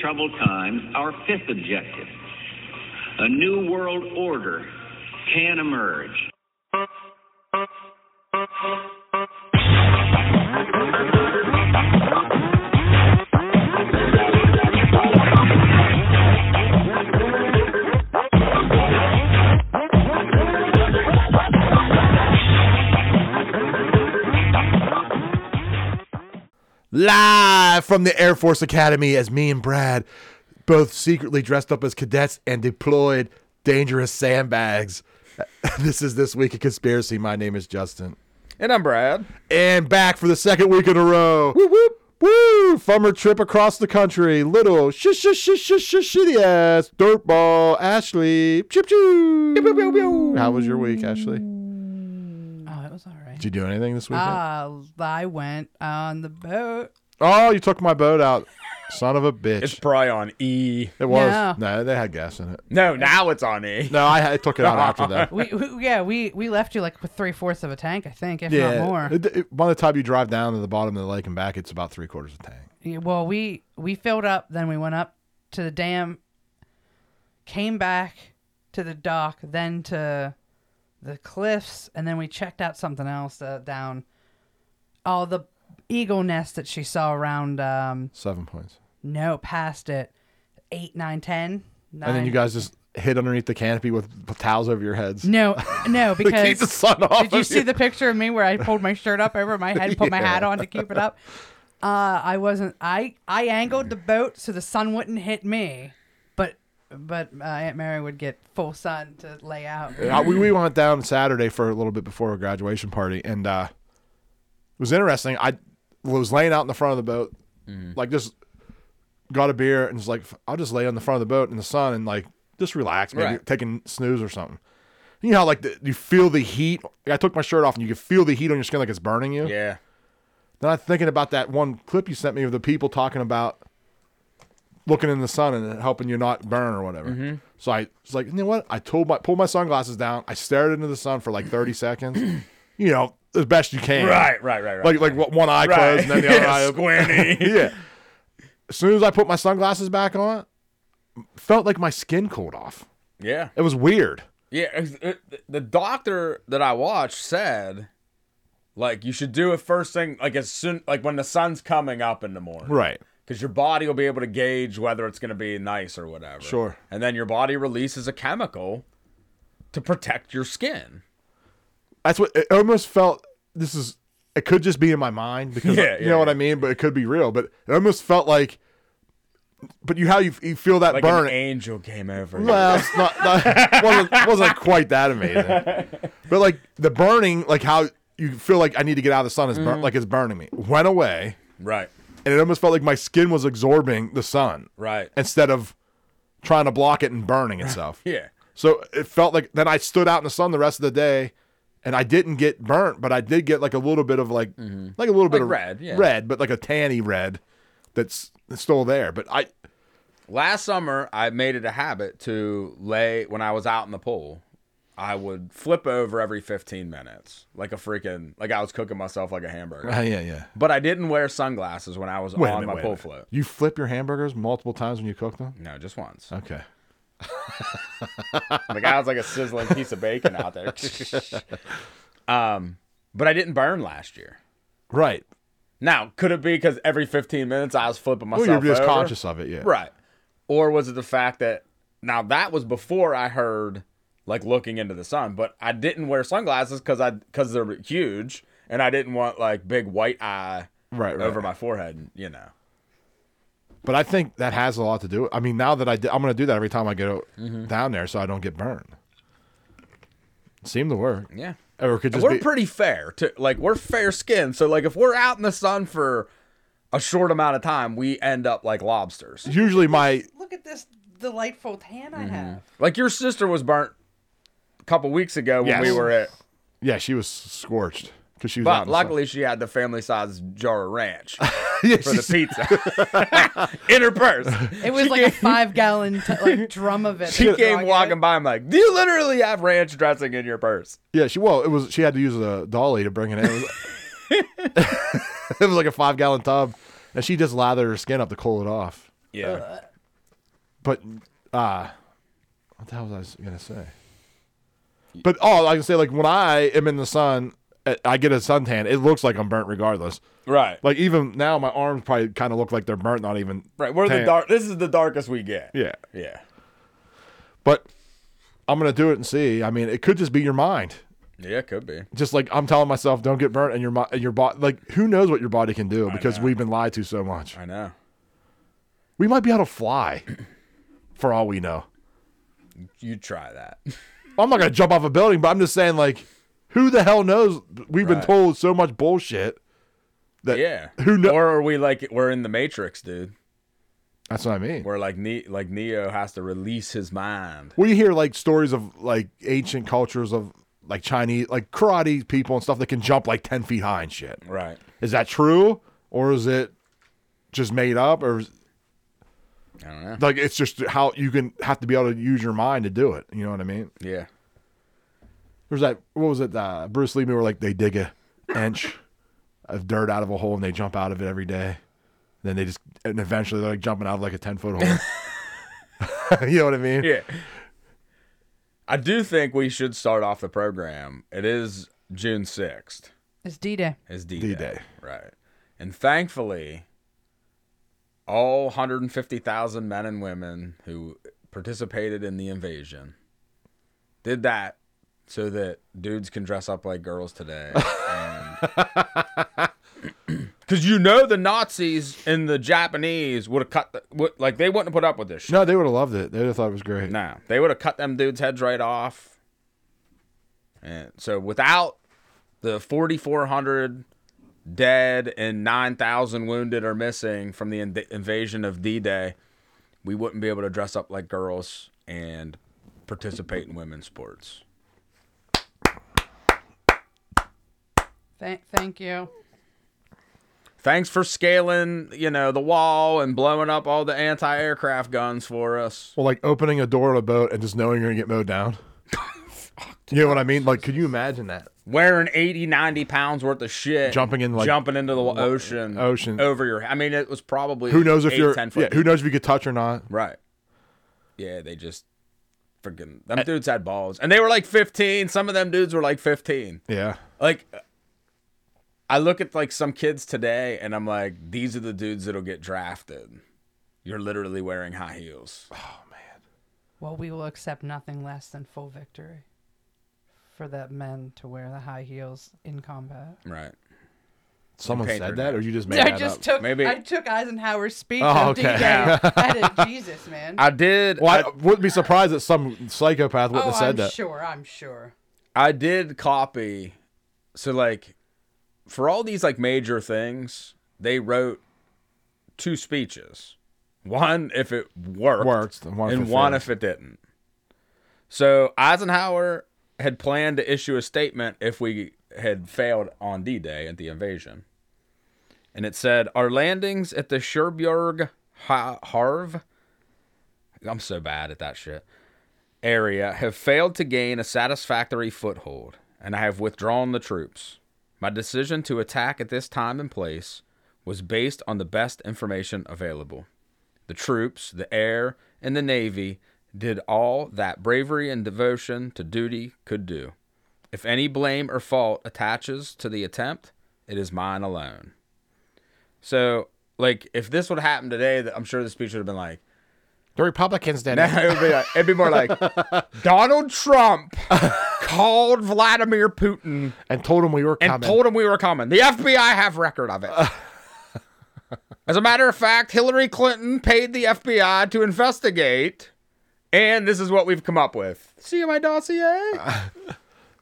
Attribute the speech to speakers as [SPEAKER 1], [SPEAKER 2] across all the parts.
[SPEAKER 1] troubled times, our fifth objective a new world order can emerge.
[SPEAKER 2] live from the Air Force Academy as me and Brad both secretly dressed up as cadets and deployed dangerous sandbags. this is This Week in Conspiracy. My name is Justin.
[SPEAKER 3] And I'm Brad.
[SPEAKER 2] And back for the second week in a row. Woo woo. Woo! Fummer trip across the country. Little sh sh sh sh sh shitty ass dirtball Ashley. Chip choo. How was your week, Ashley? Did
[SPEAKER 4] Oh, it was all right.
[SPEAKER 2] you do anything this weekend?
[SPEAKER 4] Uh, I went on the boat.
[SPEAKER 2] oh, you took my boat out. Son of a bitch.
[SPEAKER 3] It's probably on E.
[SPEAKER 2] it was.
[SPEAKER 4] No.
[SPEAKER 2] no, they had gas in it.
[SPEAKER 3] No, now it's on E.
[SPEAKER 2] No, I, I took it out after that.
[SPEAKER 4] We, we yeah, we we left you like with three fourths of a tank, I think, if
[SPEAKER 2] Yeah,
[SPEAKER 4] not more.
[SPEAKER 2] it- it- by the time you drive down to the bottom of the lake and back, it's about three quarters of a tank.
[SPEAKER 4] Yeah, Well, we we filled up, then we went up to the dam, came back to the dock, then to the cliffs, and then we checked out something else uh, down. Oh, the eagle nest that she saw around. Um,
[SPEAKER 2] Seven points.
[SPEAKER 4] no, past it, eight, nine, ten. Nine.
[SPEAKER 2] And then you guys just hid underneath the canopy with towels over your heads.
[SPEAKER 4] No, no,
[SPEAKER 2] to keep
[SPEAKER 4] because
[SPEAKER 2] the sun off.
[SPEAKER 4] Did you
[SPEAKER 2] of
[SPEAKER 4] see the picture of me where I pulled my shirt up over my head, and put my hat on to keep it up? Uh, I wasn't. I I angled the boat so the sun wouldn't hit me, but but uh, Aunt Mary would get full sun to lay out.
[SPEAKER 2] Uh, we, we went down Saturday for a little bit before a graduation party, and uh, it was interesting. I was laying out in the front of the boat, like just got a beer and was like, I'll just lay on the front of the boat in the sun and like just relax, maybe
[SPEAKER 3] Right.
[SPEAKER 2] taking snooze or something. You know how like the, you feel the heat. I took my shirt off and you can feel the heat on your skin like it's burning you.
[SPEAKER 3] Yeah.
[SPEAKER 2] Then I'm thinking about that one clip you sent me of the people talking about looking in the sun and it helping you not burn or whatever.
[SPEAKER 3] Mm-hmm.
[SPEAKER 2] So I was like, you know what? I told my pulled my sunglasses down. I stared into the sun for like 30 seconds. You know, as best you can.
[SPEAKER 3] Right, right, right, right.
[SPEAKER 2] Like like one eye
[SPEAKER 3] right.
[SPEAKER 2] closed and then the other
[SPEAKER 3] Yeah,
[SPEAKER 2] eye open.
[SPEAKER 3] squinty.
[SPEAKER 2] Yeah. As soon as I put my sunglasses back on, felt like my skin cooled off.
[SPEAKER 3] yeah.
[SPEAKER 2] It was weird.
[SPEAKER 3] Yeah. it's- it- The doctor that I watched said, like, you should do it first thing, like, as soon, like, when the sun's coming up in the morning.
[SPEAKER 2] Right.
[SPEAKER 3] Because your body will be able to gauge whether it's going to be nice or whatever.
[SPEAKER 2] Sure.
[SPEAKER 3] And then your body releases a chemical to protect your skin.
[SPEAKER 2] That's what it almost felt. This is it could just be in my mind because
[SPEAKER 3] Yeah,
[SPEAKER 2] you
[SPEAKER 3] yeah,
[SPEAKER 2] know what
[SPEAKER 3] yeah.
[SPEAKER 2] I mean, but it could be real. But it almost felt like, but you how you, you feel that
[SPEAKER 3] Like
[SPEAKER 2] burn.
[SPEAKER 3] an angel came over. you.
[SPEAKER 2] well, it's not, not wasn't wasn't quite that amazing, but like the burning, like how you feel like I need to get out of the sun is bur- like it's burning me. Went away,
[SPEAKER 3] Right.
[SPEAKER 2] and it almost felt like my skin was absorbing the sun
[SPEAKER 3] Right.
[SPEAKER 2] instead of trying to block it and burning itself.
[SPEAKER 3] Yeah.
[SPEAKER 2] So it felt like then I stood out in the sun the rest of the day, and I didn't get burnt, but I did get like a little bit of like like a little bit
[SPEAKER 3] Mm-hmm. Like
[SPEAKER 2] of
[SPEAKER 3] red, yeah.
[SPEAKER 2] red, but like a tanny red that's, that's still there. But I
[SPEAKER 3] Last summer, I made it a habit to lay when I was out in the pool. I would flip over every 15 minutes, like a freaking like I was cooking myself like a hamburger.
[SPEAKER 2] yeah yeah.
[SPEAKER 3] But I didn't wear sunglasses when Oh, I was
[SPEAKER 2] Wait a
[SPEAKER 3] on
[SPEAKER 2] minute,
[SPEAKER 3] my
[SPEAKER 2] wait a
[SPEAKER 3] pool
[SPEAKER 2] minute.
[SPEAKER 3] float.
[SPEAKER 2] You flip your hamburgers multiple times when you cook them.
[SPEAKER 3] No, just once.
[SPEAKER 2] Okay.
[SPEAKER 3] Like I was like a sizzling piece of bacon out there. um, but I didn't burn last year.
[SPEAKER 2] Right.
[SPEAKER 3] Now, could it be because every 15 minutes I was flipping
[SPEAKER 2] Well,
[SPEAKER 3] myself?
[SPEAKER 2] Oh, you're just
[SPEAKER 3] over?
[SPEAKER 2] conscious of it, yeah.
[SPEAKER 3] Right. Or was it the fact that now that was before I heard like looking into the sun, but I didn't wear sunglasses because I because they're huge and I didn't want like big white eye
[SPEAKER 2] Right, right.
[SPEAKER 3] over my forehead, you know.
[SPEAKER 2] But I think that has a lot to do. I mean, now that I did, I'm going to do that every time I go
[SPEAKER 3] Mm-hmm.
[SPEAKER 2] down there, so I don't get burned. Seemed to work.
[SPEAKER 3] Yeah.
[SPEAKER 2] Or it could
[SPEAKER 3] And
[SPEAKER 2] just
[SPEAKER 3] we're
[SPEAKER 2] be,
[SPEAKER 3] pretty fair to like we're fair skinned, so like if we're out in the sun for a short amount of time, we end up like lobsters.
[SPEAKER 2] usually my
[SPEAKER 4] Look at this delightful tan I have.
[SPEAKER 3] Like your sister was burnt a couple weeks ago when
[SPEAKER 2] Yes.
[SPEAKER 3] we were at
[SPEAKER 2] yeah, she was scorched because she was out.
[SPEAKER 3] but
[SPEAKER 2] in the sun.
[SPEAKER 3] luckily she had the family size jar of ranch.
[SPEAKER 2] Yeah,
[SPEAKER 3] for the
[SPEAKER 2] she's-
[SPEAKER 3] pizza in her purse.
[SPEAKER 4] It was like a five gallon t- like drum of it.
[SPEAKER 3] She
[SPEAKER 4] that
[SPEAKER 3] came
[SPEAKER 4] dog
[SPEAKER 3] walking
[SPEAKER 4] had.
[SPEAKER 3] by. I'm like, do you literally have ranch dressing in your purse?
[SPEAKER 2] Yeah, she well, it was she had to use a dolly to bring it in. It was, it was like a five gallon tub, and she just lathered her skin up to cool it off.
[SPEAKER 4] Uh,
[SPEAKER 3] Yeah.
[SPEAKER 2] but uh what the hell was I gonna say? But oh, I can say like when I am in the sun, I- I get a suntan. It looks like I'm burnt regardless.
[SPEAKER 3] Right.
[SPEAKER 2] Like even now, my arms probably kind of look like they're burnt, not even
[SPEAKER 3] right. We're the
[SPEAKER 2] tan.
[SPEAKER 3] dark. This is the darkest we get.
[SPEAKER 2] Yeah,
[SPEAKER 3] Yeah.
[SPEAKER 2] but I'm gonna do it and see. I mean, it could just be your mind.
[SPEAKER 3] Yeah, it could be.
[SPEAKER 2] Just like I'm telling myself, don't get burnt, and your mi- and your body, like who knows what your body can do because we've been lied to so much.
[SPEAKER 3] I know.
[SPEAKER 2] We might be able to fly, for all we know.
[SPEAKER 3] You try that.
[SPEAKER 2] I'm not gonna jump off a building, but I'm just saying, like, who the hell knows? We've been
[SPEAKER 3] Right.
[SPEAKER 2] told so much bullshit that
[SPEAKER 3] yeah.
[SPEAKER 2] who know?
[SPEAKER 3] Or are we like we're in the Matrix, dude?
[SPEAKER 2] That's what I mean.
[SPEAKER 3] Where like ne- like Neo has to release his mind.
[SPEAKER 2] We hear like stories of like ancient cultures of like Chinese, like karate people and stuff that can jump like ten feet high and shit.
[SPEAKER 3] Right.
[SPEAKER 2] Is that true, or is it just made up, or is,
[SPEAKER 3] I don't know.
[SPEAKER 2] like it's just how you can have to be able to use your mind to do it? You know what I mean?
[SPEAKER 3] Yeah.
[SPEAKER 2] There's that. What was it? Uh, Bruce Lee movie where like they dig a inch of dirt out of a hole and they jump out of it every day. Then they just and eventually they're like jumping out of like a ten foot hole. you know what I mean?
[SPEAKER 3] Yeah. I do think we should start off the program. It is June sixth.
[SPEAKER 4] It's D Day.
[SPEAKER 3] Is D
[SPEAKER 2] D-Day.
[SPEAKER 3] Day. Right. And thankfully, all 150,000 men and women who participated in the invasion did that so that dudes can dress up like girls today. Because you know the Nazis and the Japanese would have cut, the, would, like, they wouldn't have put up with this shit.
[SPEAKER 2] No, they would have loved it. They would have thought it was great.
[SPEAKER 3] No, they would have cut them dudes' heads right off. And so without the 4,400 dead and 9,000 wounded or missing from the in- invasion of D-Day, we wouldn't be able to dress up like girls and participate in women's sports.
[SPEAKER 4] Thank, thank you.
[SPEAKER 3] Thanks for scaling, you know, the wall and blowing up all the anti-aircraft guns for us.
[SPEAKER 2] Well, like opening a door on a boat and just knowing you're gonna get mowed down. you know what I mean? Like, could you imagine that?
[SPEAKER 3] wearing 80 90 pounds worth of shit
[SPEAKER 2] Jumping in, like-
[SPEAKER 3] jumping into the ocean
[SPEAKER 2] ocean.
[SPEAKER 3] over your i mean it was probably
[SPEAKER 2] Who knows if
[SPEAKER 3] eight,
[SPEAKER 2] you're?
[SPEAKER 3] 10 foot
[SPEAKER 2] Yeah, who knows if you could touch or not?
[SPEAKER 3] right yeah they just freaking them dudes had balls and they were like 15 some of them dudes were like 15
[SPEAKER 2] Yeah.
[SPEAKER 3] like i look at like some kids today and i'm like these are the dudes that'll get drafted you're literally wearing high heels
[SPEAKER 4] Well, we will accept nothing less than full victory for that men to wear the high heels in combat.
[SPEAKER 3] right
[SPEAKER 2] Someone
[SPEAKER 3] Paint her
[SPEAKER 2] said that,
[SPEAKER 3] now.
[SPEAKER 2] or you just made
[SPEAKER 4] I
[SPEAKER 2] that
[SPEAKER 4] just
[SPEAKER 2] up?
[SPEAKER 4] took
[SPEAKER 3] Maybe-
[SPEAKER 4] I took Eisenhower's speech.
[SPEAKER 2] Oh,
[SPEAKER 4] on
[SPEAKER 2] okay.
[SPEAKER 4] D-Day. I did Jesus, man.
[SPEAKER 3] i did
[SPEAKER 2] well,
[SPEAKER 3] I,
[SPEAKER 2] I wouldn't be surprised that some psychopath wouldn't
[SPEAKER 4] oh,
[SPEAKER 2] have said
[SPEAKER 4] I'm
[SPEAKER 2] that.
[SPEAKER 4] sure. I'm sure.
[SPEAKER 3] I did copy. So like, for all these like major things, they wrote two speeches. One if it worked,
[SPEAKER 2] Worked, and one if
[SPEAKER 3] and
[SPEAKER 2] it
[SPEAKER 3] one
[SPEAKER 2] failed.
[SPEAKER 3] if it didn't. So Eisenhower had planned to issue a statement if we had failed on D-Day at the invasion, and it said our landings at the Cherbourg Ha- Havre. I'm so bad at that shit area have failed to gain a satisfactory foothold, and I have withdrawn the troops. My decision to attack at this time and place was based on the best information available. The troops, the air, and the navy did all that bravery and devotion to duty could do. If any blame or fault attaches to the attempt, it is mine alone. So, like, if this would happen today, I'm sure the speech would have been like,
[SPEAKER 2] The Republicans did.
[SPEAKER 3] it would be like, it'd be more like Donald Trump called Vladimir Putin
[SPEAKER 2] and told him we were
[SPEAKER 3] and
[SPEAKER 2] coming.
[SPEAKER 3] told him we were coming. The FBI have record of it. As a matter of fact, Hillary Clinton paid the FBI to investigate, and this is what we've come up with. See my dossier?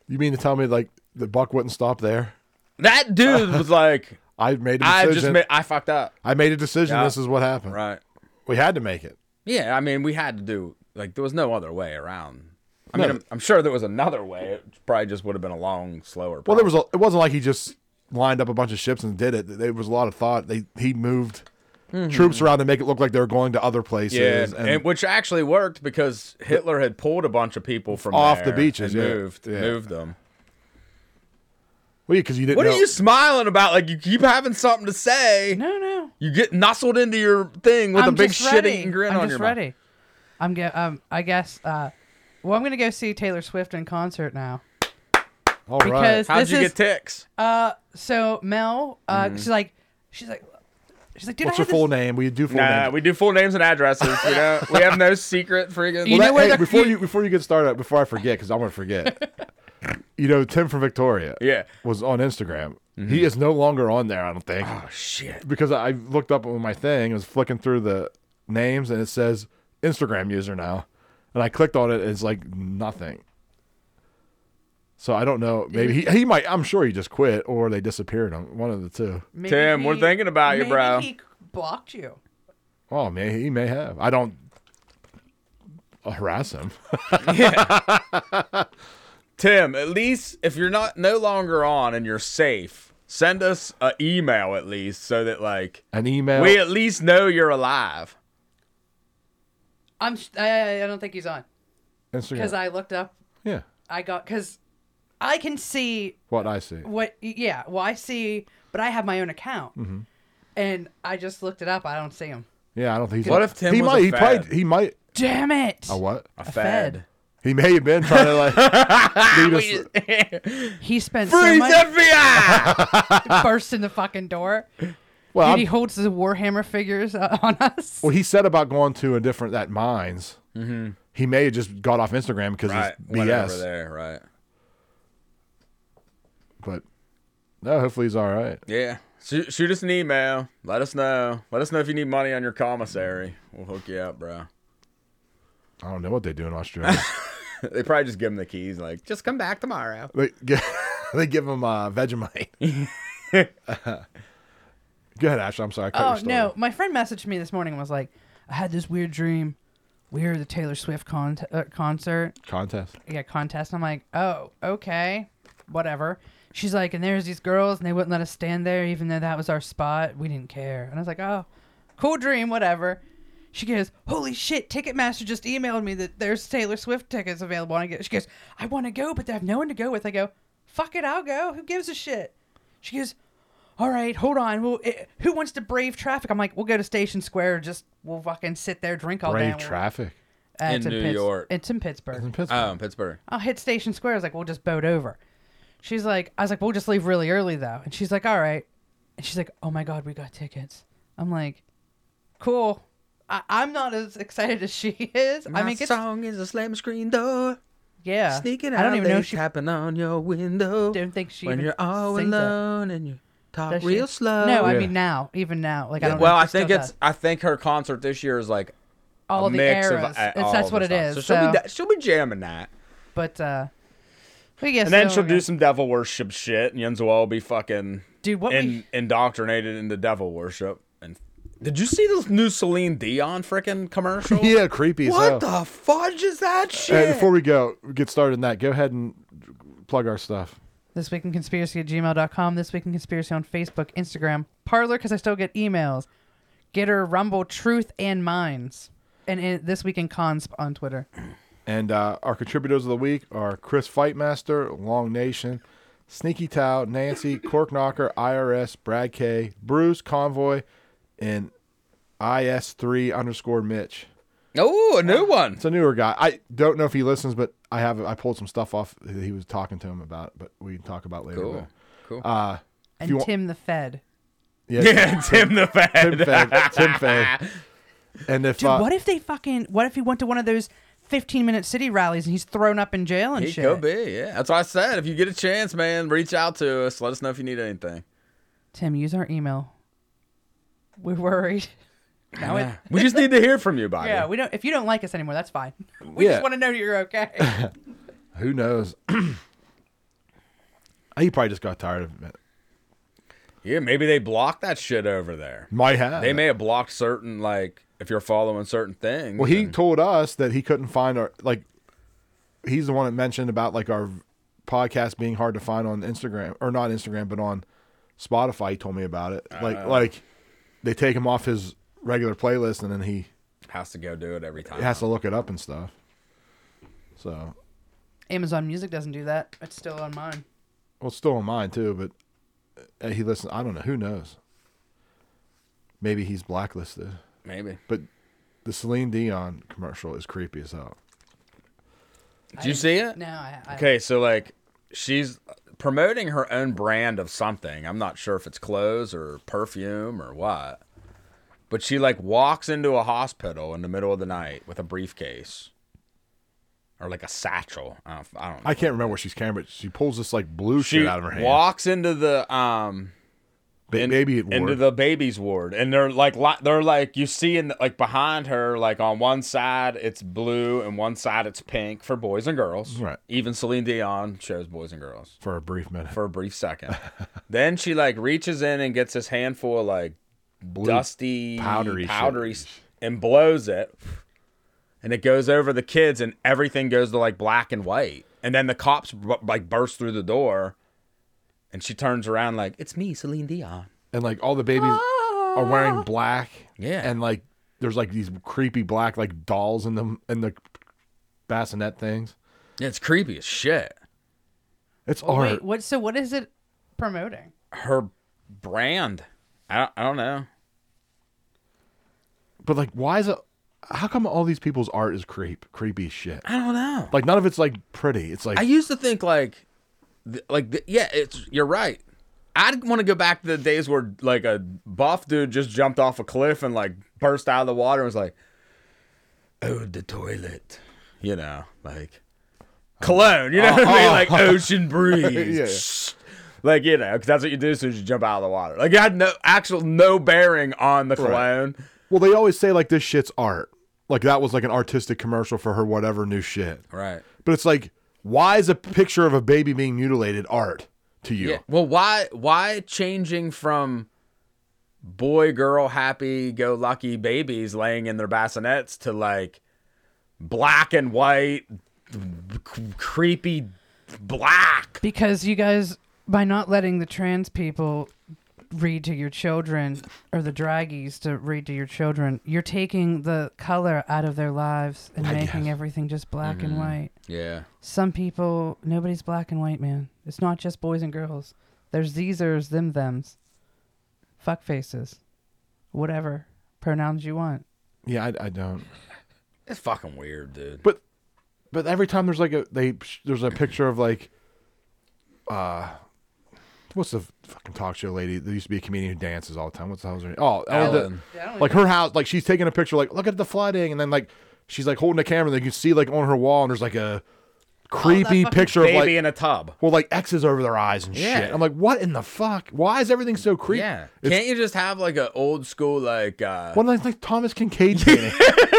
[SPEAKER 2] you mean to tell me like the buck wouldn't stop there?
[SPEAKER 3] That dude was like,
[SPEAKER 2] I made a
[SPEAKER 3] I
[SPEAKER 2] decision. I,
[SPEAKER 3] just made, I fucked up.
[SPEAKER 2] made a decision.
[SPEAKER 3] Yeah.
[SPEAKER 2] This is what happened.
[SPEAKER 3] Right.
[SPEAKER 2] We had to make it.
[SPEAKER 3] Yeah, I mean, we had to do like there was no other way around. I
[SPEAKER 2] No.
[SPEAKER 3] mean, I'm, I'm sure there was another way. It probably just would have been a long, slower.
[SPEAKER 2] Well, there was. A, it wasn't like he just lined up a bunch of ships and did it. There was a lot of thought. They he moved troops around to make it look like they were going to other places.
[SPEAKER 3] Yeah,
[SPEAKER 2] and,
[SPEAKER 3] and, which actually worked because Hitler had pulled a bunch of people from
[SPEAKER 2] Off the
[SPEAKER 3] there
[SPEAKER 2] beaches,
[SPEAKER 3] and
[SPEAKER 2] yeah,
[SPEAKER 3] moved
[SPEAKER 2] yeah.
[SPEAKER 3] moved them.
[SPEAKER 2] well, because you didn't.
[SPEAKER 3] What
[SPEAKER 2] know,
[SPEAKER 3] are you smiling about? Like you keep having something to say.
[SPEAKER 4] No, no.
[SPEAKER 3] You get nuzzled into your thing with
[SPEAKER 4] I'm
[SPEAKER 3] a big
[SPEAKER 4] just
[SPEAKER 3] shit
[SPEAKER 4] ready.
[SPEAKER 3] eating grin
[SPEAKER 4] I'm
[SPEAKER 3] on
[SPEAKER 4] just
[SPEAKER 3] your
[SPEAKER 4] ready. I'm go- um, I guess. Uh, well, I'm gonna go see Taylor Swift in concert now.
[SPEAKER 2] All right.
[SPEAKER 4] Because-
[SPEAKER 3] How'd
[SPEAKER 4] This
[SPEAKER 3] you
[SPEAKER 4] is-
[SPEAKER 3] get ticks?
[SPEAKER 4] Uh, so Mel, uh,
[SPEAKER 3] Mm-hmm.
[SPEAKER 4] she's like, she's like, she's like, dude,
[SPEAKER 2] What's
[SPEAKER 4] I
[SPEAKER 2] your
[SPEAKER 4] have this-
[SPEAKER 2] full name? We do full
[SPEAKER 3] Nah,
[SPEAKER 2] name.
[SPEAKER 3] we do full names and addresses. You know, we have no secret freaking.
[SPEAKER 4] You know where
[SPEAKER 2] hey,
[SPEAKER 4] the-
[SPEAKER 2] before you before you get started, before I forget, because I'm gonna forget. you know, Tim from Victoria,
[SPEAKER 3] Yeah.
[SPEAKER 2] was on Instagram. He is no longer on there. I don't think
[SPEAKER 3] Mm-hmm. oh shit.
[SPEAKER 2] because I I looked up on my thing. I was flicking through the names and it says Instagram user now, and I clicked on it. And it's like nothing. So I don't know. Maybe he, he might. I'm sure he just quit or they disappeared on one of the two.
[SPEAKER 4] Maybe
[SPEAKER 3] Tim, we're
[SPEAKER 4] he-
[SPEAKER 3] thinking about you,
[SPEAKER 4] maybe
[SPEAKER 3] bro.
[SPEAKER 4] He blocked you.
[SPEAKER 2] Oh man, he may have. I don't harass him.
[SPEAKER 3] Tim, at least if you're not no longer on and you're safe, send us an email at least so that like
[SPEAKER 2] An email.
[SPEAKER 3] we at least know you're alive.
[SPEAKER 4] I'm. s- I, I don't think he's on because
[SPEAKER 2] Instagram.
[SPEAKER 4] I looked up.
[SPEAKER 2] yeah.
[SPEAKER 4] I got because I can see
[SPEAKER 2] What I see.
[SPEAKER 4] what. Yeah, well, I see, but I have my own account, and I just looked it up. I don't see him.
[SPEAKER 2] Yeah, I don't think he's.
[SPEAKER 3] What if Tim
[SPEAKER 2] He
[SPEAKER 3] was
[SPEAKER 2] might.
[SPEAKER 3] a
[SPEAKER 2] he
[SPEAKER 3] fad?
[SPEAKER 2] probably. He might.
[SPEAKER 4] Damn it!
[SPEAKER 2] A Oh, what?
[SPEAKER 3] A
[SPEAKER 4] fed.
[SPEAKER 3] fed.
[SPEAKER 2] He may have been trying to like lead us.
[SPEAKER 4] He spent so
[SPEAKER 3] Freeze
[SPEAKER 4] much
[SPEAKER 3] FBI!
[SPEAKER 4] burst in the fucking door.
[SPEAKER 2] Well,
[SPEAKER 4] Dude,
[SPEAKER 2] I'm-
[SPEAKER 4] he holds the Warhammer figures uh, on us.
[SPEAKER 2] well, he said about going to a different that mines. Mm-hmm. He may have just got off Instagram because
[SPEAKER 3] right,
[SPEAKER 2] it's
[SPEAKER 3] whatever
[SPEAKER 2] BS.
[SPEAKER 3] there, right.
[SPEAKER 2] But no, hopefully he's all right.
[SPEAKER 3] Yeah. Shoot, shoot us an email. Let us know. Let us know if you need money on your commissary. We'll hook you up, bro.
[SPEAKER 2] I don't know what they do in Australia.
[SPEAKER 3] They probably just give him the keys, like, just come back tomorrow.
[SPEAKER 2] they, give, they give him uh, Vegemite. Go ahead, Ashley. I'm sorry. I cut your
[SPEAKER 4] Oh
[SPEAKER 2] story.
[SPEAKER 4] no! My friend messaged me this morning and was like, "I had this weird dream. We were at the Taylor Swift con- uh, concert,
[SPEAKER 2] contest.
[SPEAKER 4] yeah, contest." And I'm like, "Oh, okay, whatever." She's like, "And there's these girls, and they wouldn't let us stand there, even though that was our spot. We didn't care." And I was like, "Oh, cool dream, whatever." She goes, "Holy shit! Ticketmaster just emailed me that there's Taylor Swift tickets available." And I go, she goes, "I want to go, but they have no one to go with." I go, "Fuck it, I'll go. Who gives a shit?" She goes, all right, hold on. Well, eh, who wants to brave traffic? I'm like, we'll go to Station Square. Just we'll fucking sit there, drink
[SPEAKER 3] Oh,
[SPEAKER 4] all day.
[SPEAKER 2] Brave
[SPEAKER 4] and we'll-
[SPEAKER 2] traffic
[SPEAKER 4] Uh, it's
[SPEAKER 3] In New
[SPEAKER 4] Pitts-
[SPEAKER 3] York.
[SPEAKER 4] It's in Pittsburgh.
[SPEAKER 2] in Pittsburgh.
[SPEAKER 3] Um, Pittsburgh.
[SPEAKER 4] I'll hit Station Square. I was like, we'll just boat over. She's like, I was like, we'll just leave really early though. And she's like, all right. And she's like, oh my god, we got tickets. I'm like, cool. I- I'm not as excited as she is. I mean, it's,
[SPEAKER 3] song is a slam screen door.
[SPEAKER 4] yeah.
[SPEAKER 3] Sneaking out,
[SPEAKER 4] I don't even know
[SPEAKER 3] they
[SPEAKER 4] if she.
[SPEAKER 3] tapping on your window.
[SPEAKER 4] Don't think she.
[SPEAKER 3] when
[SPEAKER 4] even
[SPEAKER 3] you're all
[SPEAKER 4] sings that.
[SPEAKER 3] alone and you talk
[SPEAKER 4] Does she?
[SPEAKER 3] real slow.
[SPEAKER 4] No, I
[SPEAKER 2] Yeah.
[SPEAKER 4] mean now, even now, like I don't. know
[SPEAKER 3] well,
[SPEAKER 4] if
[SPEAKER 3] I
[SPEAKER 4] she still
[SPEAKER 3] think it's.
[SPEAKER 4] does.
[SPEAKER 3] I think her concert this year is like
[SPEAKER 4] all
[SPEAKER 3] a
[SPEAKER 4] the
[SPEAKER 3] mix of.
[SPEAKER 4] eras.
[SPEAKER 3] uh,
[SPEAKER 4] It's-
[SPEAKER 3] all
[SPEAKER 4] that's
[SPEAKER 3] of
[SPEAKER 4] what
[SPEAKER 3] the
[SPEAKER 4] it
[SPEAKER 3] stuff.
[SPEAKER 4] is.
[SPEAKER 3] So she'll be da- she'll be jamming that,
[SPEAKER 4] But uh we guess
[SPEAKER 3] and then
[SPEAKER 4] so,
[SPEAKER 3] she'll
[SPEAKER 4] I
[SPEAKER 3] do
[SPEAKER 4] guess.
[SPEAKER 3] some devil worship shit, and Yenzo will be fucking
[SPEAKER 4] Dude, what we-
[SPEAKER 3] in, indoctrinated into devil worship. And did you see this new Celine Dion freaking commercial?
[SPEAKER 2] yeah, creepy.
[SPEAKER 3] What
[SPEAKER 2] as hell.
[SPEAKER 3] the fudge is that shit?
[SPEAKER 2] Hey, before we go get started in that, go ahead and plug our stuff.
[SPEAKER 4] This Week in Conspiracy at gmail.com. This Week in Conspiracy on Facebook, Instagram, Parlor, because I still get emails. Getter, Rumble, Truth, and Minds. And in, This Week in Consp on Twitter.
[SPEAKER 2] And uh, our contributors of the week are Chris Fightmaster, Long Nation, Sneaky Tao, Nancy, Cork Knocker, IRS, Brad K, Bruce, Convoy, and IS3 underscore Mitch.
[SPEAKER 3] oh, a new one.
[SPEAKER 2] It's a newer guy. I don't know if he listens, but I have I pulled some stuff off that he was talking to him about, but we can talk about later.
[SPEAKER 3] Cool,
[SPEAKER 2] But,
[SPEAKER 3] cool.
[SPEAKER 2] Uh, if
[SPEAKER 4] And
[SPEAKER 2] you want-
[SPEAKER 4] Tim the Fed.
[SPEAKER 2] yeah,
[SPEAKER 3] yeah, Tim the Fed.
[SPEAKER 2] Tim Fag. Tim Fag. And if
[SPEAKER 4] Dude,
[SPEAKER 2] uh,
[SPEAKER 4] what if they fucking. What if he went to one of those 15 minute city rallies and he's thrown up in jail and
[SPEAKER 3] He
[SPEAKER 4] shit?
[SPEAKER 3] could be, yeah. That's what I said. If you get a chance, man, reach out to us. Let us know if you need anything.
[SPEAKER 4] Tim, use our email. We're worried. Now it.
[SPEAKER 3] We just need to hear from you, Bobby.
[SPEAKER 4] Yeah, we don't. If you don't like us anymore, that's fine. We
[SPEAKER 2] Yeah.
[SPEAKER 4] just want to know you're okay.
[SPEAKER 2] uh, who knows? he probably just got tired of it.
[SPEAKER 3] yeah, maybe they blocked that shit over there.
[SPEAKER 2] Might have.
[SPEAKER 3] They may have blocked certain, like, if you're following certain things.
[SPEAKER 2] Well, he
[SPEAKER 3] and-
[SPEAKER 2] told us that he couldn't find our like. He's the one that mentioned about like our podcast being hard to find on Instagram or not Instagram, but on Spotify. He told me about it. Like like they take him off his regular playlist, and then he
[SPEAKER 3] has to go do it every time.
[SPEAKER 2] has to look it up and stuff. So
[SPEAKER 4] Amazon Music doesn't do that. It's still on mine.
[SPEAKER 2] well, it's still on mine too, but uh, he listens. I don't know. Who knows? Maybe he's blacklisted.
[SPEAKER 3] Maybe.
[SPEAKER 2] But The Celine Dion commercial is creepy as hell.
[SPEAKER 3] Did you see it?
[SPEAKER 4] No, I, I
[SPEAKER 3] Okay, so like she's promoting her own brand of something. I'm not sure if it's clothes or perfume or what. But she like walks into a hospital in the middle of the night with a briefcase or like a satchel. I don't, I don't know.
[SPEAKER 2] I can't remember what she's carrying, but she pulls this like blue
[SPEAKER 3] she
[SPEAKER 2] shit out of her hand.
[SPEAKER 3] walks into the um
[SPEAKER 2] Ba-
[SPEAKER 3] in-
[SPEAKER 2] baby, it
[SPEAKER 3] into
[SPEAKER 2] ward.
[SPEAKER 3] the baby's ward, and they're like li- they're like you see in the, like behind her, like on one side it's blue and one side it's pink for boys and girls.
[SPEAKER 2] Right.
[SPEAKER 3] Even Celine Dion shows boys and girls
[SPEAKER 2] for a brief minute.
[SPEAKER 3] for a brief second. then she like reaches in and gets this handful of like dusty
[SPEAKER 2] powdery shit.
[SPEAKER 3] powdery s- and blows it. And it goes over the kids and everything goes to like black and white. And then the cops bu- like burst through the door and she turns around like, "It's me, Celine Dion."
[SPEAKER 2] and like all the babies are
[SPEAKER 3] Ah.
[SPEAKER 2] wearing black.
[SPEAKER 3] Yeah.
[SPEAKER 2] and like there's like these creepy black like dolls in the in the bassinet things.
[SPEAKER 3] Yeah, It's creepy as shit.
[SPEAKER 2] It's art.
[SPEAKER 4] wait. What? So what is it promoting?
[SPEAKER 3] Her brand. I don't, I don't know.
[SPEAKER 2] But like, why is it? How come all these people's art is creep, creepy as shit?
[SPEAKER 3] I don't know.
[SPEAKER 2] Like none of it's like pretty. It's like
[SPEAKER 3] I used to think like, th- like th- yeah, it's you're right. I'd want to go back to the days where like a buff dude just jumped off a cliff and like burst out of the water and was like, "Oh, the toilet," you know, like cologne, you know what I mean, like ocean breeze, like you know, because that's what you do as soon as you jump out of the water. Like it had no actual no bearing on the cologne.
[SPEAKER 2] well, they always say like this shit's art. Like that was like an artistic commercial for her whatever new shit.
[SPEAKER 3] Right.
[SPEAKER 2] But it's like, why is a picture of a baby being mutilated art to you?
[SPEAKER 3] Yeah. Well, why why changing from boy girl happy go lucky babies laying in their bassinets to like black and white c- creepy black?
[SPEAKER 4] Because you guys, by not letting the trans people read to your children or the draggies to read to your children, you're taking the color out of their lives and making everything just black and white.
[SPEAKER 3] Yeah.
[SPEAKER 4] Some people, nobody's black and white, man. It's not just boys and girls. There's these, there's them, thems, fuck faces, whatever pronouns you want.
[SPEAKER 2] Yeah, I, I don't.
[SPEAKER 3] It's fucking weird, dude.
[SPEAKER 2] But but every time there's like a they there's a picture of like uh what's the fucking talk show lady that used to be a comedian who dances all the time? What's the hell's her name? Oh, Ellen.
[SPEAKER 3] Ellen.
[SPEAKER 2] like her house, like she's taking a picture, like look at the flooding, and then like she's like holding a camera, and then you can see like on her wall, and there's like a creepy
[SPEAKER 4] fucking
[SPEAKER 2] picture of
[SPEAKER 3] Baby
[SPEAKER 2] like
[SPEAKER 3] in a tub.
[SPEAKER 2] well like X's over their eyes and
[SPEAKER 3] Yeah.
[SPEAKER 2] shit. I'm like, what in the fuck? Why is everything so creepy?
[SPEAKER 3] Yeah.
[SPEAKER 2] It's,
[SPEAKER 3] Can't you just have like an old school like uh
[SPEAKER 2] one like, like Thomas Kincaid painting.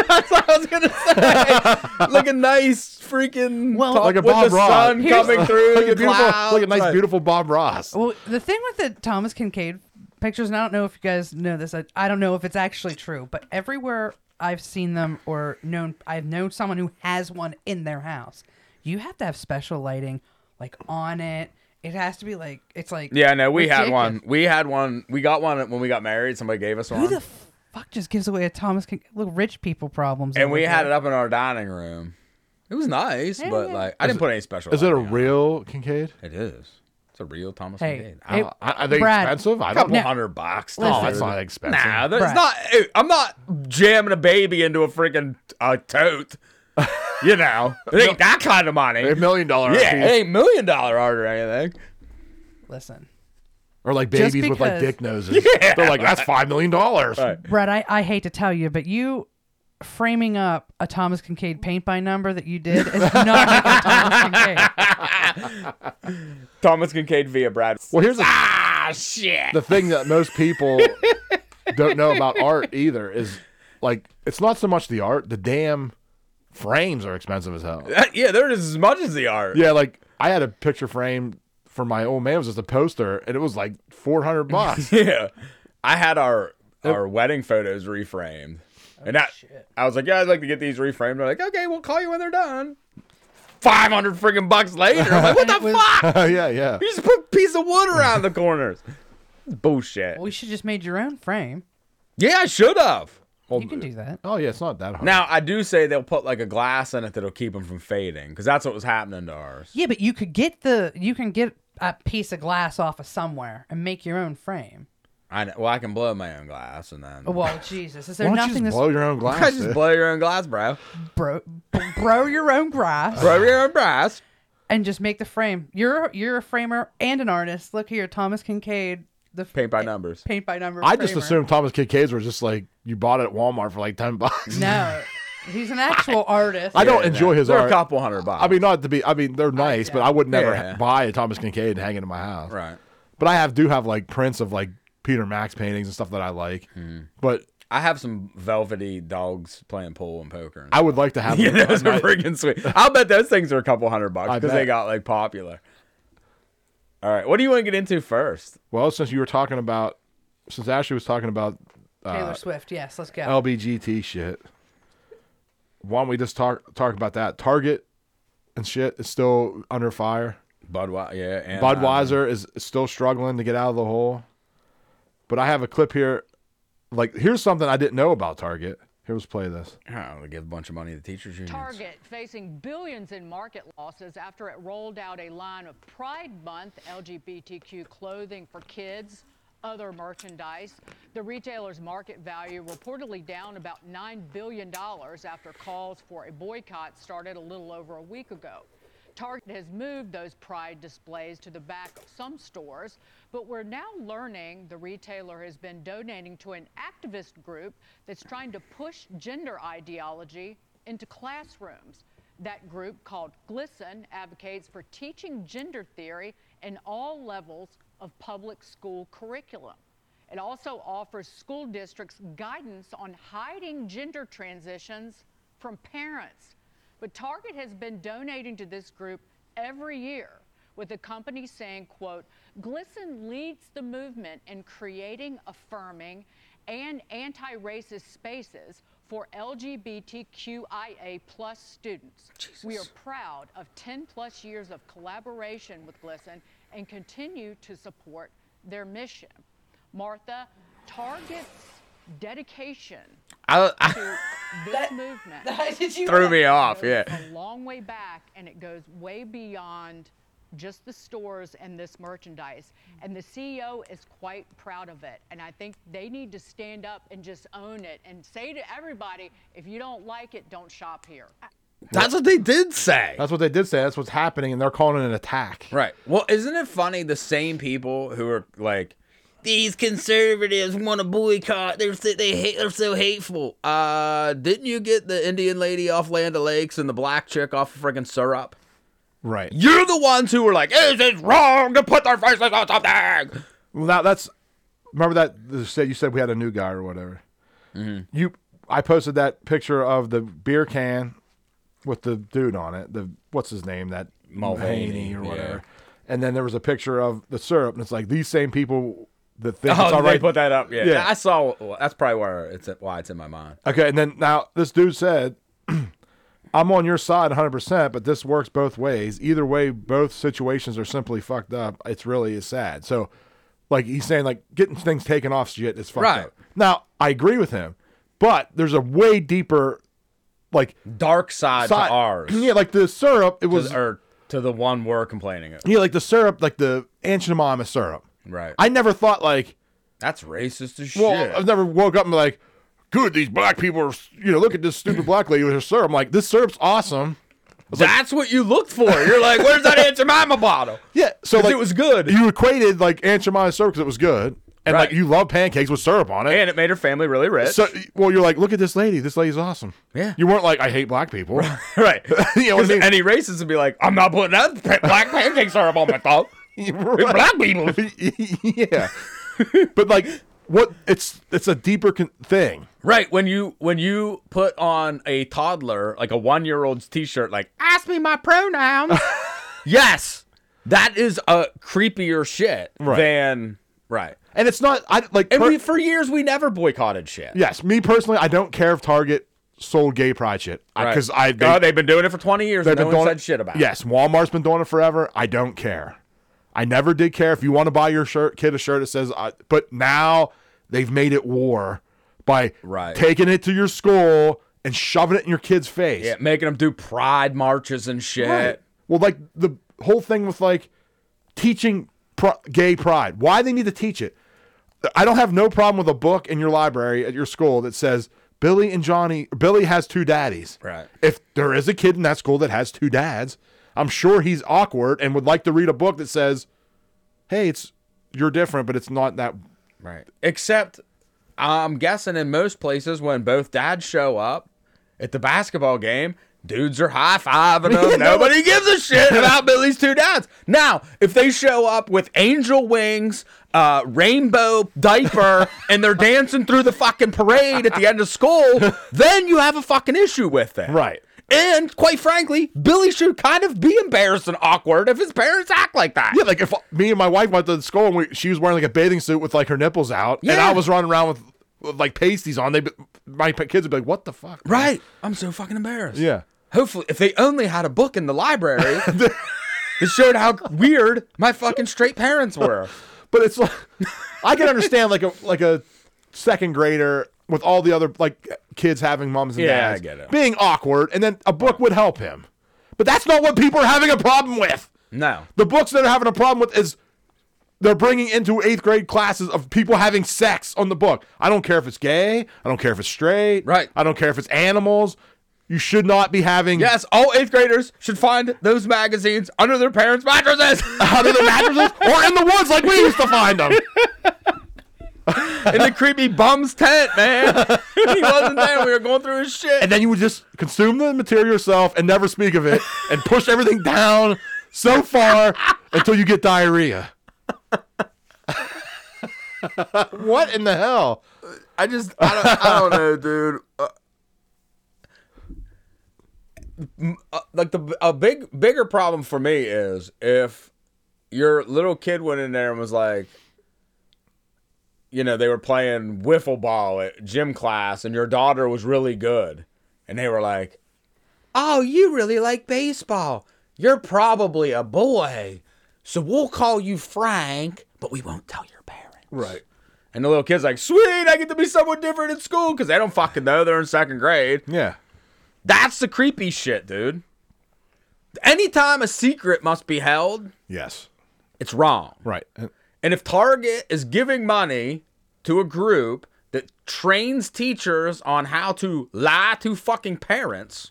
[SPEAKER 3] That's what I was gonna say. like a nice freaking
[SPEAKER 4] Well-
[SPEAKER 3] top
[SPEAKER 2] like a
[SPEAKER 3] with
[SPEAKER 2] Bob
[SPEAKER 3] the
[SPEAKER 2] Ross.
[SPEAKER 3] sun coming through
[SPEAKER 2] like a
[SPEAKER 3] the
[SPEAKER 2] beautiful,
[SPEAKER 3] clouds.
[SPEAKER 2] like a nice,
[SPEAKER 3] Like-
[SPEAKER 2] beautiful Bob Ross.
[SPEAKER 4] Well, the thing with the Thomas Kincaid pictures, and I don't know if you guys know this, I, I don't know if it's actually true, but everywhere I've seen them or known, I've known someone who has one in their house. You have to have special lighting, like on it. It has to be like it's like
[SPEAKER 3] Yeah, no, we had
[SPEAKER 4] ridiculous.
[SPEAKER 3] one. We had one. We got one when we got married. Somebody gave us
[SPEAKER 4] Who
[SPEAKER 3] one,
[SPEAKER 4] the f- fuck just gives away a Thomas Kincaid? Little rich people problems.
[SPEAKER 3] and we
[SPEAKER 4] over
[SPEAKER 3] had
[SPEAKER 4] there.
[SPEAKER 3] it up in our dining room. It was nice, but
[SPEAKER 4] yeah.
[SPEAKER 3] like I didn't put any special.
[SPEAKER 2] Is it a
[SPEAKER 3] lighting on
[SPEAKER 2] real Kincaid?
[SPEAKER 3] It is. It's a real Thomas
[SPEAKER 4] Hey,
[SPEAKER 3] Kincaid.
[SPEAKER 4] hey,
[SPEAKER 3] A
[SPEAKER 2] Uh, I- Are they
[SPEAKER 4] Brad,
[SPEAKER 2] expensive? I don't
[SPEAKER 3] couple
[SPEAKER 2] know.
[SPEAKER 3] hundred bucks.
[SPEAKER 4] Listen.
[SPEAKER 2] Oh, that's not expensive.
[SPEAKER 3] Nah,
[SPEAKER 4] Brad.
[SPEAKER 3] that's not. hey, I'm not jamming a baby into a freaking uh, tote. you know, it ain't that kind of money.
[SPEAKER 2] A million dollar
[SPEAKER 3] yeah,
[SPEAKER 2] piece.
[SPEAKER 3] it ain't million dollar art or anything.
[SPEAKER 4] Listen,
[SPEAKER 2] Or like
[SPEAKER 4] Just
[SPEAKER 2] babies with like
[SPEAKER 4] because-
[SPEAKER 2] dick noses. They're like, that's five million dollars.
[SPEAKER 3] Right.
[SPEAKER 4] Brett, I, I hate to tell you, but you framing up a Thomas Kincaid paint by number that you did is not making Thomas Kincaid.
[SPEAKER 3] Thomas Kincaid via Brad.
[SPEAKER 2] Well, here's the,
[SPEAKER 3] Ah, shit.
[SPEAKER 2] the thing that most people don't know about art either is like it's not so much the art, the damn frames are expensive as hell.
[SPEAKER 3] Uh, yeah, they're just as much as the art.
[SPEAKER 2] Yeah, like I had a picture frame for my old man. It was just a poster, and it was like four hundred bucks.
[SPEAKER 3] yeah. I had our our wedding photos reframed.
[SPEAKER 4] Oh,
[SPEAKER 3] and I, I was like, yeah, I'd like to get these reframed. They're like, okay, we'll call you when they're done. 500 friggin' bucks later. I'm like, what the fuck?
[SPEAKER 2] Oh, yeah, yeah.
[SPEAKER 3] You just put a piece of wood around the corners. It's bullshit.
[SPEAKER 4] Well, you should just made your own frame.
[SPEAKER 3] Yeah, I should have.
[SPEAKER 2] Well,
[SPEAKER 4] You can do that.
[SPEAKER 2] Oh yeah, it's not that hard.
[SPEAKER 3] Now, I do say they'll put like a glass in it that'll keep them from fading because that's what was happening to ours.
[SPEAKER 4] Yeah, but you could get the you can get a piece of glass off of somewhere and make your own frame.
[SPEAKER 3] I know, well, I can blow my own glass and then.
[SPEAKER 4] Oh, Well, Jesus, is
[SPEAKER 2] Why
[SPEAKER 4] there
[SPEAKER 2] don't
[SPEAKER 4] nothing
[SPEAKER 2] you just
[SPEAKER 4] that's
[SPEAKER 2] blow your own
[SPEAKER 3] I
[SPEAKER 2] glass?
[SPEAKER 3] just
[SPEAKER 2] dude?
[SPEAKER 3] blow your own glass, bro.
[SPEAKER 4] bro, bro your own grass
[SPEAKER 3] Blow your own glass.
[SPEAKER 4] and just make the frame. You're you're a framer and an artist. Look here, Thomas Kincaid, the f-
[SPEAKER 3] Paint by numbers.
[SPEAKER 4] paint by number.
[SPEAKER 2] I just
[SPEAKER 4] framer.
[SPEAKER 2] assumed Thomas Kincaid's were just like you bought it at Walmart for like ten bucks.
[SPEAKER 4] No, he's an actual artist.
[SPEAKER 2] I don't
[SPEAKER 3] Yeah,
[SPEAKER 2] enjoy
[SPEAKER 3] yeah.
[SPEAKER 2] his
[SPEAKER 3] They're
[SPEAKER 2] art.
[SPEAKER 3] a couple hundred bucks.
[SPEAKER 2] I mean, not to be. I mean, they're nice, but I would never
[SPEAKER 3] Yeah.
[SPEAKER 2] ha- buy a Thomas Kincaid and hang it in my house.
[SPEAKER 3] right.
[SPEAKER 2] But I have do have like prints of like Peter Max paintings and stuff that I like.
[SPEAKER 3] Hmm.
[SPEAKER 2] But
[SPEAKER 3] I have some velvety dogs playing pool and poker. And
[SPEAKER 2] I would like to have.
[SPEAKER 3] yeah,
[SPEAKER 2] them.
[SPEAKER 3] those are freaking sweet. I'll bet those things are a couple hundred bucks
[SPEAKER 2] I
[SPEAKER 3] because they
[SPEAKER 2] bet.
[SPEAKER 3] got like popular. All right, what do you want to get into first?
[SPEAKER 2] Well, since you were talking about, since Ashley was talking about Uh,
[SPEAKER 4] Taylor Swift. Yes, let's go.
[SPEAKER 2] LBGT shit, why don't we just talk talk about that? Target and shit is still under fire.
[SPEAKER 3] Budweiser, yeah, and, um,
[SPEAKER 2] Budweiser is still struggling to get out of the hole. But I have a clip here. Like, here's something I didn't know about Target. Here, let's play this.
[SPEAKER 3] Um, I don't know, give a bunch of money to teachers unions.
[SPEAKER 5] Target facing billions in market losses after it rolled out a line of Pride Month LGBTQ clothing for kids, other merchandise. The retailer's market value reportedly down about $9 billion after calls for a boycott started a little over a week ago. Target has moved those pride displays to the back of some stores, but we're now learning the retailer has been donating to an activist group that's trying to push gender ideology into classrooms. That group, called GLSEN, advocates for teaching gender theory in all levels of public school curriculum. It also offers school districts guidance on hiding gender transitions from parents. But Target has been donating to this group every year, with the company saying, quote, Glisten leads the movement in creating, affirming, and anti-racist spaces for LGBTQIA plus students. We are proud of 10 plus years of collaboration with Glisten and continue to support their mission. Martha, Target's dedication
[SPEAKER 3] I, I
[SPEAKER 5] to this movement
[SPEAKER 2] oh,
[SPEAKER 3] threw me off.
[SPEAKER 5] goes
[SPEAKER 3] Yeah,
[SPEAKER 5] A long way back, and it goes way beyond just the stores and this merchandise.
[SPEAKER 3] Mm.
[SPEAKER 5] And the CEO is quite proud of it. And I think they need to stand up and just own it and say to everybody, if you don't like it, don't shop here.
[SPEAKER 3] that's what they did say.
[SPEAKER 2] That's what they did say. That's what's happening, and they're calling it an attack.
[SPEAKER 3] Right. Well, isn't it funny the same people who are like these conservatives want to boycott. They're so, they hate. They're so hateful. Uh, didn't you get the Indian lady off Land O'Lakes and the black chick off of freaking Syrup?
[SPEAKER 2] Right.
[SPEAKER 3] You're the ones who were like, "This is wrong to put their faces on something."
[SPEAKER 2] Well, now that's remember that the said you said we had a new guy or whatever.
[SPEAKER 3] Mm-hmm.
[SPEAKER 2] You, I posted that picture of the beer can with the dude on it. The what's his name? That Mulvaney
[SPEAKER 3] Mulvaney,
[SPEAKER 2] or
[SPEAKER 3] yeah.
[SPEAKER 2] whatever. And then there was a picture of the syrup, and it's like these same people that think
[SPEAKER 3] Oh,
[SPEAKER 2] it's
[SPEAKER 3] they
[SPEAKER 2] all right.
[SPEAKER 3] put that up. Yeah,
[SPEAKER 2] Yeah.
[SPEAKER 3] I saw. well, that's probably where it's at, why it's in my mind.
[SPEAKER 2] Okay, and then now this dude said, "I'm on your side 100, percent but this works both ways. Either way, both situations are simply fucked up. It's really is sad. So, like he's saying, like getting things taken off shit is fucked
[SPEAKER 3] Right.
[SPEAKER 2] up. Now I agree with him, but there's a way deeper, like
[SPEAKER 3] Dark side,
[SPEAKER 2] side-
[SPEAKER 3] to ours.
[SPEAKER 2] Yeah, like the syrup. It was
[SPEAKER 3] or to the one we're complaining of.
[SPEAKER 2] yeah, like the syrup, like the Anchinamama syrup.
[SPEAKER 3] Right.
[SPEAKER 2] I never thought like
[SPEAKER 3] that's racist as
[SPEAKER 2] Well,
[SPEAKER 3] shit.
[SPEAKER 2] I've never woke up and be like, good, these black people are, you know, look at this stupid black lady with her syrup. I'm like, this syrup's awesome.
[SPEAKER 3] That's what you looked for. You're like, where's that Aunt Jemima bottle?
[SPEAKER 2] Yeah, so
[SPEAKER 3] 'Cause
[SPEAKER 2] like,
[SPEAKER 3] it was good.
[SPEAKER 2] You equated like Aunt Jemima's syrup because it was good, and
[SPEAKER 3] Right.
[SPEAKER 2] like you love pancakes with syrup on it.
[SPEAKER 3] And it made her family really rich.
[SPEAKER 2] so, well, you're like, look at this lady. This lady's awesome.
[SPEAKER 3] Yeah.
[SPEAKER 2] You weren't like, I hate black people.
[SPEAKER 3] right.
[SPEAKER 2] You know what I
[SPEAKER 3] 'Cause
[SPEAKER 2] mean?
[SPEAKER 3] Any racist would be like, I'm not putting that pa- black pancake syrup on my dog.
[SPEAKER 2] You
[SPEAKER 3] It's
[SPEAKER 2] weren't-
[SPEAKER 3] black people.
[SPEAKER 2] yeah. but like, what? It's it's a deeper con- thing.
[SPEAKER 3] Right. When you when you put on a toddler, like a one year old's t shirt, like, ask me my pronouns. yes. That is a creepier shit
[SPEAKER 2] Right.
[SPEAKER 3] than right.
[SPEAKER 2] And it's not. I like.
[SPEAKER 3] And
[SPEAKER 2] per-
[SPEAKER 3] we for years we never boycotted shit.
[SPEAKER 2] yes, me personally, I don't care if Target sold gay pride shit
[SPEAKER 3] Right.
[SPEAKER 2] because I they-
[SPEAKER 3] oh, they've been doing it for twenty years.
[SPEAKER 2] They've
[SPEAKER 3] and no
[SPEAKER 2] been
[SPEAKER 3] one
[SPEAKER 2] doing
[SPEAKER 3] said shit about it.
[SPEAKER 2] Yes, Walmart's been doing it forever. I don't care. I never did care if you want to buy your shirt, kid a shirt that says. I, but now they've made it war by
[SPEAKER 3] Right.
[SPEAKER 2] taking it to your school and shoving it in your kid's face.
[SPEAKER 3] Yeah, making them do pride marches and shit.
[SPEAKER 2] Right. Well, like the whole thing with like teaching pro- gay pride. Why they need to teach it? I don't have no problem with a book in your library at your school that says Billy and Johnny. Billy has two daddies.
[SPEAKER 3] Right.
[SPEAKER 2] If there is a kid in that school that has two dads, I'm sure he's awkward and would like to read a book that says, "Hey, it's you're different, but it's not that."
[SPEAKER 3] Right. Except, I'm guessing in most places when both dads show up at the basketball game, dudes are high
[SPEAKER 2] Yeah,
[SPEAKER 3] fiving them.
[SPEAKER 2] no one-
[SPEAKER 3] Nobody gives a shit about Billy's two dads. Now, if they show up with angel wings, uh, rainbow diaper, and they're dancing through the fucking parade at the end of school, then you have a fucking issue with it.
[SPEAKER 2] Right.
[SPEAKER 3] And quite frankly, Billy should kind of be embarrassed and awkward if his parents act like that.
[SPEAKER 2] Yeah, like if me and my wife went to the school and we, she was wearing like a bathing suit with like her nipples out, and
[SPEAKER 3] Yeah.
[SPEAKER 2] I was running around with, with like pasties on, they my p- kids would be like, "What the fuck?" man?"
[SPEAKER 3] Right. I'm so fucking embarrassed.
[SPEAKER 2] Yeah.
[SPEAKER 3] Hopefully, if they only had a book in the library that showed how weird my fucking straight parents were.
[SPEAKER 2] But it's like I can understand like a like a second grader with all the other like kids having moms and
[SPEAKER 3] Yeah, I
[SPEAKER 2] dads
[SPEAKER 3] get it.
[SPEAKER 2] being awkward, and then a book would help him. But that's not what people are having a problem with.
[SPEAKER 3] No.
[SPEAKER 2] The books that are having a problem with is they're bringing into eighth grade classes of people having sex on the book. I don't care if it's gay. I don't care if it's straight.
[SPEAKER 3] Right.
[SPEAKER 2] I don't care if it's animals. You should not be having
[SPEAKER 3] Yes, all eighth graders should find those magazines under their parents' mattresses
[SPEAKER 2] under the mattresses or in the woods like we used to find them.
[SPEAKER 3] in the creepy bum's tent, man. he wasn't there. We were going through his shit.
[SPEAKER 2] and then you would just consume the material yourself and never speak of it and push everything down so far until you get diarrhea. what in the hell?
[SPEAKER 3] I just I don't, I don't know, dude. Uh, m- uh, like the a big bigger problem for me is if your little kid went in there and was like, you know, they were playing wiffle ball at gym class, and your daughter was really good, and they were like, "Oh, you really like baseball? You're probably a boy, so we'll call you Frank, but we won't tell your parents."
[SPEAKER 2] Right.
[SPEAKER 3] And the little kid's like, sweet, I get to be someone different in school because they don't fucking know they're in second grade.
[SPEAKER 2] Yeah.
[SPEAKER 3] That's the creepy shit, dude. Anytime a secret must be held,
[SPEAKER 2] Yes.
[SPEAKER 3] it's wrong.
[SPEAKER 2] Right. And-
[SPEAKER 3] And if Target is giving money to a group that trains teachers on how to lie to fucking parents,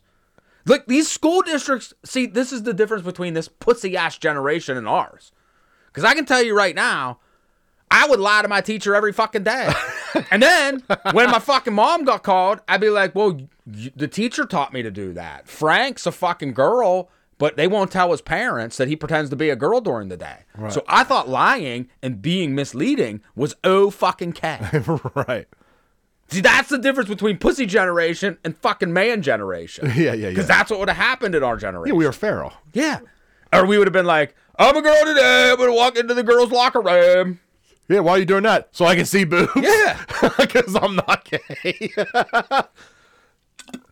[SPEAKER 3] like these school districts, see, this is the difference between this pussy ass generation and ours. Because I can tell you right now, I would lie to my teacher every fucking day. and then when my fucking mom got called, I'd be like, well, y- the teacher taught me to do that. Frank's a fucking girl, but they won't tell his parents that he pretends to be a girl during the day. So I thought lying and being misleading was oh fucking K.
[SPEAKER 2] right.
[SPEAKER 3] See, that's the difference between pussy generation and fucking man generation.
[SPEAKER 2] Yeah, yeah, yeah.
[SPEAKER 3] Because that's what would have happened in our generation.
[SPEAKER 2] Yeah, we are feral.
[SPEAKER 3] yeah. Or we would have been like, I'm a girl today. I'm going to walk into the girls' locker room.
[SPEAKER 2] Yeah, why are you doing that? So I can see boobs.
[SPEAKER 3] Yeah.
[SPEAKER 2] Because I'm not gay.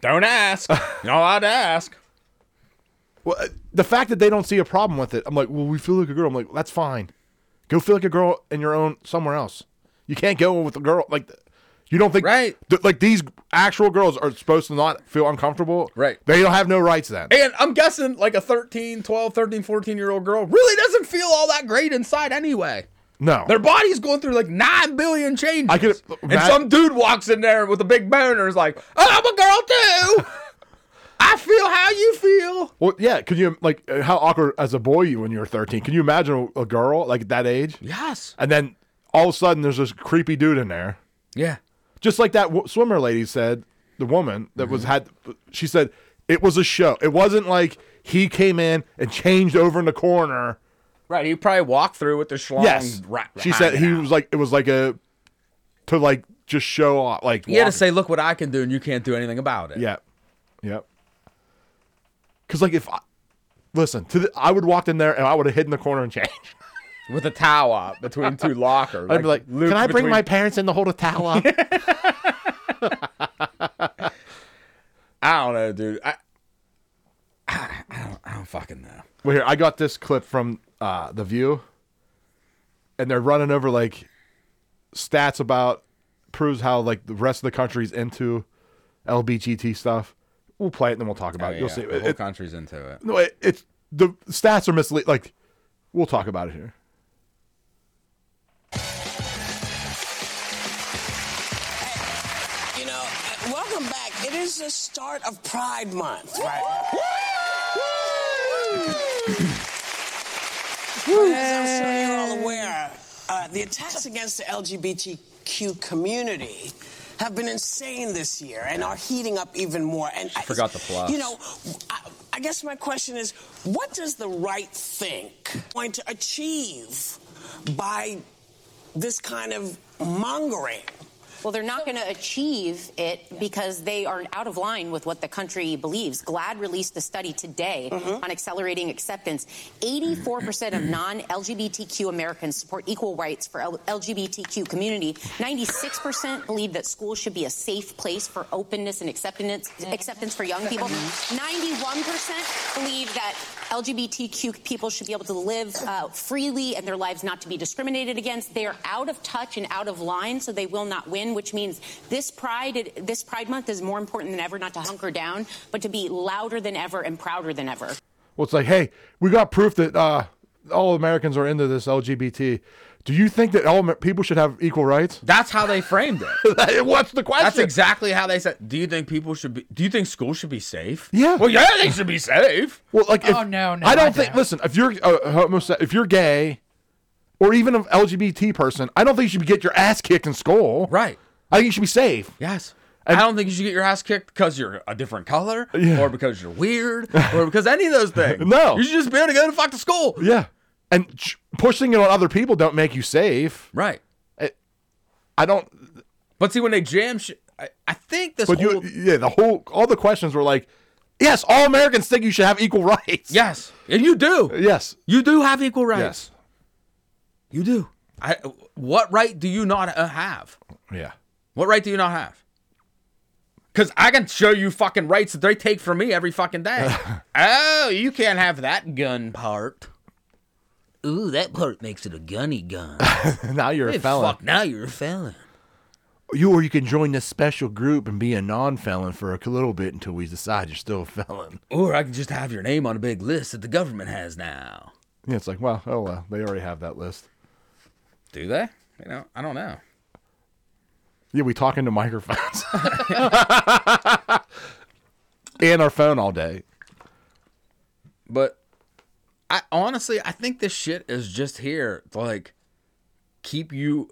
[SPEAKER 3] Don't ask. You're not allowed to ask.
[SPEAKER 2] well, uh, the fact that they don't see a problem with it, I'm like, well, we feel like a girl. I'm like, that's fine. Go feel like a girl in your own somewhere else. You can't go with a girl like. You don't think
[SPEAKER 3] Right.
[SPEAKER 2] th- like these actual girls are supposed to not feel uncomfortable?
[SPEAKER 3] Right.
[SPEAKER 2] They don't have no rights then.
[SPEAKER 3] And I'm guessing like a 13, 12, 13, 14 year old girl really doesn't feel all that great inside anyway.
[SPEAKER 2] No.
[SPEAKER 3] Their body's going through like 9 billion changes.
[SPEAKER 2] I could-
[SPEAKER 3] and some dude walks in there with a big boner and is like, oh, I'm a girl too. I feel how you feel.
[SPEAKER 2] well, yeah. Could you like uh, how awkward as a boy you when you were 13? Can you imagine a, a girl like at that age?
[SPEAKER 3] Yes.
[SPEAKER 2] And then all of a sudden there's this creepy dude in there.
[SPEAKER 3] Yeah.
[SPEAKER 2] just like that w- swimmer lady said the woman that
[SPEAKER 3] Mm-hmm.
[SPEAKER 2] was had she said it was a show it wasn't like he came in and changed over in the corner
[SPEAKER 3] Right. He probably walked through with the schlong.
[SPEAKER 2] yes
[SPEAKER 3] ra-
[SPEAKER 2] she said he
[SPEAKER 3] hanging out.
[SPEAKER 2] was like it was like a to like just show off like
[SPEAKER 3] You had to
[SPEAKER 2] walking.
[SPEAKER 3] say, look what I can do, and you can't do anything about it.
[SPEAKER 2] yeah yep because like if I, listen to the, i would walked in there and i would have hidden the corner and changed
[SPEAKER 3] With a towel up between two lockers.
[SPEAKER 2] i'd be like
[SPEAKER 3] looped
[SPEAKER 2] can i bring
[SPEAKER 3] between-
[SPEAKER 2] my parents in to hold a towel up
[SPEAKER 3] I don't know, dude. I, I, I, don't, I don't fucking know.
[SPEAKER 2] Well, here I got this clip from uh, the View, and they're running over like stats about proves how like the rest of the country's into LBGT stuff. We'll play it and then we'll talk about it. You'll see.
[SPEAKER 3] Oh, The
[SPEAKER 2] It,
[SPEAKER 3] whole
[SPEAKER 2] it,
[SPEAKER 3] country's into it.
[SPEAKER 2] no, it, it's the stats are misleading. Like we'll talk about it here.
[SPEAKER 6] It is the start of Pride Month. As I'm sure you're all aware, uh, the attacks against the LGBTQ community have been insane this year and are heating up even more. And I
[SPEAKER 3] forgot the plus.
[SPEAKER 6] You know, I, I guess my question is, what does the right think going to achieve by this kind of mongering?
[SPEAKER 7] Well, they're not going to achieve it because they are out of line with what the country believes. GLAD released a study today on accelerating acceptance. 84% of non LGBTQ Americans support equal rights for L- LGBTQ community. 96% believe that schools should be a safe place for openness and acceptance, acceptance for young people. 91% believe that LGBTQ people should be able to live uh, freely and their lives not to be discriminated against. They are out of touch and out of line, so they will not win. Which means this Pride, this Pride Month is more important than ever. Not to hunker down, but to be louder than ever and prouder than ever.
[SPEAKER 2] Well, it's like, hey, we got proof that uh, all Americans are into this LGBT. Do you think that all Amer- people should have equal rights?
[SPEAKER 3] That's how they framed it.
[SPEAKER 2] What's the question?
[SPEAKER 3] That's exactly how they said. Do you think people should be? Do you think schools should be safe?
[SPEAKER 2] Yeah.
[SPEAKER 3] Well, yeah, they should be safe.
[SPEAKER 2] Well, like, if,
[SPEAKER 4] Oh, no, no,
[SPEAKER 2] I don't
[SPEAKER 4] I
[SPEAKER 2] think.
[SPEAKER 4] don't.
[SPEAKER 2] Listen, if you're uh, homose- if you're gay, or even an LGBT person, I don't think you should get your ass kicked in school.
[SPEAKER 3] Right.
[SPEAKER 2] I think you should be safe.
[SPEAKER 3] Yes. I don't think you should get your ass kicked because you're a different color, or because you're weird, or because any of those things.
[SPEAKER 2] No.
[SPEAKER 3] You should just be able to go to fuck to school.
[SPEAKER 2] Yeah. And ch- pushing it on other people don't make you safe.
[SPEAKER 3] Right.
[SPEAKER 2] I don't.
[SPEAKER 3] But see, when they jam shit, I, I think this
[SPEAKER 2] But
[SPEAKER 3] whole
[SPEAKER 2] you, yeah, the whole all the questions were like, yes, all Americans think you should have equal rights.
[SPEAKER 3] yes, and you do,
[SPEAKER 2] Yes.
[SPEAKER 3] you do have equal rights.
[SPEAKER 2] Yes.
[SPEAKER 3] You do. I. What right do you not uh, have?
[SPEAKER 2] Yeah.
[SPEAKER 3] What right do you not have? Because I can show you fucking rights that they take from me every fucking day. oh, you can't have that gun part.
[SPEAKER 8] Ooh, that part makes it a gunny gun.
[SPEAKER 2] now you're a felon.
[SPEAKER 8] Fuck, now you're a felon.
[SPEAKER 2] You or you can join this special group and be a non-felon for a little bit until we decide you're still a felon.
[SPEAKER 3] Or I can just have
[SPEAKER 8] Have your name on a big list that the government has now.
[SPEAKER 2] Yeah, it's like, well, oh well, they already have that list.
[SPEAKER 3] Do they? You know, I don't know.
[SPEAKER 2] Yeah, we talk into microphones and our phone all day.
[SPEAKER 3] But I honestly, I think this shit is just here to like keep you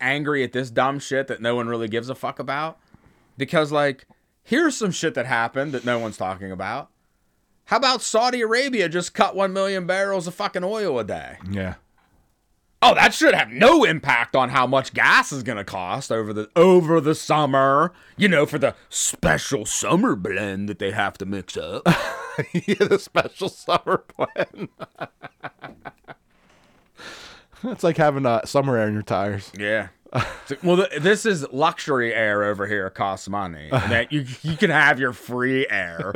[SPEAKER 3] angry at this dumb shit that no one really gives a fuck about. Because like, here's some shit that happened that no one's talking about. How about Saudi Arabia just cut one million barrels of fucking oil a day?
[SPEAKER 2] Yeah.
[SPEAKER 3] Oh, that should have no impact on how much gas is gonna cost over the over the summer. You know, for the special summer blend that they have to mix up.
[SPEAKER 2] yeah, the special summer plan. it's like having uh, summer air in your tires.
[SPEAKER 3] Yeah. It's like, well, th- this is luxury air over here. Costs money. And that you you can have your free air.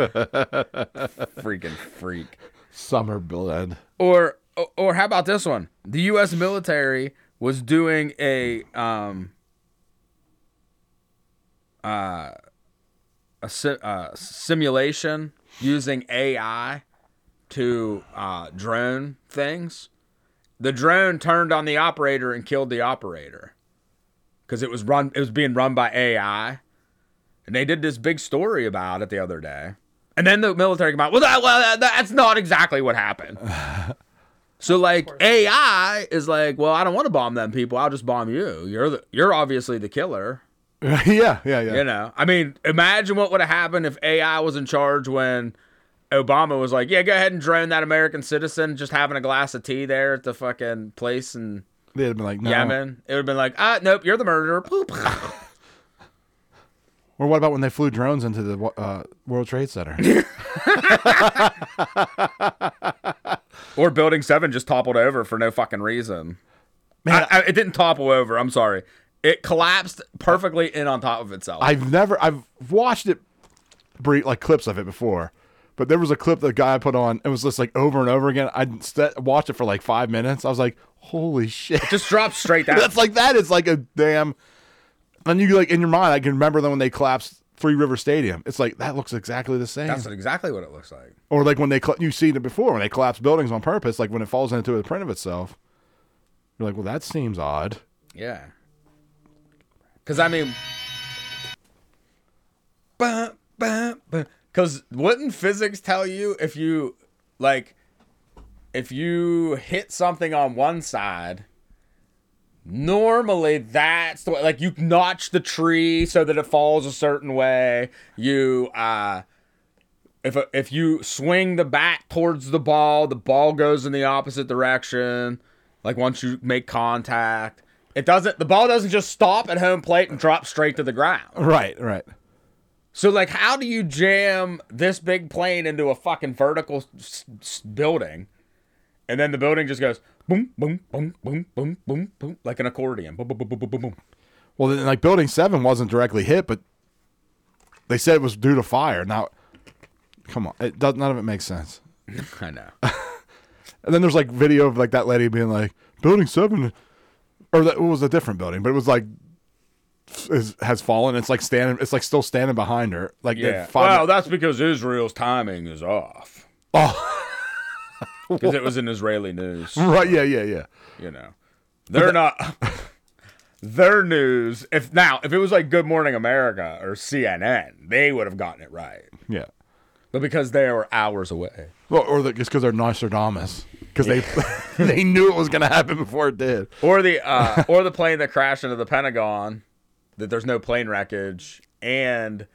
[SPEAKER 3] Freaking freak.
[SPEAKER 2] Summer blend.
[SPEAKER 3] Or or how about this one? The U.S. military was doing a um uh a si- uh, simulation using AI to uh, drone things. The drone turned on the operator and killed the operator because it was run. It was being run by AI, and they did this big story about it the other day. And then the military came out. Well, that, well, that, that's not exactly what happened. so like AI is like, well, I don't want to bomb them people. I'll just bomb you. You're the, you're obviously the killer.
[SPEAKER 2] yeah, yeah, yeah.
[SPEAKER 3] You know, I mean, imagine what would have happened if AI was in charge when Obama was like, "Yeah, go ahead and drone that American citizen just having a glass of tea there at the fucking place in
[SPEAKER 2] They'd have been like, no.
[SPEAKER 3] Yemen." It would have been like, "Ah, nope, you're the murderer." Boop.
[SPEAKER 2] Or what about when they flew drones into the uh, World Trade Center?
[SPEAKER 3] or Building Seven just toppled over for no fucking reason. I, I, it didn't topple over. I'm sorry. It collapsed perfectly in on top of itself.
[SPEAKER 2] I've never, I've watched it, brief, like clips of it before, but there was a clip that a guy put on. It was just like over and over again. I st- watched it for like five minutes. I was like, holy shit.
[SPEAKER 3] just dropped straight down.
[SPEAKER 2] That's like that is like a damn. And you like in your mind, I can remember them when they collapsed Three River Stadium. It's like that looks exactly the same.
[SPEAKER 3] That's exactly what it looks like.
[SPEAKER 2] or like when they coll- you've seen it before when they collapse buildings on purpose, like when it falls into a print of itself. You're like, well, that seems odd.
[SPEAKER 3] Yeah. Because I mean, Because wouldn't physics tell you if you like if you hit something on one side? Normally, that's the way. Like you notch the tree so that it falls a certain way. You uh, if if you swing the bat towards the ball, the ball goes in the opposite direction. Like once you make contact, it doesn't. The ball doesn't just stop at home plate and drop straight to the ground.
[SPEAKER 2] Right, right.
[SPEAKER 3] So like, how do you jam this big plane into a fucking vertical s- s- building, and then the building just goes boom, boom, boom, boom, boom, boom, boom, like an accordion, boom, boom, boom, boom, boom, boom, boom.
[SPEAKER 2] Well, then, like Building Seven wasn't directly hit, but they said it was due to fire. Now, come on, it does, none of it makes sense.
[SPEAKER 3] I know.
[SPEAKER 2] And then there's like video of like that lady being like, "Building Seven, or that it was a different building, but it was like is, has fallen. It's like standing, it's like still standing behind her. Like they
[SPEAKER 3] Yeah.
[SPEAKER 2] find
[SPEAKER 3] Well, that's because Israel's timing is off.
[SPEAKER 2] oh,
[SPEAKER 3] Because it was in Israeli news.
[SPEAKER 2] right, yeah, yeah, yeah.
[SPEAKER 3] you know they're not their news if now if it was like good morning america or cnn they would have gotten it right
[SPEAKER 2] Yeah.
[SPEAKER 3] but because they were hours away
[SPEAKER 2] Well, or the, just because they're Nostradamus, because they they knew it was gonna happen before it did.
[SPEAKER 3] or the uh or the plane that crashed into the pentagon that there's no plane wreckage and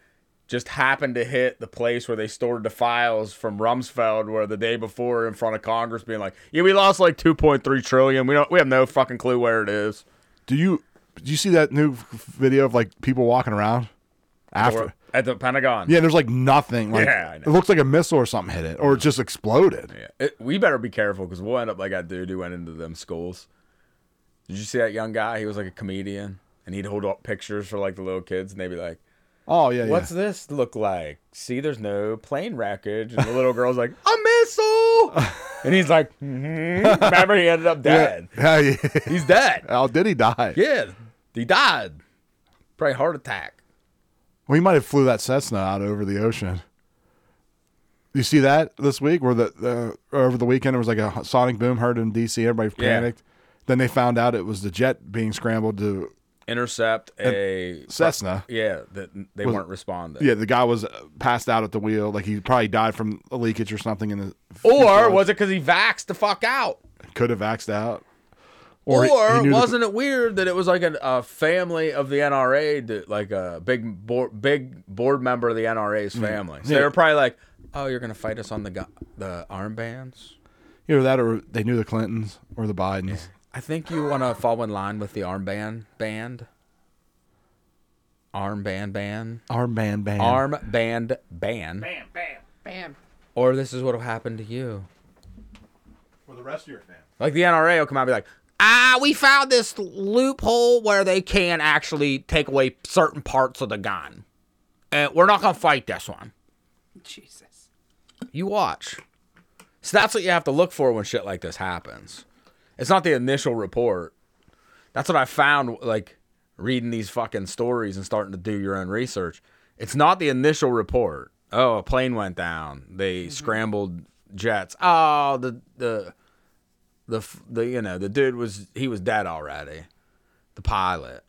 [SPEAKER 3] just happened to hit the place where they stored the files from Rumsfeld, where the day before in front of Congress, being like, "Yeah, we lost like 2.3 trillion. We don't, we have no fucking clue where it is."
[SPEAKER 2] Do you do you see that new video of like people walking around after?
[SPEAKER 3] Or at the Pentagon,
[SPEAKER 2] Yeah, there's like nothing. Like
[SPEAKER 3] Yeah, I know.
[SPEAKER 2] it looks like a missile or something hit it, or it just exploded.
[SPEAKER 3] Yeah, it, we better be careful because we'll end up like that dude who went into them schools. Did you see that young guy? He was like a comedian, and he'd hold up pictures for like the little kids, and they'd be like,
[SPEAKER 2] Oh yeah,
[SPEAKER 3] "What's
[SPEAKER 2] yeah.
[SPEAKER 3] this look like? See, there's no plane wreckage." And the little girl's like, "A missile," and he's like, "Mhm." "Remember, he ended up dead.
[SPEAKER 2] Yeah, yeah.
[SPEAKER 3] He's dead.
[SPEAKER 2] How did he die?
[SPEAKER 3] Yeah, he died. Probably heart attack."
[SPEAKER 2] Well, he might have flew that Cessna out over the ocean. You see that this week, where the, the over the weekend there was like a sonic boom heard in D.C. Everybody
[SPEAKER 3] Yeah.
[SPEAKER 2] panicked. Then they found out it was the jet being scrambled to
[SPEAKER 3] Intercept a
[SPEAKER 2] Cessna.
[SPEAKER 3] Yeah, that they
[SPEAKER 2] Was-
[SPEAKER 3] weren't responding.
[SPEAKER 2] Yeah, the guy was uh, passed out at the wheel. Like he probably died from a leakage or something. In the
[SPEAKER 3] Or was it because he vaxxed the fuck out?
[SPEAKER 2] could have axed out.
[SPEAKER 3] Or,
[SPEAKER 2] he- he knew the-
[SPEAKER 3] wasn't it weird that it was like an, a family of the NRA, that, like a big board, big board member of the NRA's
[SPEAKER 2] Hmm.
[SPEAKER 3] family? So they were probably like, "Oh, you're gonna fight us on the gu- the armbands."
[SPEAKER 2] either that or they knew the Clintons or the Bidens.
[SPEAKER 3] I think you want to fall in line with the armband band. Armband band.
[SPEAKER 2] Armband band.
[SPEAKER 3] Armband ban.
[SPEAKER 4] Bam.
[SPEAKER 3] Or this is what will happen to you.
[SPEAKER 2] Or the rest of your family.
[SPEAKER 3] Like the NRA will come out and be like, ah, we found this loophole where they can actually take away certain parts of the gun. And we're not going to fight this one.
[SPEAKER 4] Jesus.
[SPEAKER 3] You watch. So that's what you have to look for when shit like this happens. It's not the initial report. That's what I found, like, reading these fucking stories and starting to do your own research. It's not the initial report. Oh, a plane went down. They scrambled jets. Oh, the, the, the, f- the, you know, the dude was, he was dead already. The pilot.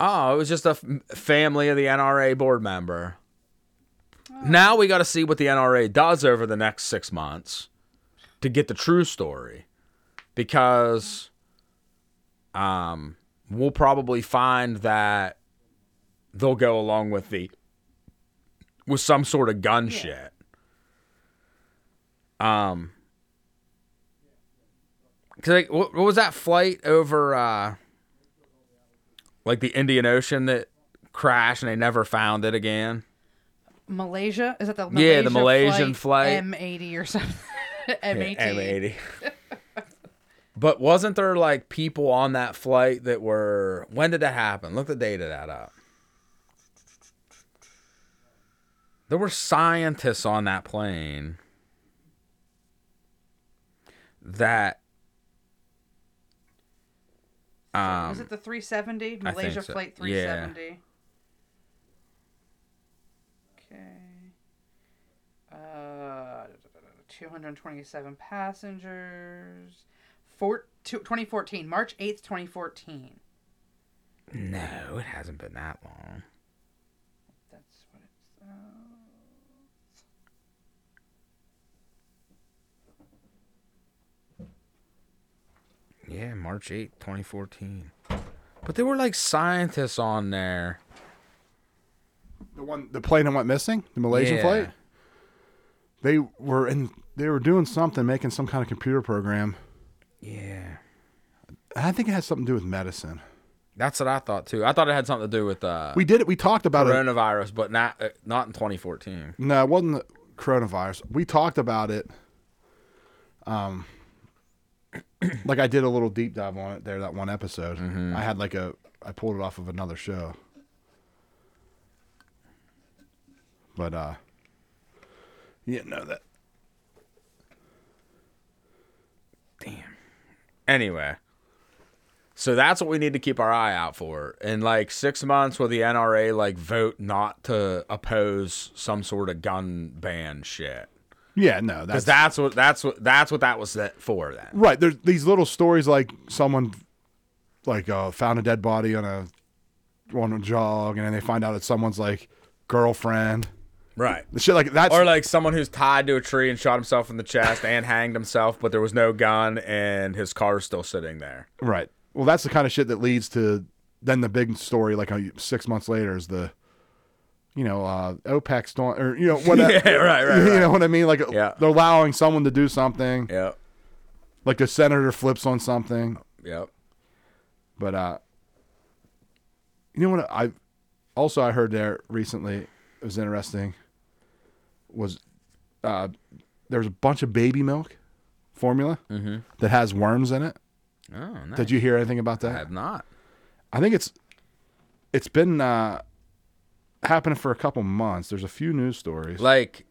[SPEAKER 3] Oh, it was just a f- family of the NRA board member. Now we got to see what the NRA does over the next six months to get the true story, because um, we'll probably find that they'll go along with the with some sort of gun shit. Um, cause like, what, what was that flight over? Uh, like the Indian Ocean that crashed and they never found it again.
[SPEAKER 4] Malaysia? Is that the Malaysia
[SPEAKER 3] Yeah, the Malaysian flight.
[SPEAKER 4] M80 or something. M80.
[SPEAKER 3] M80. but wasn't there like people on that flight that were? When did that happen? Look the date of that up. There were scientists on that plane that um,
[SPEAKER 4] was it the 370?
[SPEAKER 3] I think
[SPEAKER 4] Malaysia
[SPEAKER 3] so.
[SPEAKER 4] flight
[SPEAKER 3] Yeah.
[SPEAKER 4] 370. Okay. Uh, 227 passengers. Four, two, 2014, March 8th, 2014.
[SPEAKER 3] no, it hasn't been that long.
[SPEAKER 4] That's
[SPEAKER 3] yeah, March 8, 2014. But there were like scientists on there.
[SPEAKER 2] The one, the plane that went missing, the Malaysian
[SPEAKER 3] Yeah.
[SPEAKER 2] flight. They were in. They were doing something, making some kind of computer program.
[SPEAKER 3] Yeah.
[SPEAKER 2] And I think it had something to do with medicine.
[SPEAKER 3] That's what I thought too. I thought it had something to do with uh,
[SPEAKER 2] We did it. We talked about it.
[SPEAKER 3] coronavirus, but not uh, not in 2014.
[SPEAKER 2] No, it wasn't the coronavirus. We talked about it. Um, like I did a little deep dive on it there that one episode. I had like a I pulled it off of another show. But uh, you didn't know that.
[SPEAKER 3] Anyway, so that's what we need to keep our eye out for. In like six months, will the NRA like vote not to oppose some sort of gun ban shit?
[SPEAKER 2] Yeah, no, that's
[SPEAKER 3] Because that's what that's what that's what that was set for then.
[SPEAKER 2] right. There's these little stories like someone like uh, found a dead body on a on a jog, and then they find out it's someone's like girlfriend.
[SPEAKER 3] Right.
[SPEAKER 2] The shit like that's
[SPEAKER 3] Or like someone who's tied to a tree and shot himself in the chest and hanged himself, but there was no gun and his car's still sitting there.
[SPEAKER 2] Right. Well, that's the kind of shit that leads to then the big story, like uh, six months later, is the, you know, uh, OPEC storm or you know what?
[SPEAKER 3] Yeah, right, right,
[SPEAKER 2] You
[SPEAKER 3] right.
[SPEAKER 2] know what I mean? Like
[SPEAKER 3] Yeah.
[SPEAKER 2] they're allowing someone to do something.
[SPEAKER 3] Yep.
[SPEAKER 2] Like the senator flips on something,
[SPEAKER 3] Yep.
[SPEAKER 2] but uh, you know what? I also I heard there recently it was interesting. Was uh, there was a bunch of baby milk formula that has worms in it?
[SPEAKER 3] Mm-hmm. Oh, nice.
[SPEAKER 2] Did you hear anything about that?
[SPEAKER 3] I have not.
[SPEAKER 2] I think it's it's been uh, happening for a couple months. There's a few news stories. Like,
[SPEAKER 3] Like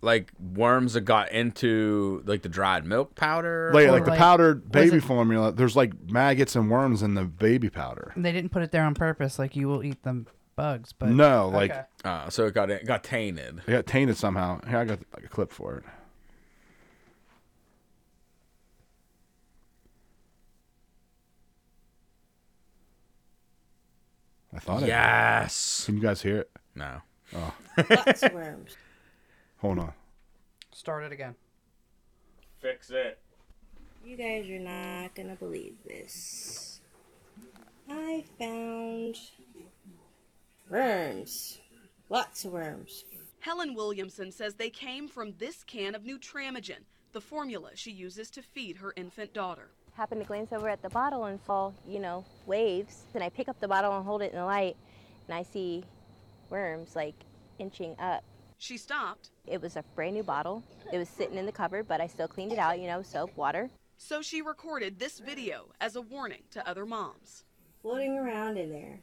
[SPEAKER 3] like worms that got into like the dried milk powder.
[SPEAKER 2] like,
[SPEAKER 4] Or
[SPEAKER 2] the
[SPEAKER 4] like-
[SPEAKER 2] powdered baby
[SPEAKER 4] it-
[SPEAKER 2] formula. There's like maggots and worms in the baby powder.
[SPEAKER 4] They didn't put it there on purpose. Like you will eat them bugs, but
[SPEAKER 2] No, like
[SPEAKER 4] Okay.
[SPEAKER 3] Uh, so it got it got tainted.
[SPEAKER 2] it got tainted somehow. Here, I got a clip for it. I thought it.
[SPEAKER 3] Yes.
[SPEAKER 2] Can you guys hear it? Oh,
[SPEAKER 3] No.
[SPEAKER 2] Hold on.
[SPEAKER 4] start it again.
[SPEAKER 3] Fix it.
[SPEAKER 9] You guys are not gonna believe this. I found worms. Lots of worms.
[SPEAKER 7] Helen Williamson says they came from this can of Nutramigen, the formula she uses to feed her infant daughter.
[SPEAKER 9] Happened to glance over at the bottle and saw, you know, waves. Then I pick up the bottle and hold it in the light, and I see worms like inching up.
[SPEAKER 7] She stopped,
[SPEAKER 9] It was a brand new bottle. It was sitting in the cupboard, but I still cleaned it out, you know, soap, water.
[SPEAKER 7] so she recorded this video as a warning to other moms.
[SPEAKER 9] Floating around in there.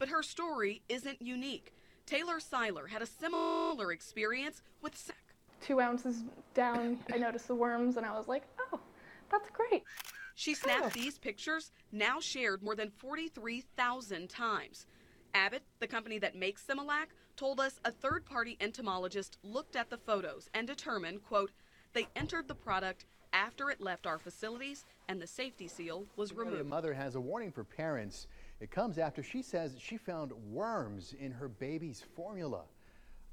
[SPEAKER 7] But her story isn't unique. Taylor Seiler had a similar experience with SEC.
[SPEAKER 5] two ounces down, I noticed the worms, and I was like, oh, that's great.
[SPEAKER 7] She snapped these pictures, now shared more than 43,000 times. Abbott, the company that makes Similac, told us a third party entomologist looked at the photos and determined, quote, they entered the product after it left our facilities and the safety seal was removed.
[SPEAKER 5] Mother has a warning for parents. It comes after she says she found worms in her baby's formula.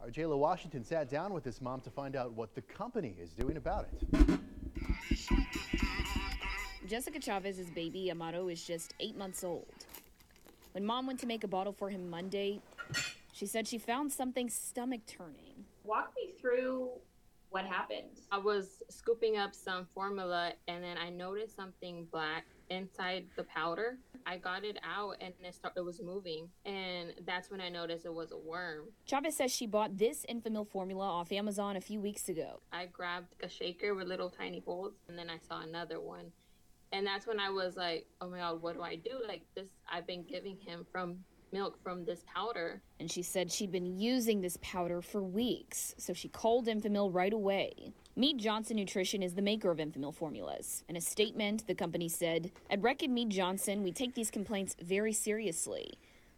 [SPEAKER 5] Our Jayla Washington sat down with this mom to find out what the company is doing about it.
[SPEAKER 9] Jessica Chavez's baby, Amado, is just eight months old. When mom went to make a bottle for him Monday, she said she found something stomach turning. Walk me through what happened. I was scooping up some formula and then I noticed something black inside the powder. I got it out and it, start, it was moving, and that's when I noticed it was a worm. Chavez says she bought this infamil formula off Amazon a few weeks ago. I grabbed a shaker with little tiny holes, and then I saw another one and that's when I was like, "Oh my god, what do I do?" Like this, I've been giving him from milk from this powder. And she said she'd been using this powder for weeks, so she called Infamil right away. Mead Johnson Nutrition is the maker of Infamil formulas. In a statement, the company said, "At Reckitt Mead Johnson, we take these complaints very seriously."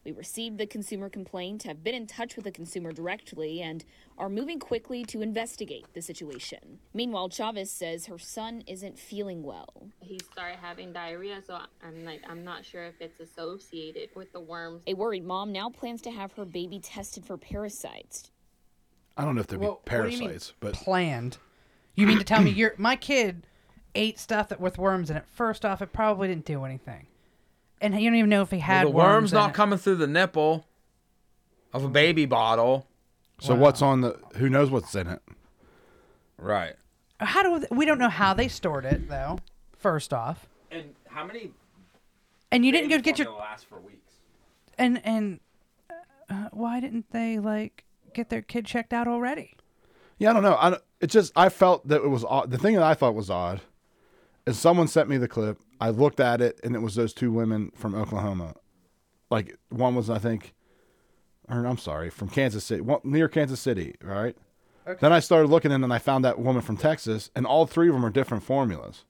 [SPEAKER 9] We received the consumer complaint, have been in touch with the consumer directly, and are moving quickly to investigate the situation. Meanwhile, Chavez says her son isn't feeling well. He started having diarrhea, so I'm like, I'm not sure if it's associated with the worms. A worried mom now plans to have her baby tested for parasites.
[SPEAKER 2] I don't know if there'd
[SPEAKER 4] Well,
[SPEAKER 2] be
[SPEAKER 4] what do you mean
[SPEAKER 2] parasites, but
[SPEAKER 4] planned. You mean to tell me your my kid ate stuff that with worms in it. First off, it probably didn't do anything, and you don't even know if he had
[SPEAKER 3] the
[SPEAKER 4] worms.
[SPEAKER 3] worm's
[SPEAKER 4] in
[SPEAKER 3] not
[SPEAKER 4] it.
[SPEAKER 3] coming through the nipple of a baby bottle.
[SPEAKER 2] So what's on the? Who knows what's in it?
[SPEAKER 3] Right.
[SPEAKER 4] How do th- we don't know how they stored it though? First off,
[SPEAKER 3] And how many?
[SPEAKER 4] and you didn't go get your
[SPEAKER 3] last for weeks.
[SPEAKER 4] and and uh, why didn't they like get their kid checked out already?
[SPEAKER 2] Yeah, I don't know. I don't- it just I felt that it was odd. The thing that I thought was odd is someone sent me the clip. I looked at it, and it was those two women from Oklahoma. Like one was, I think, or I'm sorry, from Kansas City, one, near Kansas City, right?
[SPEAKER 4] Okay.
[SPEAKER 2] Then I started looking, and then I found that woman from Texas, and all three of them are different formulas.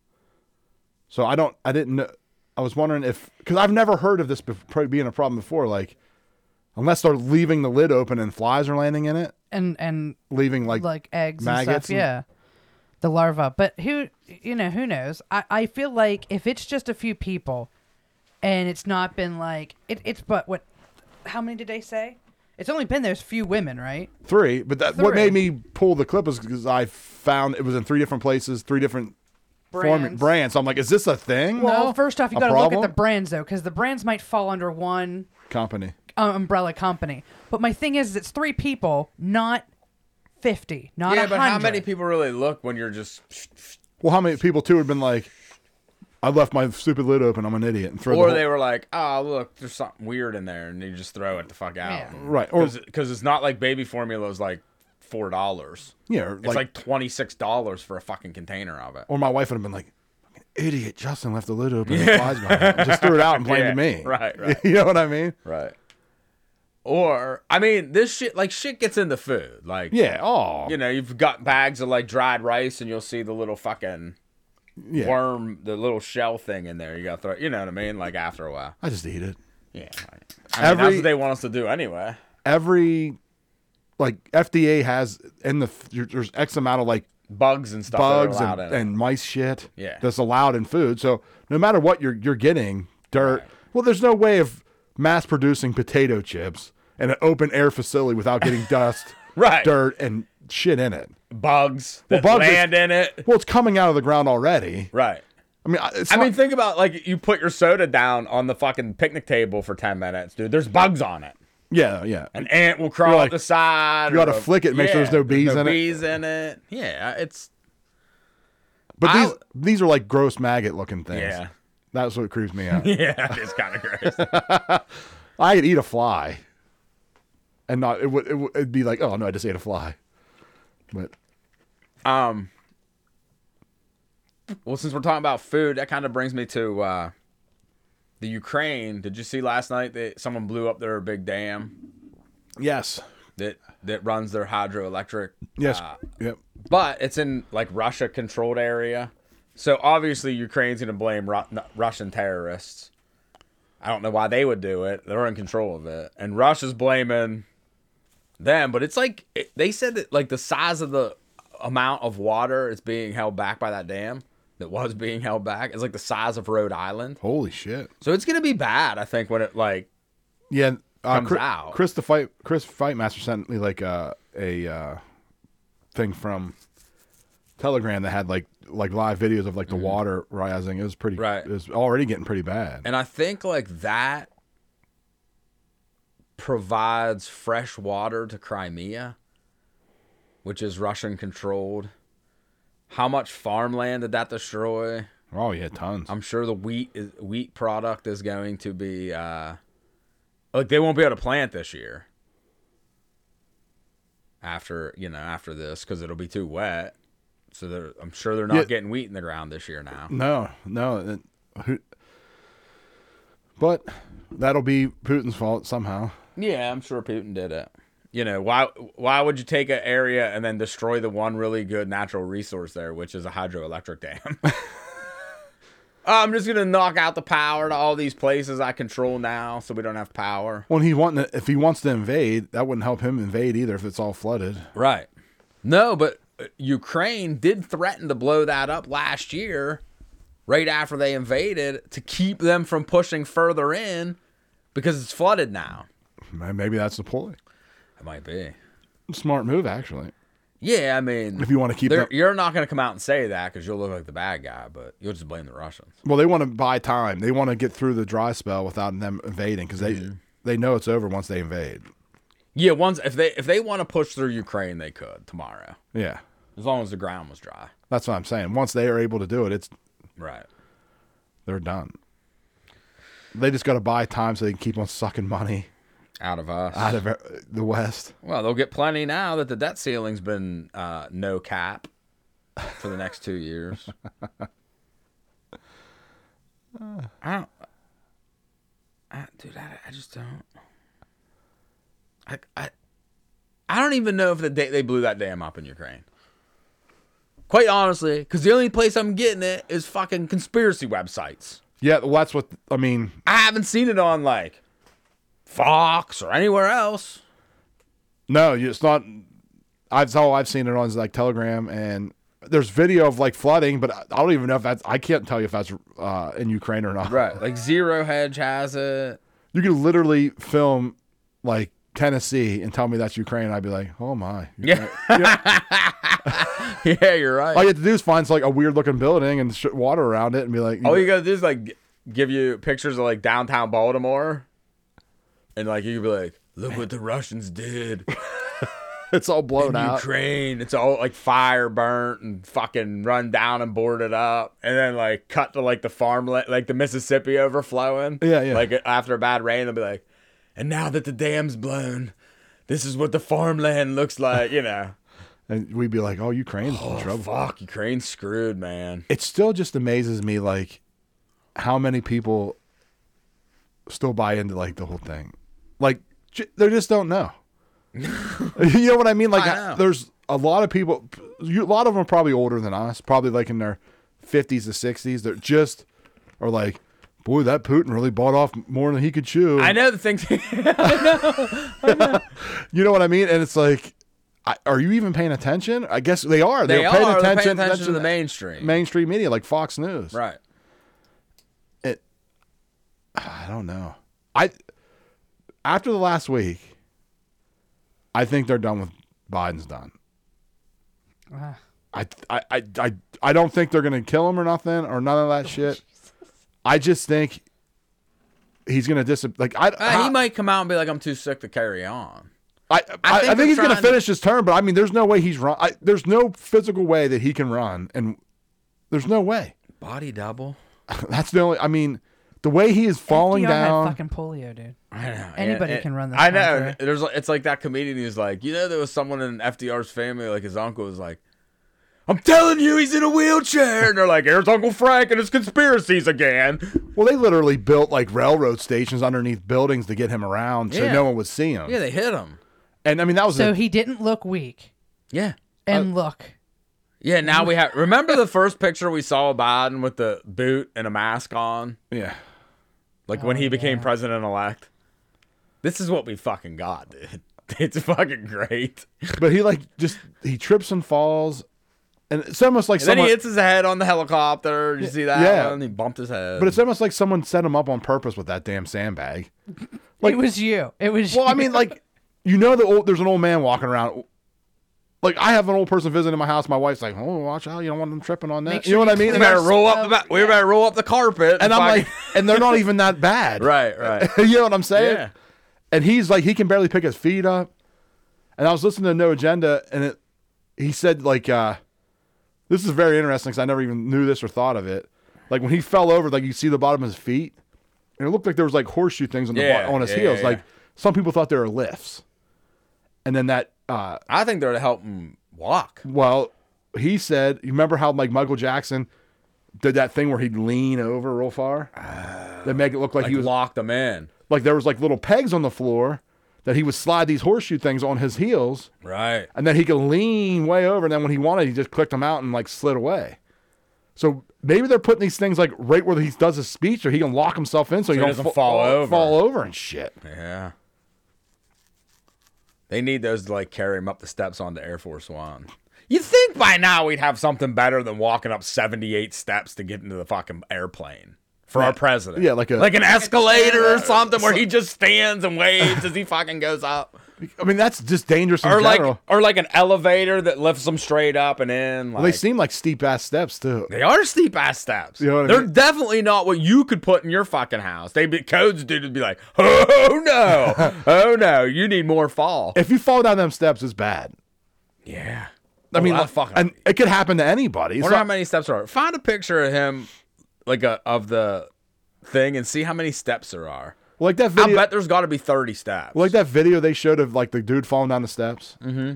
[SPEAKER 2] So I don't, I didn't know. I was wondering if, because I've never heard of this bef- pro- being a problem before. Like, unless they're leaving the lid open and flies are landing in it,
[SPEAKER 4] And and
[SPEAKER 2] leaving like
[SPEAKER 4] like eggs and
[SPEAKER 2] maggots
[SPEAKER 4] stuff.
[SPEAKER 2] and-
[SPEAKER 4] yeah, the larva. But who you know who knows? I I feel like if it's just a few people, and it's not been like it, it's but what? How many did they say? It's only been there's few women, right?
[SPEAKER 2] Three, but that what made
[SPEAKER 4] Three.
[SPEAKER 2] me pull the clip is because I found it was in three different places, three different
[SPEAKER 4] Brands.
[SPEAKER 2] brands. So I'm like, is this a thing?
[SPEAKER 4] Well,
[SPEAKER 2] now?
[SPEAKER 4] first off, you
[SPEAKER 2] A
[SPEAKER 4] got to look at the
[SPEAKER 2] problem?
[SPEAKER 4] brands though, because the brands might fall under one
[SPEAKER 2] company.
[SPEAKER 4] uh, umbrella company. But my thing is, it's three people, not fifty, not
[SPEAKER 3] yeah,
[SPEAKER 4] a
[SPEAKER 3] but how
[SPEAKER 4] hundred.
[SPEAKER 3] many people really look when you're just
[SPEAKER 2] Well, how many people too had been like, I left my stupid lid open. I'm an idiot, and throw the
[SPEAKER 3] or
[SPEAKER 2] whole-
[SPEAKER 3] they were like, oh, look, there's something weird in there, and you just throw it the fuck out.
[SPEAKER 2] Yeah. Right, or-
[SPEAKER 3] because it's not like baby formula is like four dollars.
[SPEAKER 2] Yeah, or
[SPEAKER 3] it's
[SPEAKER 2] like-
[SPEAKER 3] like twenty six dollars for a fucking container of it.
[SPEAKER 2] or my wife would have been like, "Fucking idiot, Justin left the lid open. and
[SPEAKER 3] Yeah.
[SPEAKER 2] flies got in it." Just threw it out and blamed
[SPEAKER 3] Yeah,
[SPEAKER 2] me.
[SPEAKER 3] right, right.
[SPEAKER 2] you know what I mean?
[SPEAKER 3] Right. Or I mean, this shit like shit gets into food. Like
[SPEAKER 2] Yeah, oh, aw.
[SPEAKER 3] you know, you've got bags of like dried rice, and you'll see the little fucking
[SPEAKER 2] Yeah.
[SPEAKER 3] worm, the little shell thing in there. You got to throw. You know what I mean? Like after a while.
[SPEAKER 2] I just eat it.
[SPEAKER 3] Yeah. I mean, that's
[SPEAKER 2] Every-
[SPEAKER 3] what they want us to do anyway.
[SPEAKER 2] Every like FDA has in the there- there's X amount of like
[SPEAKER 3] Bugs and stuff. that are
[SPEAKER 2] bugs
[SPEAKER 3] allowed
[SPEAKER 2] and,
[SPEAKER 3] in it.
[SPEAKER 2] and mice shit
[SPEAKER 3] Yeah.
[SPEAKER 2] that's allowed in food. So no matter what you're you're getting, dirt. Well, there's no way of mass producing potato chips in an open air facility without getting dust,
[SPEAKER 3] Right.
[SPEAKER 2] dirt, and shit in it.
[SPEAKER 3] bugs that
[SPEAKER 2] bugs is-
[SPEAKER 3] land in it.
[SPEAKER 2] Well, it's coming out of the ground already.
[SPEAKER 3] Right.
[SPEAKER 2] I mean, I- it's
[SPEAKER 3] I
[SPEAKER 2] not-
[SPEAKER 3] mean, think about like you put your soda down on the fucking picnic table for ten minutes, dude. There's bugs on it.
[SPEAKER 2] yeah, yeah.
[SPEAKER 3] An ant will crawl
[SPEAKER 2] like,
[SPEAKER 3] up the side.
[SPEAKER 2] you
[SPEAKER 3] or
[SPEAKER 2] gotta
[SPEAKER 3] a-
[SPEAKER 2] flick it and make sure there's no bees in it.
[SPEAKER 3] Bees in it. Yeah, it's
[SPEAKER 2] But
[SPEAKER 3] I-
[SPEAKER 2] these these are like gross maggot looking things.
[SPEAKER 3] Yeah.
[SPEAKER 2] That's what creeps me out.
[SPEAKER 3] yeah, it's kind of gross.
[SPEAKER 2] I could eat a fly, and not it would it would it'd be like, oh no, I just ate a fly. But
[SPEAKER 3] Um. Well, since we're talking about food, that kind of brings me to uh, the Ukraine. Did you see last night that someone blew up their big dam
[SPEAKER 2] yes,
[SPEAKER 3] that that runs their hydroelectric?
[SPEAKER 2] yes,
[SPEAKER 3] uh,
[SPEAKER 2] yep.
[SPEAKER 3] but it's in like Russia controlled area. So obviously Ukraine's going to blame Ru- n- Russian terrorists. I don't know why they would do it. They're in control of it. And Russia's blaming them, but it's like it, they said that like the size of the amount of water is being held back by that dam that was being held back is like the size of Rhode Island.
[SPEAKER 2] Holy shit.
[SPEAKER 3] So it's going to be bad, I think when it like
[SPEAKER 2] Yeah, uh,
[SPEAKER 3] comes
[SPEAKER 2] Chris,
[SPEAKER 3] out.
[SPEAKER 2] Chris the fight Chris Fightmaster sent me like uh, a uh, thing from Telegram that had like like live videos of like the water rising. It was pretty.
[SPEAKER 3] Mm-hmm. Right.
[SPEAKER 2] It was already getting pretty bad.
[SPEAKER 3] And I think like that provides fresh water to Crimea, which is Russian controlled. How much farmland did that destroy?
[SPEAKER 2] Oh yeah, tons.
[SPEAKER 3] I'm sure the wheat is, wheat product is going to be uh like they won't be able to plant this year. After you know after this because it'll be too wet, so they're I'm sure they're not
[SPEAKER 2] Yeah.
[SPEAKER 3] getting wheat in the ground this year now.
[SPEAKER 2] no, no. it- who, but that'll be Putin's fault somehow.
[SPEAKER 3] Yeah, I'm sure Putin did it. You know why? Why would you take an area and then destroy the one really good natural resource there, which is a hydroelectric dam? I'm just gonna knock out the power to all these places I control now, so we don't have power.
[SPEAKER 2] When he want to, if he wants to invade, that wouldn't help him invade either if it's all flooded.
[SPEAKER 3] Right. No, but uh, Ukraine did threaten to blow that up last year, right after they invaded, to keep them from pushing further in because it's flooded now.
[SPEAKER 2] Maybe that's the ploy.
[SPEAKER 3] It might be.
[SPEAKER 2] Smart move, actually.
[SPEAKER 3] Yeah, I mean,
[SPEAKER 2] If you wanna keep
[SPEAKER 3] they're-
[SPEAKER 2] up-
[SPEAKER 3] you're not going to come out and say that because you'll look like the bad guy, but you'll just blame the Russians.
[SPEAKER 2] Well, they want to buy time. They want to get through the dry spell without them invading because they they know it's over once they invade.
[SPEAKER 3] Yeah, once if they if they want to push through Ukraine, they could tomorrow,
[SPEAKER 2] Yeah,
[SPEAKER 3] as long as the ground was dry.
[SPEAKER 2] that's what I'm saying. Once they are able to do it, it's
[SPEAKER 3] Right.
[SPEAKER 2] they're done. They just got to buy time so they can keep on sucking money
[SPEAKER 3] Out of us.
[SPEAKER 2] out of uh, the West.
[SPEAKER 3] Well, they'll get plenty now that the debt ceiling's been uh, no cap for the next two years. I don't, I, dude. I, I just don't. I, I, I don't even know if the da- they blew that dam up in Ukraine. Quite honestly, because the only place I'm getting it is fucking conspiracy websites.
[SPEAKER 2] Yeah, well, that's what I mean.
[SPEAKER 3] I haven't seen it on like Fox or anywhere else.
[SPEAKER 2] No, you- it's not. I've all I've seen it on is like Telegram and there's video of like flooding, but I I don't even know if that's. I can't tell you if that's uh, in Ukraine or not.
[SPEAKER 3] Right. Like Zero Hedge has it.
[SPEAKER 2] You could literally film like Tennessee and tell me that's Ukraine. I'd be like, oh my.
[SPEAKER 3] Yeah. yeah, you're right.
[SPEAKER 2] All you have to do is find like a weird looking building and shit water around it and be like,
[SPEAKER 3] All Oh, you gotta do is like g- give you pictures of like downtown Baltimore, and like you could be like, "Look what the Russians did
[SPEAKER 2] it's all blown
[SPEAKER 3] in
[SPEAKER 2] out.
[SPEAKER 3] Ukraine." It's all like fire burnt and fucking run down and boarded up, and then like cut to like the farmland, like the Mississippi overflowing.
[SPEAKER 2] Yeah, yeah.
[SPEAKER 3] Like after a bad rain, they'll be like, "And now that the dam's blown, this is what the farmland looks like." You know,
[SPEAKER 2] And we'd be like, oh, Ukraine's in
[SPEAKER 3] oh,
[SPEAKER 2] trouble.
[SPEAKER 3] fuck, Ukraine's screwed, man.
[SPEAKER 2] It still just amazes me like how many people still buy into like the whole thing. Like j- they just don't know. you know what I mean? Like
[SPEAKER 3] I know.
[SPEAKER 2] there's a lot of people. You, a lot of them are probably older than us. Probably like in their fifties to sixties. They're just are like, boy, that Putin really bought off more than he could chew.
[SPEAKER 3] I know the things.
[SPEAKER 2] You know what I mean? And it's like, I, are you even paying attention? I guess they are. They're
[SPEAKER 3] They
[SPEAKER 2] paying,
[SPEAKER 3] are. They're
[SPEAKER 2] attention,
[SPEAKER 3] paying attention to the mainstream.
[SPEAKER 2] mainstream media, like Fox News.
[SPEAKER 3] right.
[SPEAKER 2] It. I don't know. I after the last week, I think they're done with Biden's done.
[SPEAKER 4] Ah.
[SPEAKER 2] I, I, I, I, I don't think they're gonna kill him or nothing or none of
[SPEAKER 4] Oh,
[SPEAKER 2] that shit. I just think he's gonna dis like I.
[SPEAKER 3] Uh,
[SPEAKER 2] how-
[SPEAKER 3] he might come out and be like, "I'm too sick to carry on."
[SPEAKER 2] I, I, I
[SPEAKER 3] think
[SPEAKER 2] think,
[SPEAKER 3] they're
[SPEAKER 2] he's going to
[SPEAKER 3] trying to-
[SPEAKER 2] finish his term, but I mean, there's no way he's run. I, there's no physical way that he can run, and there's no way.
[SPEAKER 3] Body double.
[SPEAKER 2] That's the only. I mean, the way he is falling
[SPEAKER 4] FDR
[SPEAKER 2] down.
[SPEAKER 4] Had fucking polio, dude.
[SPEAKER 3] I know.
[SPEAKER 4] Anybody
[SPEAKER 3] it-
[SPEAKER 4] can run this
[SPEAKER 3] I know.
[SPEAKER 4] country.
[SPEAKER 3] There's it's like that comedian who's like, you know, there was someone in FDR's family, like his uncle was like, "I'm telling you, he's in a wheelchair," and they're like, "Here's Uncle Frank and his conspiracies again."
[SPEAKER 2] Well, they literally built like railroad stations underneath buildings to get him around, so
[SPEAKER 3] Yeah.
[SPEAKER 2] no one would see him.
[SPEAKER 3] Yeah, they hit him.
[SPEAKER 2] and I mean, that was
[SPEAKER 4] So
[SPEAKER 2] a-
[SPEAKER 4] he didn't look weak.
[SPEAKER 3] Yeah.
[SPEAKER 4] And
[SPEAKER 2] Uh,
[SPEAKER 4] look,
[SPEAKER 3] Yeah, now we have. Remember the first picture we saw of Biden with the boot and a mask on,
[SPEAKER 2] yeah.
[SPEAKER 3] like when
[SPEAKER 4] Oh,
[SPEAKER 3] he became president elect. This is what we fucking got, dude. It's fucking great.
[SPEAKER 2] But he like just he trips and falls, and it's almost like
[SPEAKER 3] And then
[SPEAKER 2] someone.
[SPEAKER 3] he hits his head on the helicopter. You see that?
[SPEAKER 2] yeah.
[SPEAKER 3] one? He bumped his head.
[SPEAKER 2] but it's almost like someone set him up on purpose with that damn sandbag. Like-
[SPEAKER 4] it was you. It was.
[SPEAKER 2] Well, I
[SPEAKER 4] you.
[SPEAKER 2] mean, like, you know, the old, there's an old man walking around. Like, I have an old person visiting my house. My wife's like, "Oh, watch out! You don't want them tripping on that."
[SPEAKER 4] Make
[SPEAKER 2] you know
[SPEAKER 4] sure
[SPEAKER 2] what I
[SPEAKER 4] you
[SPEAKER 2] mean?
[SPEAKER 3] we
[SPEAKER 2] And,
[SPEAKER 3] better
[SPEAKER 2] they're-
[SPEAKER 3] roll up the ba- we better roll up the carpet.
[SPEAKER 2] and I'm like,
[SPEAKER 3] fucking-
[SPEAKER 2] and they're not even that bad,
[SPEAKER 3] right, right,
[SPEAKER 2] you know what I'm saying?
[SPEAKER 3] yeah.
[SPEAKER 2] And he's like, he can barely pick his feet up. And I was listening to No Agenda, and it, he said like, uh, "This is very interesting because I never even knew this or thought of it." Like when he fell over, like you see the bottom of his feet, and it looked like there was like horseshoe things on the
[SPEAKER 3] Yeah,
[SPEAKER 2] bo- on his
[SPEAKER 3] yeah,
[SPEAKER 2] heels.
[SPEAKER 3] yeah,
[SPEAKER 2] Like
[SPEAKER 3] yeah.
[SPEAKER 2] some people thought they were lifts, and then that. Uh,
[SPEAKER 3] I think they're to help him walk.
[SPEAKER 2] Well, he said, you remember how like Michael Jackson did that thing where he'd lean over real far? that make it look like,
[SPEAKER 3] Ah. Like
[SPEAKER 2] he was
[SPEAKER 3] locked him in.
[SPEAKER 2] like there was like little pegs on the floor that he would slide these horseshoe things on his heels
[SPEAKER 3] Right.
[SPEAKER 2] and then he could lean way over and then when he wanted he just clicked them out and like slid away. So maybe they're putting these things like right where he does his speech or he can lock himself in so, he,
[SPEAKER 3] he
[SPEAKER 2] don't
[SPEAKER 3] doesn't
[SPEAKER 2] fa-
[SPEAKER 3] fall over.
[SPEAKER 2] fall over and shit.
[SPEAKER 3] Yeah. They need those to like carry him up the steps onto Air Force One. You'd think by now we'd have something better than walking up 78 steps to get into the fucking airplane. for our
[SPEAKER 2] Right.
[SPEAKER 3] president.
[SPEAKER 2] Yeah, like a-
[SPEAKER 3] like an
[SPEAKER 2] Like a
[SPEAKER 3] escalator or
[SPEAKER 2] trailer.
[SPEAKER 3] something where he just stands and waves as he fucking goes up.
[SPEAKER 2] I mean, that's just dangerous in
[SPEAKER 3] Or like
[SPEAKER 2] general.
[SPEAKER 3] or like an elevator that lifts them straight up and in. Like,
[SPEAKER 2] Well, they seem like steep ass steps too.
[SPEAKER 3] They are steep ass steps.
[SPEAKER 2] You know what I
[SPEAKER 3] They're
[SPEAKER 2] mean?
[SPEAKER 3] definitely not what you could put in your fucking house. They be codes dude would be like, oh no, oh no, you need more fall.
[SPEAKER 2] If you fall down them steps, it's bad.
[SPEAKER 3] Yeah.
[SPEAKER 2] I
[SPEAKER 3] Oh,
[SPEAKER 2] mean,
[SPEAKER 3] that
[SPEAKER 2] like,
[SPEAKER 3] fucking-
[SPEAKER 2] and it could happen to anybody.
[SPEAKER 3] I
[SPEAKER 2] It's
[SPEAKER 3] wonder how
[SPEAKER 2] not-
[SPEAKER 3] many steps there are. Find a picture of him, like a of the thing, and see how many steps there are.
[SPEAKER 2] like that
[SPEAKER 3] I
[SPEAKER 2] video,
[SPEAKER 3] bet there's got to be thirty steps.
[SPEAKER 2] like that video they showed of like the dude falling down the steps,
[SPEAKER 3] Mm-hmm.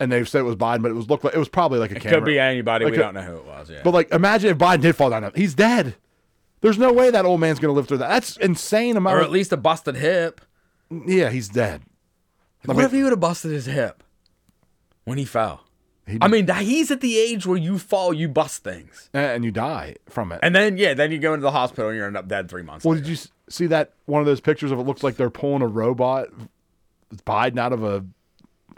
[SPEAKER 2] and they said it was Biden, but it was looked like it was probably like a
[SPEAKER 3] It
[SPEAKER 2] camera.
[SPEAKER 3] could be anybody.
[SPEAKER 2] Like
[SPEAKER 3] we
[SPEAKER 2] a-
[SPEAKER 3] don't know who it was. Yeah.
[SPEAKER 2] But like, imagine if Biden did fall down, them. he's dead. There's no way that old man's gonna live through that. That's insane amount.
[SPEAKER 3] or
[SPEAKER 2] of-
[SPEAKER 3] at least a busted hip.
[SPEAKER 2] yeah, he's dead.
[SPEAKER 3] What
[SPEAKER 2] mean-
[SPEAKER 3] if he would have busted his hip when he fell?
[SPEAKER 2] He'd-
[SPEAKER 3] I mean, that he's at the age where you fall, you bust things,
[SPEAKER 2] and and you die from it.
[SPEAKER 3] and then yeah, then you go into the hospital and you end up dead three months.
[SPEAKER 2] Well,
[SPEAKER 3] later.
[SPEAKER 2] did you s- see that one of those pictures of it looks like they're pulling a robot Biden out of a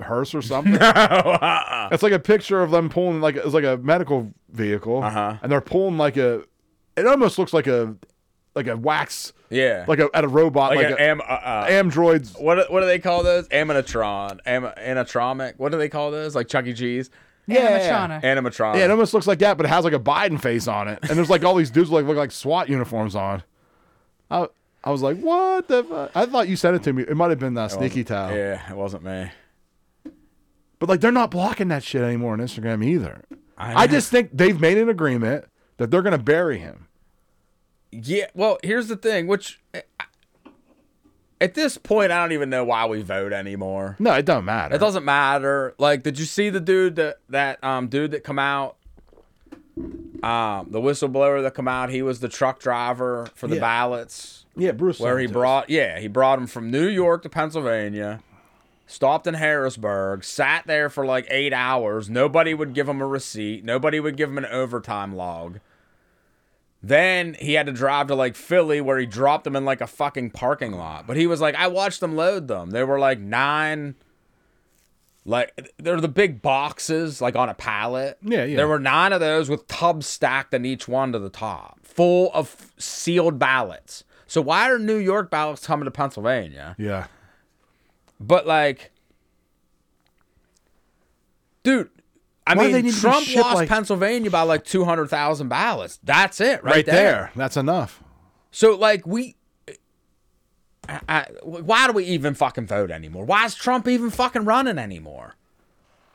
[SPEAKER 2] hearse or something? It's like a picture of them pulling like it's like a medical vehicle,
[SPEAKER 3] Uh-huh.
[SPEAKER 2] and they're pulling like a. It almost looks like a like a wax,
[SPEAKER 3] yeah,
[SPEAKER 2] like a at a robot,
[SPEAKER 3] like,
[SPEAKER 2] like,
[SPEAKER 3] an
[SPEAKER 2] a,
[SPEAKER 3] am, uh, uh,
[SPEAKER 2] Amdroids.
[SPEAKER 3] what do- what do they call those? Aminatron, am, anatromic. What do they call those? Like Chuck E. Cheese,
[SPEAKER 4] Animatronic.
[SPEAKER 3] animatron.
[SPEAKER 2] Yeah, it almost looks like that, but it has like a Biden face on it, and there's like all these dudes with, like look like SWAT uniforms on. I I was like, what the? Fuck? I thought you sent it to me. It might have been uh, Sneaky Towel.
[SPEAKER 3] Yeah, it wasn't me.
[SPEAKER 2] But like they're not blocking that shit anymore on Instagram either.
[SPEAKER 3] I
[SPEAKER 2] I, just think they've made an agreement that they're gonna bury him.
[SPEAKER 3] Yeah. Well, here's the thing. Which eh, I- at this point, I don't even know why we vote anymore.
[SPEAKER 2] No, it doesn't matter.
[SPEAKER 3] It doesn't matter. Like, did you see the dude that that um dude that come out? Um, the whistleblower that come out. He was the truck driver for the
[SPEAKER 2] Yeah.
[SPEAKER 3] ballots.
[SPEAKER 2] Yeah, Bruce.
[SPEAKER 3] where he
[SPEAKER 2] Santos.
[SPEAKER 3] brought yeah he brought him from new york to pennsylvania stopped in harrisburg sat there for like eight hours nobody would give him a receipt nobody would give him an overtime log then he had to drive to like philly where he dropped them in like a fucking parking lot but he was like i watched them load them they were like nine like they're the big boxes like on a pallet
[SPEAKER 2] Yeah, yeah.
[SPEAKER 3] there were nine of those with tubs stacked in each one to the top full of sealed ballots so why are new york ballots coming to pennsylvania
[SPEAKER 2] Yeah.
[SPEAKER 3] but like dude i
[SPEAKER 2] Why do they
[SPEAKER 3] mean
[SPEAKER 2] need to be
[SPEAKER 3] trump
[SPEAKER 2] shipped
[SPEAKER 3] lost
[SPEAKER 2] like-
[SPEAKER 3] pennsylvania by like 200000 ballots that's it right,
[SPEAKER 2] Right, there. That's enough.
[SPEAKER 3] so like we, I, I, why do we even fucking vote anymore? Why is Trump even fucking running anymore?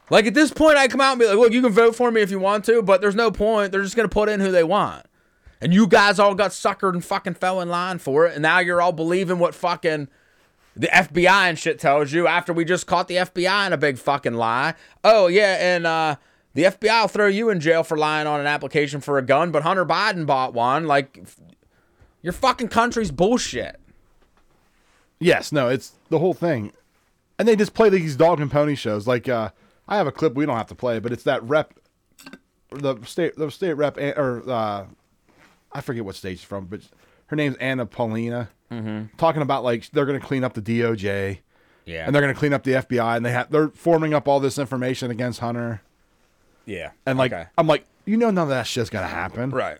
[SPEAKER 3] Like at this point, I come out and be like, look, you can vote for me if you want to, but there's no point. They're just gonna put in who they want, and you guys all got suckered and fucking fell in line for it, and now you're all believing what fucking. The FBI and shit tells you after we just caught the FBI in a big fucking lie. Oh yeah, and uh, the FBI will throw you in jail for lying on an application for a gun, but Hunter Biden bought one. Like your fucking country's bullshit.
[SPEAKER 2] Yes, no, it's the whole thing. And they just play these dog and pony shows. Like uh I have a clip we don't have to play, but it's that rep the state the state rep An- or uh I forget what state she's from, but her name's Anna Paulina. Mm-hmm. Talking about like they're gonna clean up the DOJ.
[SPEAKER 3] Yeah.
[SPEAKER 2] and they're going to clean up the FBI, and they have they're forming up all this information against Hunter,
[SPEAKER 3] yeah.
[SPEAKER 2] and like
[SPEAKER 3] Okay.
[SPEAKER 2] I'm like, you know, none of that shit's going to happen,
[SPEAKER 3] right.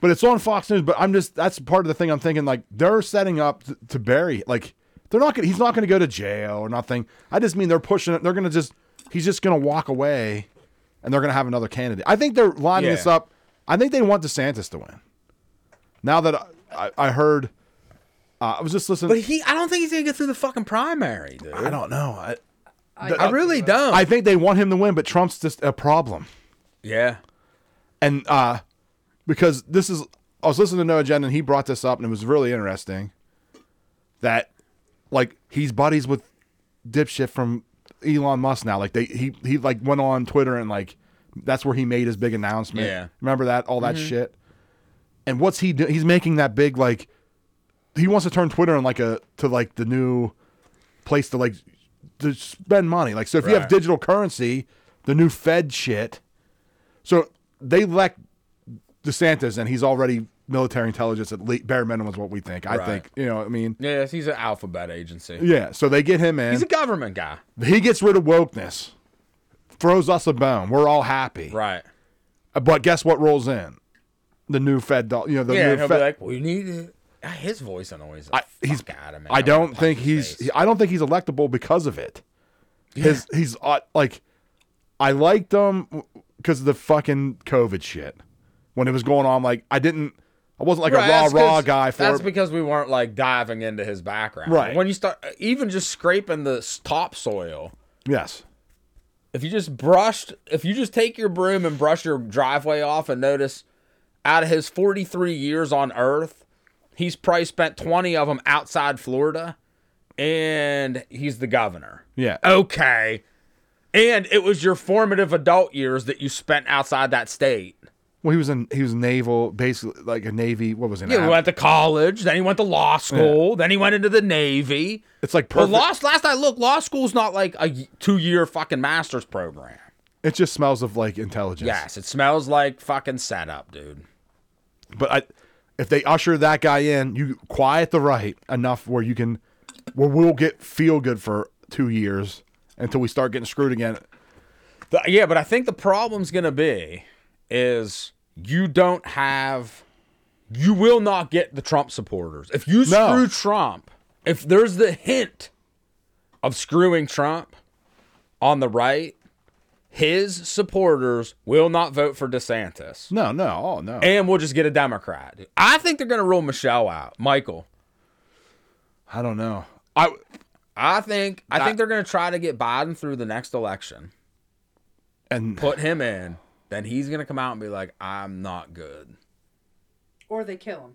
[SPEAKER 2] But it's on Fox News. But I'm just that's part of the thing I'm thinking like they're setting up t- to bury like they're not gonna, he's not going to go to jail or nothing. I just mean they're pushing it. They're going to just he's just going to walk away, and they're going to have another candidate. I think they're lining
[SPEAKER 3] Yeah.
[SPEAKER 2] this up. I think they want DeSantis to win. Now that I, I, I heard, uh, I was just listening.
[SPEAKER 3] But he, I don't think he's gonna get through the fucking primary, dude.
[SPEAKER 2] I don't know. I,
[SPEAKER 3] I really don't.
[SPEAKER 2] I think they want him to win, but Trump's just a problem.
[SPEAKER 3] yeah.
[SPEAKER 2] and uh because this is I was listening to No Agenda and he brought this up and it was really interesting that like he's buddies with dipshit from Elon Musk now. Like they he he like went on Twitter and like that's where he made his big announcement.
[SPEAKER 3] Yeah.
[SPEAKER 2] Remember that all that shit. And what's he doing? He's making that big like he wants to turn Twitter in like a to like the new place to like to spend money. Like so if you have
[SPEAKER 3] Right.
[SPEAKER 2] digital currency, the new Fed shit. So they elect DeSantis and he's already military intelligence at least bare minimum is what we think. I
[SPEAKER 3] Right.
[SPEAKER 2] think. You know, what I mean
[SPEAKER 3] Yes, he's an alphabet agency.
[SPEAKER 2] Yeah. So they get him in.
[SPEAKER 3] He's a government guy.
[SPEAKER 2] he gets rid of wokeness. Throws us a bone. We're all happy.
[SPEAKER 3] Right.
[SPEAKER 2] But guess what rolls in? the new Fed doll. You know, the
[SPEAKER 3] yeah,
[SPEAKER 2] new
[SPEAKER 3] and he'll
[SPEAKER 2] Fed,
[SPEAKER 3] be like, "We need it." Ah, His voice annoys. I,
[SPEAKER 2] he's
[SPEAKER 3] out of
[SPEAKER 2] I don't think he's he- I don't think he's electable because of it. His he's uh, like I liked him because of the fucking COVID shit when it was going on. Like I didn't, I wasn't like
[SPEAKER 3] Right,
[SPEAKER 2] a
[SPEAKER 3] that's
[SPEAKER 2] raw raw
[SPEAKER 3] 'cause-
[SPEAKER 2] guy for
[SPEAKER 3] That's
[SPEAKER 2] it.
[SPEAKER 3] because we weren't like diving into his background.
[SPEAKER 2] Right.
[SPEAKER 3] When you start even just scraping the s- topsoil,
[SPEAKER 2] yes,
[SPEAKER 3] if you just brushed, if you just take your broom and brush your driveway off and notice out of his 43 years on earth, he's probably spent 20 of them outside Florida and he's the governor.
[SPEAKER 2] yeah.
[SPEAKER 3] Okay. And it was your formative adult years that you spent outside that state.
[SPEAKER 2] Well, he was in he was naval, basically like a navy. What was it?
[SPEAKER 3] Yeah, he went to college, then he went to law school, then he went into the Navy.
[SPEAKER 2] It's like
[SPEAKER 3] Well,
[SPEAKER 2] perfect.
[SPEAKER 3] law, last I looked, law school's not like a two year fucking master's program.
[SPEAKER 2] it just smells of like intelligence.
[SPEAKER 3] Yes, it smells like fucking setup, dude.
[SPEAKER 2] But I, if they usher that guy in, you quiet the right enough where you can, where we'll get feel good for two years until we start getting screwed again.
[SPEAKER 3] The- yeah, but I think the problem's gonna be is you don't have, you will not get the Trump supporters if you
[SPEAKER 2] No.
[SPEAKER 3] screw Trump. If there's the hint of screwing Trump on the right, his supporters will not vote for DeSantis.
[SPEAKER 2] No, no, oh no.
[SPEAKER 3] and we'll just get a Democrat. I think they're gonna rule Michelle out, Michael.
[SPEAKER 2] I don't know. I
[SPEAKER 3] I think I
[SPEAKER 2] That-
[SPEAKER 3] think they're gonna try to get Biden through the next election,
[SPEAKER 2] and
[SPEAKER 3] put him in, then he's gonna come out and be like, "I'm not good,"
[SPEAKER 4] Or they kill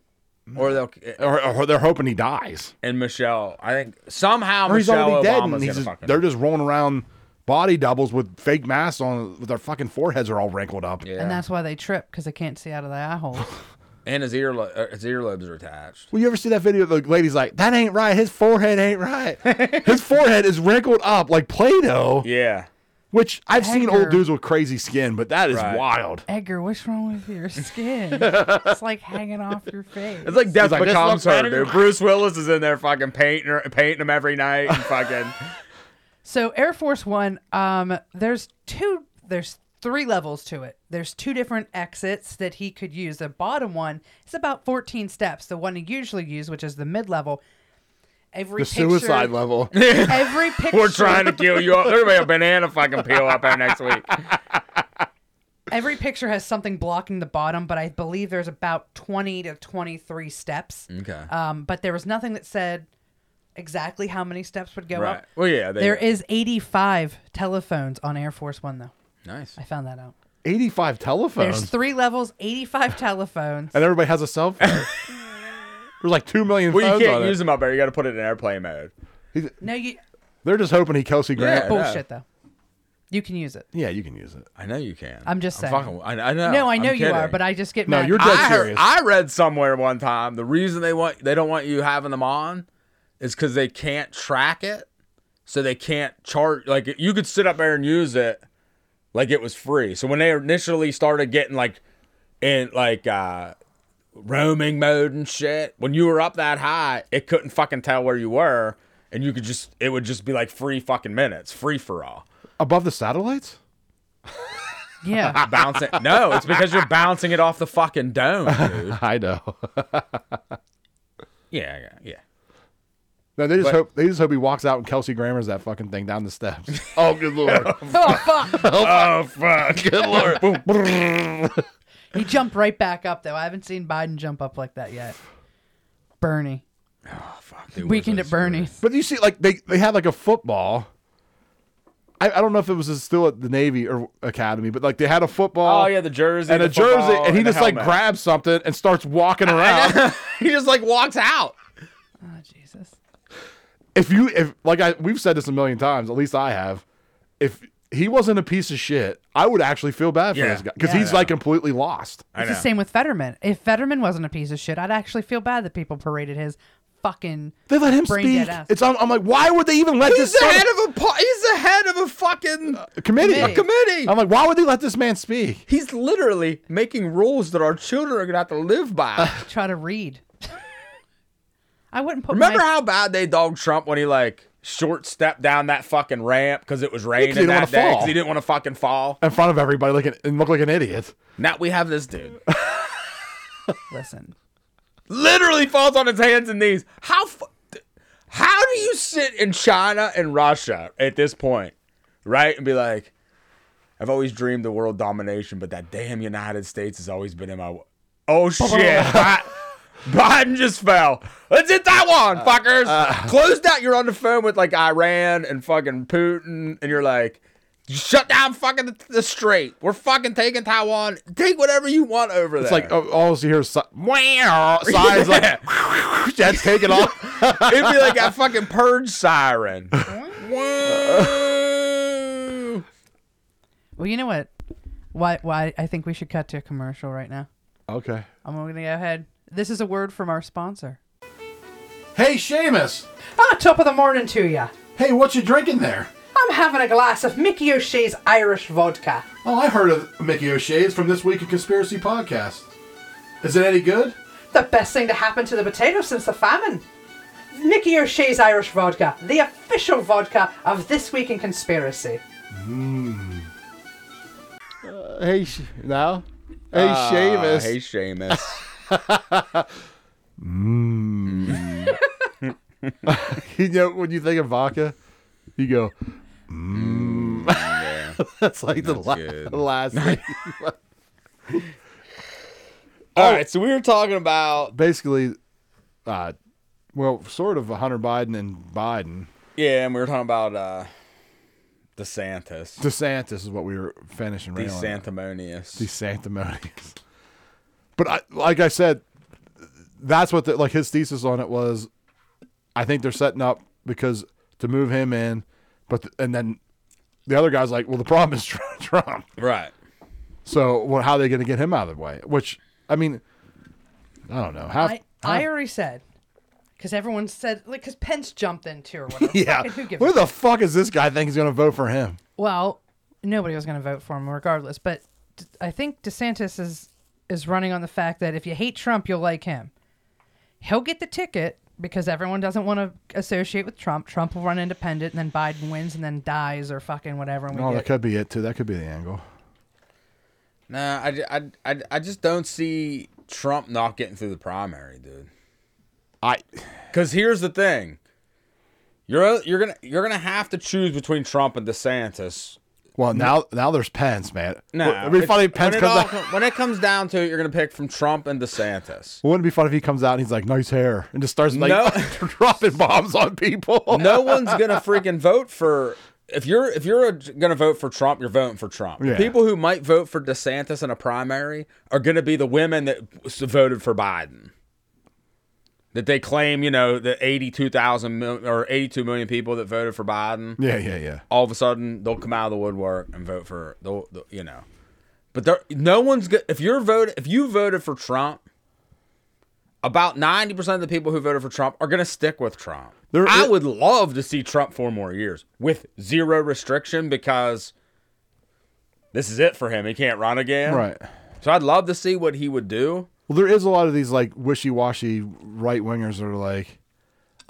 [SPEAKER 4] him.
[SPEAKER 3] or they'll
[SPEAKER 2] or, or they're hoping he dies.
[SPEAKER 3] and Michelle. I think somehow
[SPEAKER 2] Or he's
[SPEAKER 3] Michelle
[SPEAKER 2] already dead,
[SPEAKER 3] Obama's
[SPEAKER 2] and
[SPEAKER 3] gonna
[SPEAKER 2] he's just,
[SPEAKER 3] fucking.
[SPEAKER 2] they're just rolling around body doubles with fake masks on, with their fucking foreheads are all wrinkled up.
[SPEAKER 3] yeah,
[SPEAKER 4] And
[SPEAKER 3] and,
[SPEAKER 4] that's why they trip because they can't see out of the eye holes.
[SPEAKER 3] his earlo- uh, his earlobes are attached.
[SPEAKER 2] Well, you ever see that video? The lady's like, "That ain't right. His forehead ain't right. His forehead is wrinkled up like Play-Doh."
[SPEAKER 3] Yeah,
[SPEAKER 2] Which I've seen old
[SPEAKER 4] Edgar.
[SPEAKER 2] dudes with crazy skin, but that is
[SPEAKER 3] Right.
[SPEAKER 2] wild.
[SPEAKER 4] Edgar, what's wrong with your skin? it's like hanging off your face.
[SPEAKER 3] it's like death
[SPEAKER 2] like, "This
[SPEAKER 3] becomes
[SPEAKER 2] looks
[SPEAKER 3] her,
[SPEAKER 2] better than
[SPEAKER 3] dude. Bruce Willis is in there fucking painting her, painting him every night and fucking.
[SPEAKER 4] So Air Force One, um, there's two, there's three levels to it. There's two different exits that he could use. The bottom one is about 14 steps. The one he usually used, which is the mid level. Every
[SPEAKER 2] The
[SPEAKER 4] picture-
[SPEAKER 2] suicide level.
[SPEAKER 4] Every picture.
[SPEAKER 3] We're trying to kill you. all. There's gonna be a banana fucking peel up there next week.
[SPEAKER 4] every picture has something blocking the bottom, but I believe there's about 20 to 23 steps.
[SPEAKER 3] Okay.
[SPEAKER 4] Um, but there was nothing that said exactly how many steps would go
[SPEAKER 3] Right.
[SPEAKER 4] up.
[SPEAKER 3] Well, yeah.
[SPEAKER 4] There is 85 telephones on Air Force One, though.
[SPEAKER 3] nice.
[SPEAKER 4] I found that out.
[SPEAKER 2] Eighty-five telephones,
[SPEAKER 4] There's three levels, 85 telephones.
[SPEAKER 2] and everybody has a cell phone. There's like two million
[SPEAKER 3] Well,
[SPEAKER 2] phones
[SPEAKER 3] you
[SPEAKER 2] on
[SPEAKER 3] can't
[SPEAKER 2] it.
[SPEAKER 3] use them up there. You got to put it in airplane mode.
[SPEAKER 4] No, you
[SPEAKER 2] They're just hoping he Kelsey Grant.
[SPEAKER 3] Yeah.
[SPEAKER 2] Yeah,
[SPEAKER 4] bullshit though. You can use it.
[SPEAKER 2] you can use it.
[SPEAKER 3] I know you can.
[SPEAKER 4] I'm just saying.
[SPEAKER 3] fucking- I, I know.
[SPEAKER 4] no, I
[SPEAKER 3] I'm
[SPEAKER 4] know you are,
[SPEAKER 3] kidding.
[SPEAKER 4] but I just get
[SPEAKER 2] No,
[SPEAKER 4] mad.
[SPEAKER 2] you're dead
[SPEAKER 3] I, heard,
[SPEAKER 2] serious.
[SPEAKER 3] I read somewhere one time the reason they want they don't want you having them on is because they can't track it, so they can't charge. Like you could sit up there and use it like it was free. So when they initially started getting like in like uh roaming mode and shit, when you were up that high, it couldn't fucking tell where you were, and you could just it would just be like free fucking minutes, free for all.
[SPEAKER 2] Above the satellites?
[SPEAKER 4] yeah.
[SPEAKER 3] Bouncing? No, it's because you're bouncing it off the fucking dome, dude.
[SPEAKER 2] I know.
[SPEAKER 3] Yeah, yeah, yeah.
[SPEAKER 2] No, they just
[SPEAKER 3] But-
[SPEAKER 2] hope they just hope he walks out and Kelsey Grammer's that fucking thing down the steps. oh, good lord!
[SPEAKER 4] oh fuck!
[SPEAKER 3] Oh fuck! Good lord!
[SPEAKER 4] He jumped right back up though. I haven't seen Biden jump up like that yet. Bernie. Weekend at Bernie's.
[SPEAKER 2] But you see, like they they had like a football. I, I don't know if it was still at the Navy or Academy, but like they had a football.
[SPEAKER 3] Oh yeah, the jersey
[SPEAKER 2] and
[SPEAKER 3] the
[SPEAKER 2] a jersey,
[SPEAKER 3] football,
[SPEAKER 2] and he
[SPEAKER 3] the
[SPEAKER 2] just like
[SPEAKER 3] helmet.
[SPEAKER 2] grabs something and starts walking around.
[SPEAKER 3] he just like walks out.
[SPEAKER 4] Oh Jesus.
[SPEAKER 2] if you, if like I, we've said this a million times, at least I have. If he wasn't a piece of shit, I would actually feel bad for
[SPEAKER 3] Yeah.
[SPEAKER 2] this guy because
[SPEAKER 3] Yeah.
[SPEAKER 2] he's like completely lost.
[SPEAKER 3] I
[SPEAKER 4] It's the same with Fetterman. If Fetterman wasn't a piece of shit, I'd actually feel bad that people paraded his fucking
[SPEAKER 2] They let him
[SPEAKER 4] Brain
[SPEAKER 2] speak.
[SPEAKER 4] dead ass.
[SPEAKER 2] It's I'm, I'm like, why would they even let this
[SPEAKER 3] He's the
[SPEAKER 2] son
[SPEAKER 3] head of a po- he's the head of a fucking
[SPEAKER 2] a committee?
[SPEAKER 4] Committee.
[SPEAKER 3] committee.
[SPEAKER 2] I'm like, why would they let this man speak?
[SPEAKER 3] he's literally making rules that our children are gonna have to live by.
[SPEAKER 4] try to read. I wouldn't put
[SPEAKER 3] Remember
[SPEAKER 4] my,
[SPEAKER 3] how bad they dogged Trump when he like short stepped down that fucking ramp because it was raining
[SPEAKER 2] didn't wanna
[SPEAKER 3] that day
[SPEAKER 2] fall.
[SPEAKER 3] because he didn't want to fucking fall.
[SPEAKER 2] In front of everybody, like an, and look like an idiot.
[SPEAKER 3] Now we have this dude.
[SPEAKER 4] Listen.
[SPEAKER 3] Literally falls on his hands and knees. How fu- how do you sit in China and Russia at this point, right? And be like, I've always dreamed of world domination, but that damn United States has always been in my. W- oh shit! Bi- Biden just fell. Let's hit Taiwan,
[SPEAKER 2] Uh,
[SPEAKER 3] fuckers. Closed out. You're on the phone with like Iran and fucking Putin, and you're like, shut down fucking the, the strait. We're fucking taking Taiwan. Take whatever you want over
[SPEAKER 2] It's
[SPEAKER 3] there.
[SPEAKER 2] like oh, all you hear is si- wow, size like that's taken off.
[SPEAKER 3] It'd be like a fucking purge siren.
[SPEAKER 4] Well, you know what? Why? Why? I think we should cut to a commercial right now.
[SPEAKER 2] Okay.
[SPEAKER 4] I'm going to go ahead. This is a word from our sponsor.
[SPEAKER 2] Hey, Seamus.
[SPEAKER 4] Ah, top of the morning to ya.
[SPEAKER 2] Hey, what you drinking there?
[SPEAKER 4] I'm having a glass of Mickey O'Shea's Irish vodka.
[SPEAKER 2] Oh, I heard of Mickey O'Shea's from this week in conspiracy podcast. Is it any good?
[SPEAKER 4] The best thing to happen to the potato since the famine. Mickey O'Shea's Irish vodka, the official vodka of This Week in Conspiracy.
[SPEAKER 2] Mmm. hey, Sh- now. Hey,
[SPEAKER 3] Ah,
[SPEAKER 2] Seamus.
[SPEAKER 3] Hey, Seamus.
[SPEAKER 2] Mmm. you know, when you think of vodka, you go,
[SPEAKER 3] Mm,
[SPEAKER 2] mmm. That's like the la- last thing.
[SPEAKER 3] All right, so we were talking about
[SPEAKER 2] Basically, uh, well, sort of Hunter Biden and Biden.
[SPEAKER 3] yeah, and we were talking about uh DeSantis,
[SPEAKER 2] DeSantis is what we were finishing right
[SPEAKER 3] DeSantimonious.
[SPEAKER 2] DeSantimonious. But I, like I said, that's what the, like his thesis on it was. I think they're setting up because to move him in, but th- and then the other guy's like, well, the problem is Trump.
[SPEAKER 3] Right.
[SPEAKER 2] So well, how are they going to get him out of the way? Which I mean, I don't know. Half,
[SPEAKER 4] I, I already said, because everyone said, like, because Pence jumped in too or whatever.
[SPEAKER 2] yeah.
[SPEAKER 4] Fucking Who gives
[SPEAKER 2] Where
[SPEAKER 4] a-
[SPEAKER 2] the fuck is this guy think he's going to vote for him?
[SPEAKER 4] Well, nobody was going to vote for him regardless, but d- I think DeSantis is is running on the fact that if you hate Trump, you'll like him. He'll get the ticket because everyone doesn't want to associate with Trump. Trump will run independent, and then Biden wins, and then dies or fucking whatever. And we
[SPEAKER 2] No,
[SPEAKER 4] get-
[SPEAKER 2] Oh, that could be it too. That could be the angle.
[SPEAKER 3] Nah, I, ju- I, I, I just don't see Trump not getting through the primary, dude.
[SPEAKER 2] I,
[SPEAKER 3] because here's the thing, you're you're gonna you're gonna have to choose between Trump and DeSantis.
[SPEAKER 2] Well, now now there's Pence, man.
[SPEAKER 3] No,
[SPEAKER 2] It'd be funny if Pence
[SPEAKER 3] when, it
[SPEAKER 2] comes
[SPEAKER 3] all
[SPEAKER 2] out.
[SPEAKER 3] com- when it comes down to it, you're gonna pick from Trump and DeSantis.
[SPEAKER 2] Wouldn't it be fun if he comes out and he's like, nice hair, and just starts like dropping bombs on people?
[SPEAKER 3] no one's gonna freaking vote for if you're if you're a, gonna vote for Trump, you're voting for Trump.
[SPEAKER 2] Yeah.
[SPEAKER 3] People who might vote for DeSantis in a primary are gonna be the women that s- voted for Biden. That they claim, you know, the eighty-two thousand or eighty-two million people that voted for Biden.
[SPEAKER 2] Yeah, yeah, yeah.
[SPEAKER 3] All of a sudden, they'll come out of the woodwork and vote for the, the you know. But there, no one's go- if you're voted if you voted for Trump. About ninety percent of the people who voted for Trump are going to stick with Trump.
[SPEAKER 2] There-
[SPEAKER 3] I would love to see Trump four more years with zero restriction because this is it for him. He can't run again.
[SPEAKER 2] Right.
[SPEAKER 3] So I'd love to see what he would do.
[SPEAKER 2] Well, there is a lot of these like wishy washy right wingers that are like,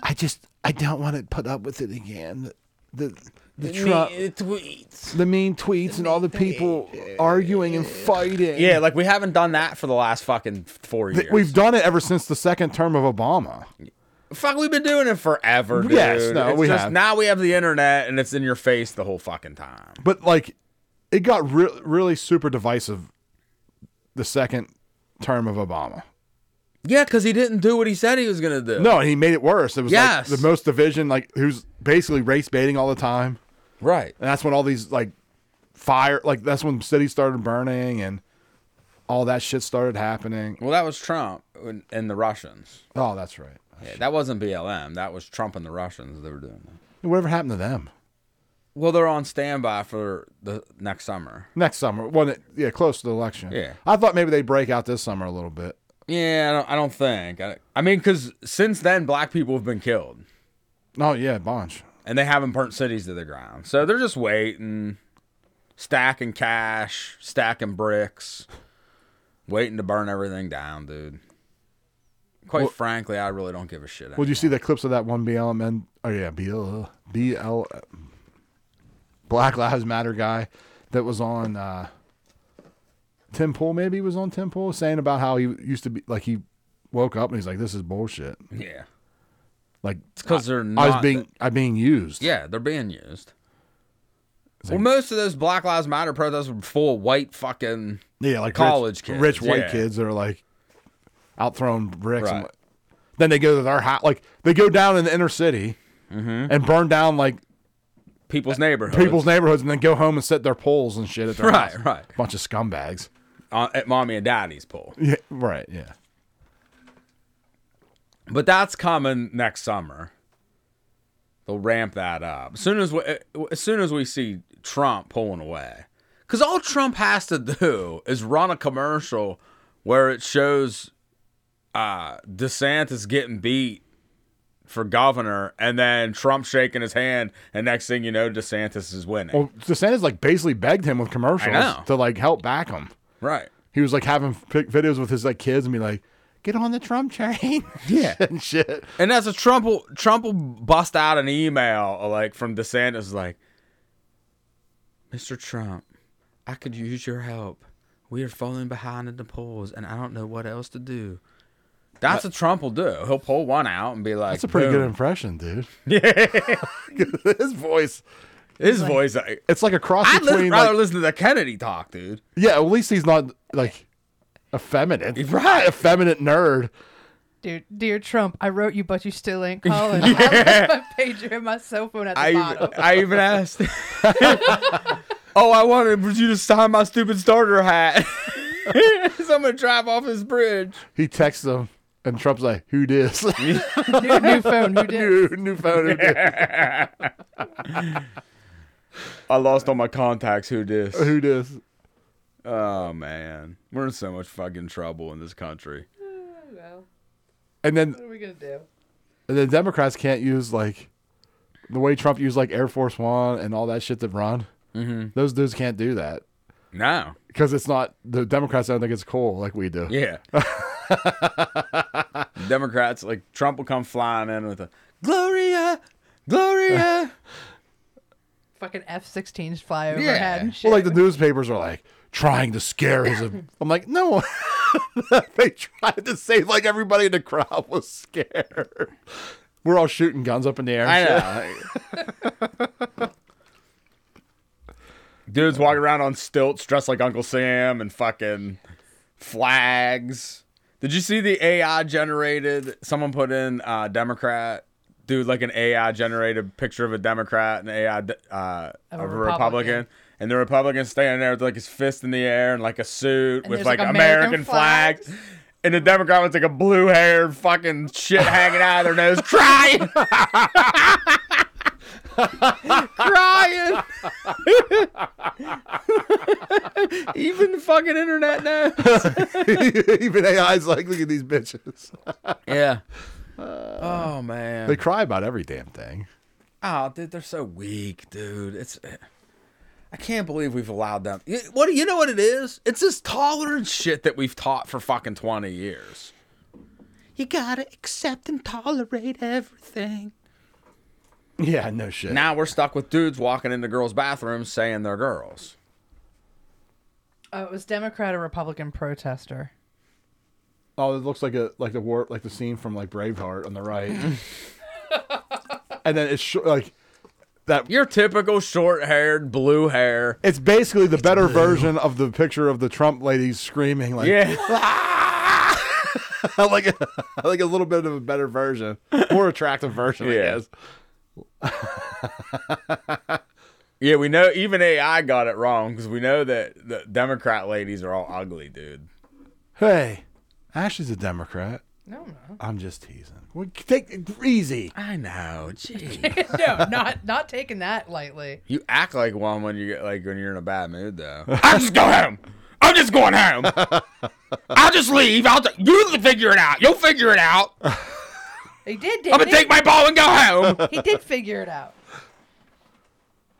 [SPEAKER 2] I just I don't want to put up with it again. The the, the Trump
[SPEAKER 3] tweets,
[SPEAKER 2] the mean tweets, and all the people arguing and fighting.
[SPEAKER 3] Yeah, like we haven't done that for the last fucking four years.
[SPEAKER 2] Th- we've done it ever since the second term of Obama.
[SPEAKER 3] Fuck, we've been doing it forever, dude.
[SPEAKER 2] Yes, no,
[SPEAKER 3] It's
[SPEAKER 2] we
[SPEAKER 3] just
[SPEAKER 2] have.
[SPEAKER 3] Now we have the internet, and it's in your face the whole fucking time.
[SPEAKER 2] But like, it got re- really super divisive the second term of Obama.
[SPEAKER 3] Yeah, because he didn't do what he said he was gonna do.
[SPEAKER 2] No, and he made it worse. It was
[SPEAKER 3] Yes.
[SPEAKER 2] like the most division, like who's basically race baiting all the time.
[SPEAKER 3] Right.
[SPEAKER 2] And that's when all these like fire like that's when cities started burning and all that shit started happening.
[SPEAKER 3] Well, that was Trump and- and the Russians.
[SPEAKER 2] Oh, that's right.
[SPEAKER 3] Yeah, that wasn't BLM. That was Trump and the Russians that were doing that.
[SPEAKER 2] Whatever happened to them?
[SPEAKER 3] Well, they're on standby for the next summer.
[SPEAKER 2] Next summer. When it, yeah, close to the election.
[SPEAKER 3] Yeah.
[SPEAKER 2] I thought maybe they break out this summer a little bit.
[SPEAKER 3] Yeah, I don't, I don't think. I, I mean, because since then, black people have been killed,
[SPEAKER 2] Oh yeah, a bunch.
[SPEAKER 3] and they haven't burnt cities to the ground. So they're just waiting, stacking cash, stacking bricks, waiting to burn everything down, dude. Quite
[SPEAKER 2] Well-
[SPEAKER 3] frankly, I really don't give a shit.
[SPEAKER 2] Well, did you see the clips of that one BLM? Oh yeah, BL BL Black Lives Matter guy that was on uh, Tim Pool maybe was on Tim Pool saying about how he used to be like he woke up and he's like, this is bullshit.
[SPEAKER 3] Yeah.
[SPEAKER 2] Like it's
[SPEAKER 3] 'cause they're
[SPEAKER 2] I
[SPEAKER 3] not
[SPEAKER 2] was being I being used.
[SPEAKER 3] Yeah, they're being used. well, most of those Black Lives Matter protests were full of white fucking
[SPEAKER 2] Yeah, like
[SPEAKER 3] college
[SPEAKER 2] rich,
[SPEAKER 3] kids,
[SPEAKER 2] rich white
[SPEAKER 3] yeah.
[SPEAKER 2] kids that are like out throwing bricks. And,
[SPEAKER 3] Right.
[SPEAKER 2] then they go to their house, like they go down in the inner city
[SPEAKER 3] Mm-hmm.
[SPEAKER 2] and burn down like
[SPEAKER 3] people's neighborhoods.
[SPEAKER 2] people's neighborhoods, and then go home and set their poles and shit at their
[SPEAKER 3] Right,
[SPEAKER 2] house.
[SPEAKER 3] right.
[SPEAKER 2] bunch of scumbags.
[SPEAKER 3] uh, at mommy and daddy's pool.
[SPEAKER 2] Yeah, right. Yeah,
[SPEAKER 3] But that's coming next summer. They'll ramp that up as soon as we, as soon as we see Trump pulling away, because all Trump has to do is run a commercial where it shows uh, DeSantis getting beat for governor, and then Trump shaking his hand, and next thing you know, DeSantis is winning.
[SPEAKER 2] Well, DeSantis like basically begged him with
[SPEAKER 3] know.
[SPEAKER 2] commercials to like help back him.
[SPEAKER 3] right.
[SPEAKER 2] He was like having pic- videos with his like kids and be like, "Get on the Trump train." yeah, and shit.
[SPEAKER 3] And that's a Trump will Trump will bust out an email uh, like from DeSantis like, Mr. Trump, I could use your help. We are falling behind in the polls, and I don't know what else to do. That's what Trump will do. He'll pull one out and be like,
[SPEAKER 2] That's a pretty good
[SPEAKER 3] boom.
[SPEAKER 2] impression, dude. Yeah, his voice.
[SPEAKER 3] His voice. Like,
[SPEAKER 2] It's like a cross
[SPEAKER 3] I'd
[SPEAKER 2] between.
[SPEAKER 3] li- rather
[SPEAKER 2] like-
[SPEAKER 3] listen to the Kennedy talk, dude.
[SPEAKER 2] yeah, at least he's not like effeminate.
[SPEAKER 3] Right.
[SPEAKER 2] effeminate nerd.
[SPEAKER 4] Dear, dear Trump, I wrote you, but you still ain't calling. I left my pager and my cell phone at the
[SPEAKER 3] I even,
[SPEAKER 4] bottom.
[SPEAKER 3] I even asked. oh, I wanted you to sign my stupid starter hat. so I'm gonna drive off this bridge.
[SPEAKER 2] He texts him, and Trump's like, "Who dis?"
[SPEAKER 4] new, new phone, who did?
[SPEAKER 2] new, new phone. Who dis?
[SPEAKER 3] I lost all my contacts. Who dis?
[SPEAKER 2] Who dis?
[SPEAKER 3] Oh man, we're in so much fucking trouble in this country.
[SPEAKER 2] And then
[SPEAKER 4] What are we gonna do?
[SPEAKER 2] and the Democrats can't use like the way Trump used like Air Force One and all that shit that run. Mm-hmm. Those dudes can't do that
[SPEAKER 3] No.
[SPEAKER 2] because it's not the Democrats don't think it's cool like we do.
[SPEAKER 3] Yeah. Democrats like Trump will come flying in with a Gloria, Gloria.
[SPEAKER 4] Fucking F-16s fly overhead
[SPEAKER 3] Yeah.
[SPEAKER 4] and shit.
[SPEAKER 2] Well, like the newspapers are like trying to scare his. I'm like, no, they tried to say like everybody in the crowd was scared. We're all shooting guns up in the air. and
[SPEAKER 3] I
[SPEAKER 2] shit.
[SPEAKER 3] know. Dudes walking around on stilts dressed like Uncle Sam and fucking flags. Did you see the AI generated? Someone put in uh, Democrat, dude, like an AI generated picture of a Democrat and AI de- uh, of a, Republican.
[SPEAKER 4] Republican.
[SPEAKER 3] And the Republican's standing there with like his fist in the air and like a suit with
[SPEAKER 4] there's,
[SPEAKER 3] like,
[SPEAKER 4] like,
[SPEAKER 3] American,
[SPEAKER 4] American
[SPEAKER 3] flags. And the Democrat was like a blue haired fucking shit hanging out of their nose, crying. crying. Even the fucking internet knows.
[SPEAKER 2] Even AI's like, look at these bitches.
[SPEAKER 3] Yeah. oh man.
[SPEAKER 2] They cry about every damn thing.
[SPEAKER 3] oh, dude, they're so weak, dude. It's. eh. I can't believe we've allowed them. You- What do you know? What it is? It's this tolerance shit that we've taught for fucking twenty years. You gotta accept and tolerate everything.
[SPEAKER 2] Yeah, no shit.
[SPEAKER 3] Now we're stuck with dudes walking into girls' bathrooms saying they're girls.
[SPEAKER 4] Oh, it was Democrat or Republican protester.
[SPEAKER 2] Oh, it looks like a like the war like the scene from like Braveheart on the right, and then it's sh- like that.
[SPEAKER 3] Your typical short-haired, blue hair.
[SPEAKER 2] It's basically the better version of the picture of the Trump lady screaming like
[SPEAKER 3] Yeah.
[SPEAKER 2] like a, like a little bit of a better version, more attractive version. I
[SPEAKER 3] Yeah.
[SPEAKER 2] guess.
[SPEAKER 3] Yeah, we know even AI got it wrong because we know that the Democrat ladies are all ugly, dude.
[SPEAKER 2] Hey, Ashley's a Democrat.
[SPEAKER 4] No, no,
[SPEAKER 2] I'm just teasing. Well, take it easy.
[SPEAKER 3] I know. Gee.
[SPEAKER 4] no, not not taking that lightly.
[SPEAKER 3] you act like one when you get like when you're in a bad mood though. I'm just going home. I'm just going home. I'll just leave. I'll t- you figure it out. You'll figure it out. I'm
[SPEAKER 4] He did. Didn't he?
[SPEAKER 3] my ball and go home.
[SPEAKER 4] he did figure it out.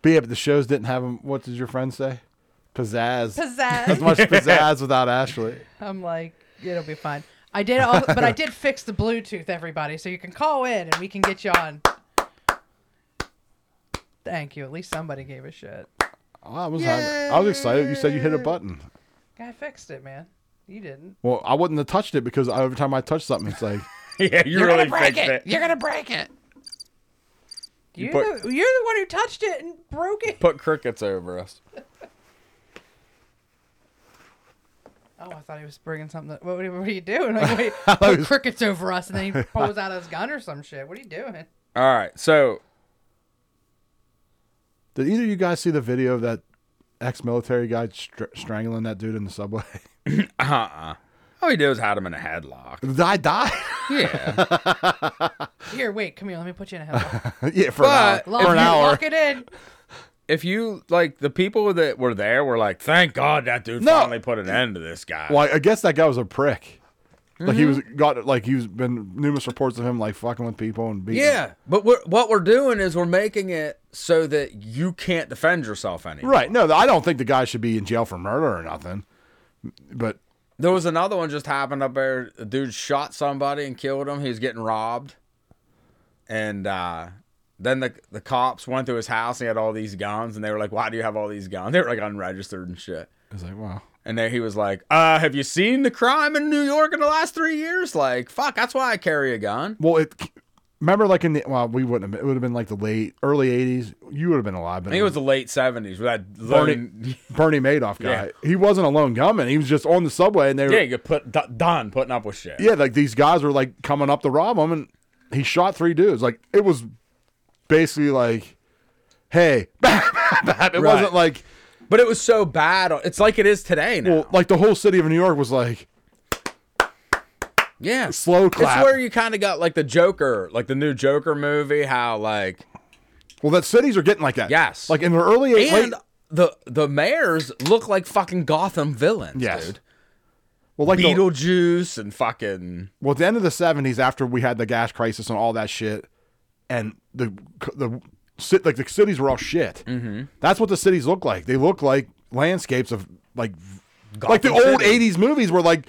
[SPEAKER 2] But yeah, but the shows didn't have him. What does your friend say? Pizzazz. As
[SPEAKER 4] Pizzazz.
[SPEAKER 2] much pizzazz without Ashley.
[SPEAKER 4] I'm like, it'll be fine. I did, all, but I did fix the Bluetooth, everybody, so you can call in and we can get you on. Thank you. At least somebody gave a shit.
[SPEAKER 2] Oh, I was I was excited. You said you hit a button.
[SPEAKER 4] Guy fixed it, man. You didn't.
[SPEAKER 2] Well, I wouldn't have touched it because every time I touch something, it's like,
[SPEAKER 3] yeah,
[SPEAKER 4] You're gonna break it. You're gonna break it.
[SPEAKER 3] You
[SPEAKER 4] You are
[SPEAKER 3] put-
[SPEAKER 4] the, you're the one who touched it and broke it.
[SPEAKER 3] Put crickets over us.
[SPEAKER 4] Oh, I thought he was bringing something. What, what are you doing? Like, wait, put crickets over us, and then he pulls out his gun or some shit. What are you doing?
[SPEAKER 3] All right, so
[SPEAKER 2] did either of you guys see the video of that ex-military guy str- strangling that dude in the subway?
[SPEAKER 3] uh uh All he did was had him in a headlock.
[SPEAKER 2] Did I die?
[SPEAKER 3] Yeah.
[SPEAKER 4] Here, wait, come here. Let me put you in a headlock.
[SPEAKER 2] yeah, for
[SPEAKER 3] But-
[SPEAKER 2] an hour. For an hour.
[SPEAKER 4] Lock it in.
[SPEAKER 3] if you like the people that were there were like, thank God that dude
[SPEAKER 2] No.
[SPEAKER 3] finally put an end to this guy.
[SPEAKER 2] Well, I guess that guy was a prick. Like he
[SPEAKER 3] Mhm.
[SPEAKER 2] was got like he was been numerous reports of him like fucking with people and beating.
[SPEAKER 3] Yeah, but we're, what we're doing is we're making it so that you can't defend yourself anymore.
[SPEAKER 2] Right. No, I don't think the guy should be in jail for murder or nothing. But
[SPEAKER 3] There was another one just happened up there. A dude shot somebody and killed him. He was getting robbed, and uh, then the the cops went to his house. And he had all these guns, and they were like, "Why do you have all these guns?" They were like unregistered and shit.
[SPEAKER 2] I was like, wow.
[SPEAKER 3] And then he was like, "Uh, have you seen the crime in New York in the last three years? Like, fuck, that's why I carry a gun."
[SPEAKER 2] Well, it remember like in the well, we wouldn't have. Been, it would have been like the late early '80s. You would have been alive.
[SPEAKER 3] I
[SPEAKER 2] But
[SPEAKER 3] think it was the late seventies with that
[SPEAKER 2] Bernie,
[SPEAKER 3] loading-
[SPEAKER 2] Bernie Madoff guy.
[SPEAKER 3] Yeah.
[SPEAKER 2] He wasn't a lone gunman. He was just on the subway, and they were
[SPEAKER 3] yeah, you get put d- done putting up with shit.
[SPEAKER 2] yeah, like these guys were like coming up to rob him, and he shot three dudes. Like it was basically like, hey, it wasn't like,
[SPEAKER 3] but it was so bad. It's like it is today now.
[SPEAKER 2] well, like the whole city of New York was like,
[SPEAKER 3] Yeah.
[SPEAKER 2] slow clap.
[SPEAKER 3] It's where you kind of got like the Joker, like the new Joker movie, how like
[SPEAKER 2] well, that cities are getting like that.
[SPEAKER 3] Yes.
[SPEAKER 2] like in the early eight,
[SPEAKER 3] and
[SPEAKER 2] late,
[SPEAKER 3] the the mayors look like fucking Gotham villains,
[SPEAKER 2] Yes.
[SPEAKER 3] dude.
[SPEAKER 2] well, like the,
[SPEAKER 3] Beetlejuice and fucking
[SPEAKER 2] well, at the end of the seventies, after we had the gas crisis and all that shit, and the the sit like the cities were all shit. Mm-hmm. That's what the cities look like. They look like landscapes of like like the
[SPEAKER 3] Gotham
[SPEAKER 2] old
[SPEAKER 3] City.
[SPEAKER 2] eighties movies were like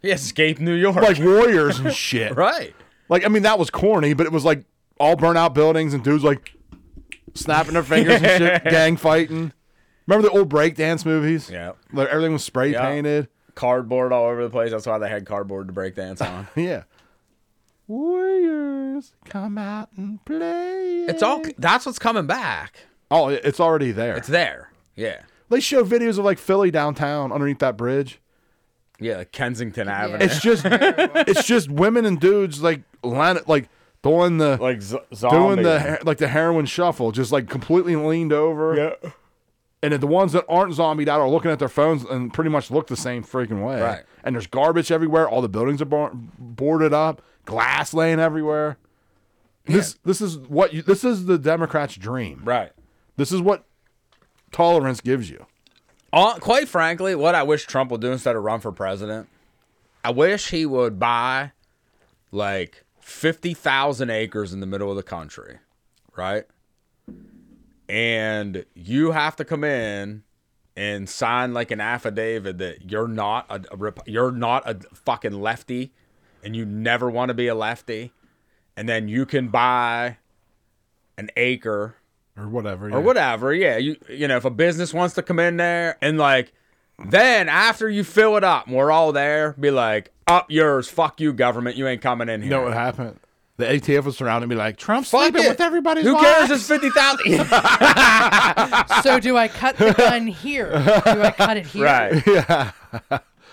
[SPEAKER 3] he escaped New York,
[SPEAKER 2] like warriors and shit.
[SPEAKER 3] right?
[SPEAKER 2] Like I mean that was corny, but it was like all burnout buildings and dudes like snapping their fingers and shit, gang fighting. Remember the old breakdance movies?
[SPEAKER 3] Yeah.
[SPEAKER 2] Like everything was spray
[SPEAKER 3] Yeah.
[SPEAKER 2] painted.
[SPEAKER 3] Cardboard all over the place. That's why they had cardboard to break dance on.
[SPEAKER 2] Yeah. Warriors come out and play.
[SPEAKER 3] it's all that's what's coming back.
[SPEAKER 2] Oh, it- it's already there.
[SPEAKER 3] It's there. Yeah.
[SPEAKER 2] they show videos of like Philly downtown underneath that bridge.
[SPEAKER 3] Yeah, like Kensington Avenue.
[SPEAKER 2] It's just it's just women and dudes like line, like doing the
[SPEAKER 3] like z-
[SPEAKER 2] doing
[SPEAKER 3] zombie.
[SPEAKER 2] the he- like the heroin shuffle, just like completely leaned over.
[SPEAKER 3] Yeah.
[SPEAKER 2] And then the ones that aren't zombied out are looking at their phones and pretty much look the same freaking way.
[SPEAKER 3] Right.
[SPEAKER 2] And there's garbage everywhere. All the buildings are bar- boarded up. Glass laying everywhere. This this is what you, this is the Democrats' dream.
[SPEAKER 3] right.
[SPEAKER 2] This is what tolerance gives you.
[SPEAKER 3] Uh, quite frankly, what I wish Trump would do instead of run for president, I wish he would buy like 50,000 acres in the middle of the country, right? And you have to come in and sign like an affidavit that you're not a, a rep- you're not a fucking lefty and you never want to be a lefty and then you can buy an acre
[SPEAKER 2] Or whatever.
[SPEAKER 3] or
[SPEAKER 2] yeah.
[SPEAKER 3] whatever. Yeah, you you know, if a business wants to come in there and like, then after you fill it up, and we're all there. Be like, up yours, fuck you, government. You ain't coming in here.
[SPEAKER 2] You know what happened? The ATF was surrounding me like Trump's
[SPEAKER 3] Fuck
[SPEAKER 2] sleeping
[SPEAKER 3] it.
[SPEAKER 2] with everybody's
[SPEAKER 3] Who
[SPEAKER 2] wives."
[SPEAKER 3] cares? It's fifty thousand.
[SPEAKER 4] So do I cut the gun here? Do I cut it here?
[SPEAKER 3] right.
[SPEAKER 2] Yeah.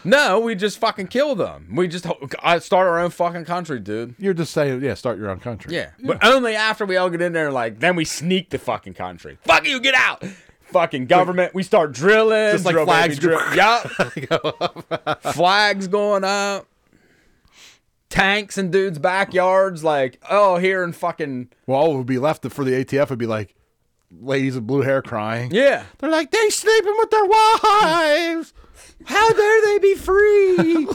[SPEAKER 3] No, we just fucking kill them. We just ho- I start our own fucking country, dude.
[SPEAKER 2] You're just saying, yeah, start your own country.
[SPEAKER 3] Yeah, but only after we all get in there. Like, then we sneak the fucking country. Fuck you, get out. Fucking government. We start drilling.
[SPEAKER 2] Just like
[SPEAKER 3] drill, baby,
[SPEAKER 2] flags
[SPEAKER 3] drill.
[SPEAKER 2] go-
[SPEAKER 3] Yup. flags going up, tanks in dudes' backyards. Like, oh, here in fucking
[SPEAKER 2] Well, all would be left for the ATF would be like ladies with blue hair crying.
[SPEAKER 3] yeah.
[SPEAKER 2] They're like, they sleeping with their wives. How dare they be free?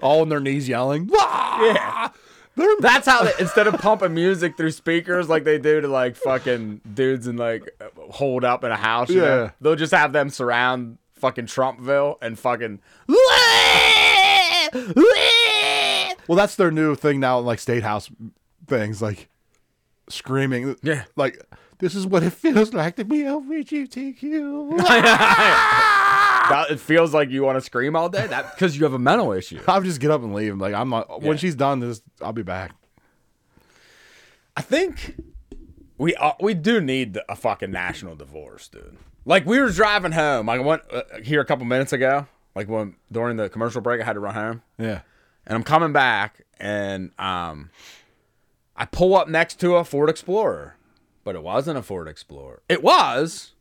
[SPEAKER 2] all on their knees yelling. Yeah. They're
[SPEAKER 3] That's how they instead of pumping music through speakers like they do to like fucking dudes and like hold up in a house. you know,
[SPEAKER 2] Yeah.
[SPEAKER 3] they'll just have them surround fucking Trumpville and fucking.
[SPEAKER 2] Well, that's their new thing now, like state house things, like screaming.
[SPEAKER 3] Yeah.
[SPEAKER 2] Like This is what it feels like to be LGBTQ.
[SPEAKER 3] That- it feels like you want to scream all day. That because you have a mental issue.
[SPEAKER 2] I'll just get up and leave. Like I'm not.
[SPEAKER 3] Yeah.
[SPEAKER 2] When she's done this, I'll be back.
[SPEAKER 3] I think we uh, we do need a fucking national divorce, dude. Like we were driving home. I went uh, here a couple minutes ago. Like when during the commercial break, I had to run home,
[SPEAKER 2] Yeah.
[SPEAKER 3] and I'm coming back, and um, I pull up next to a Ford Explorer, but it wasn't a Ford Explorer. It was,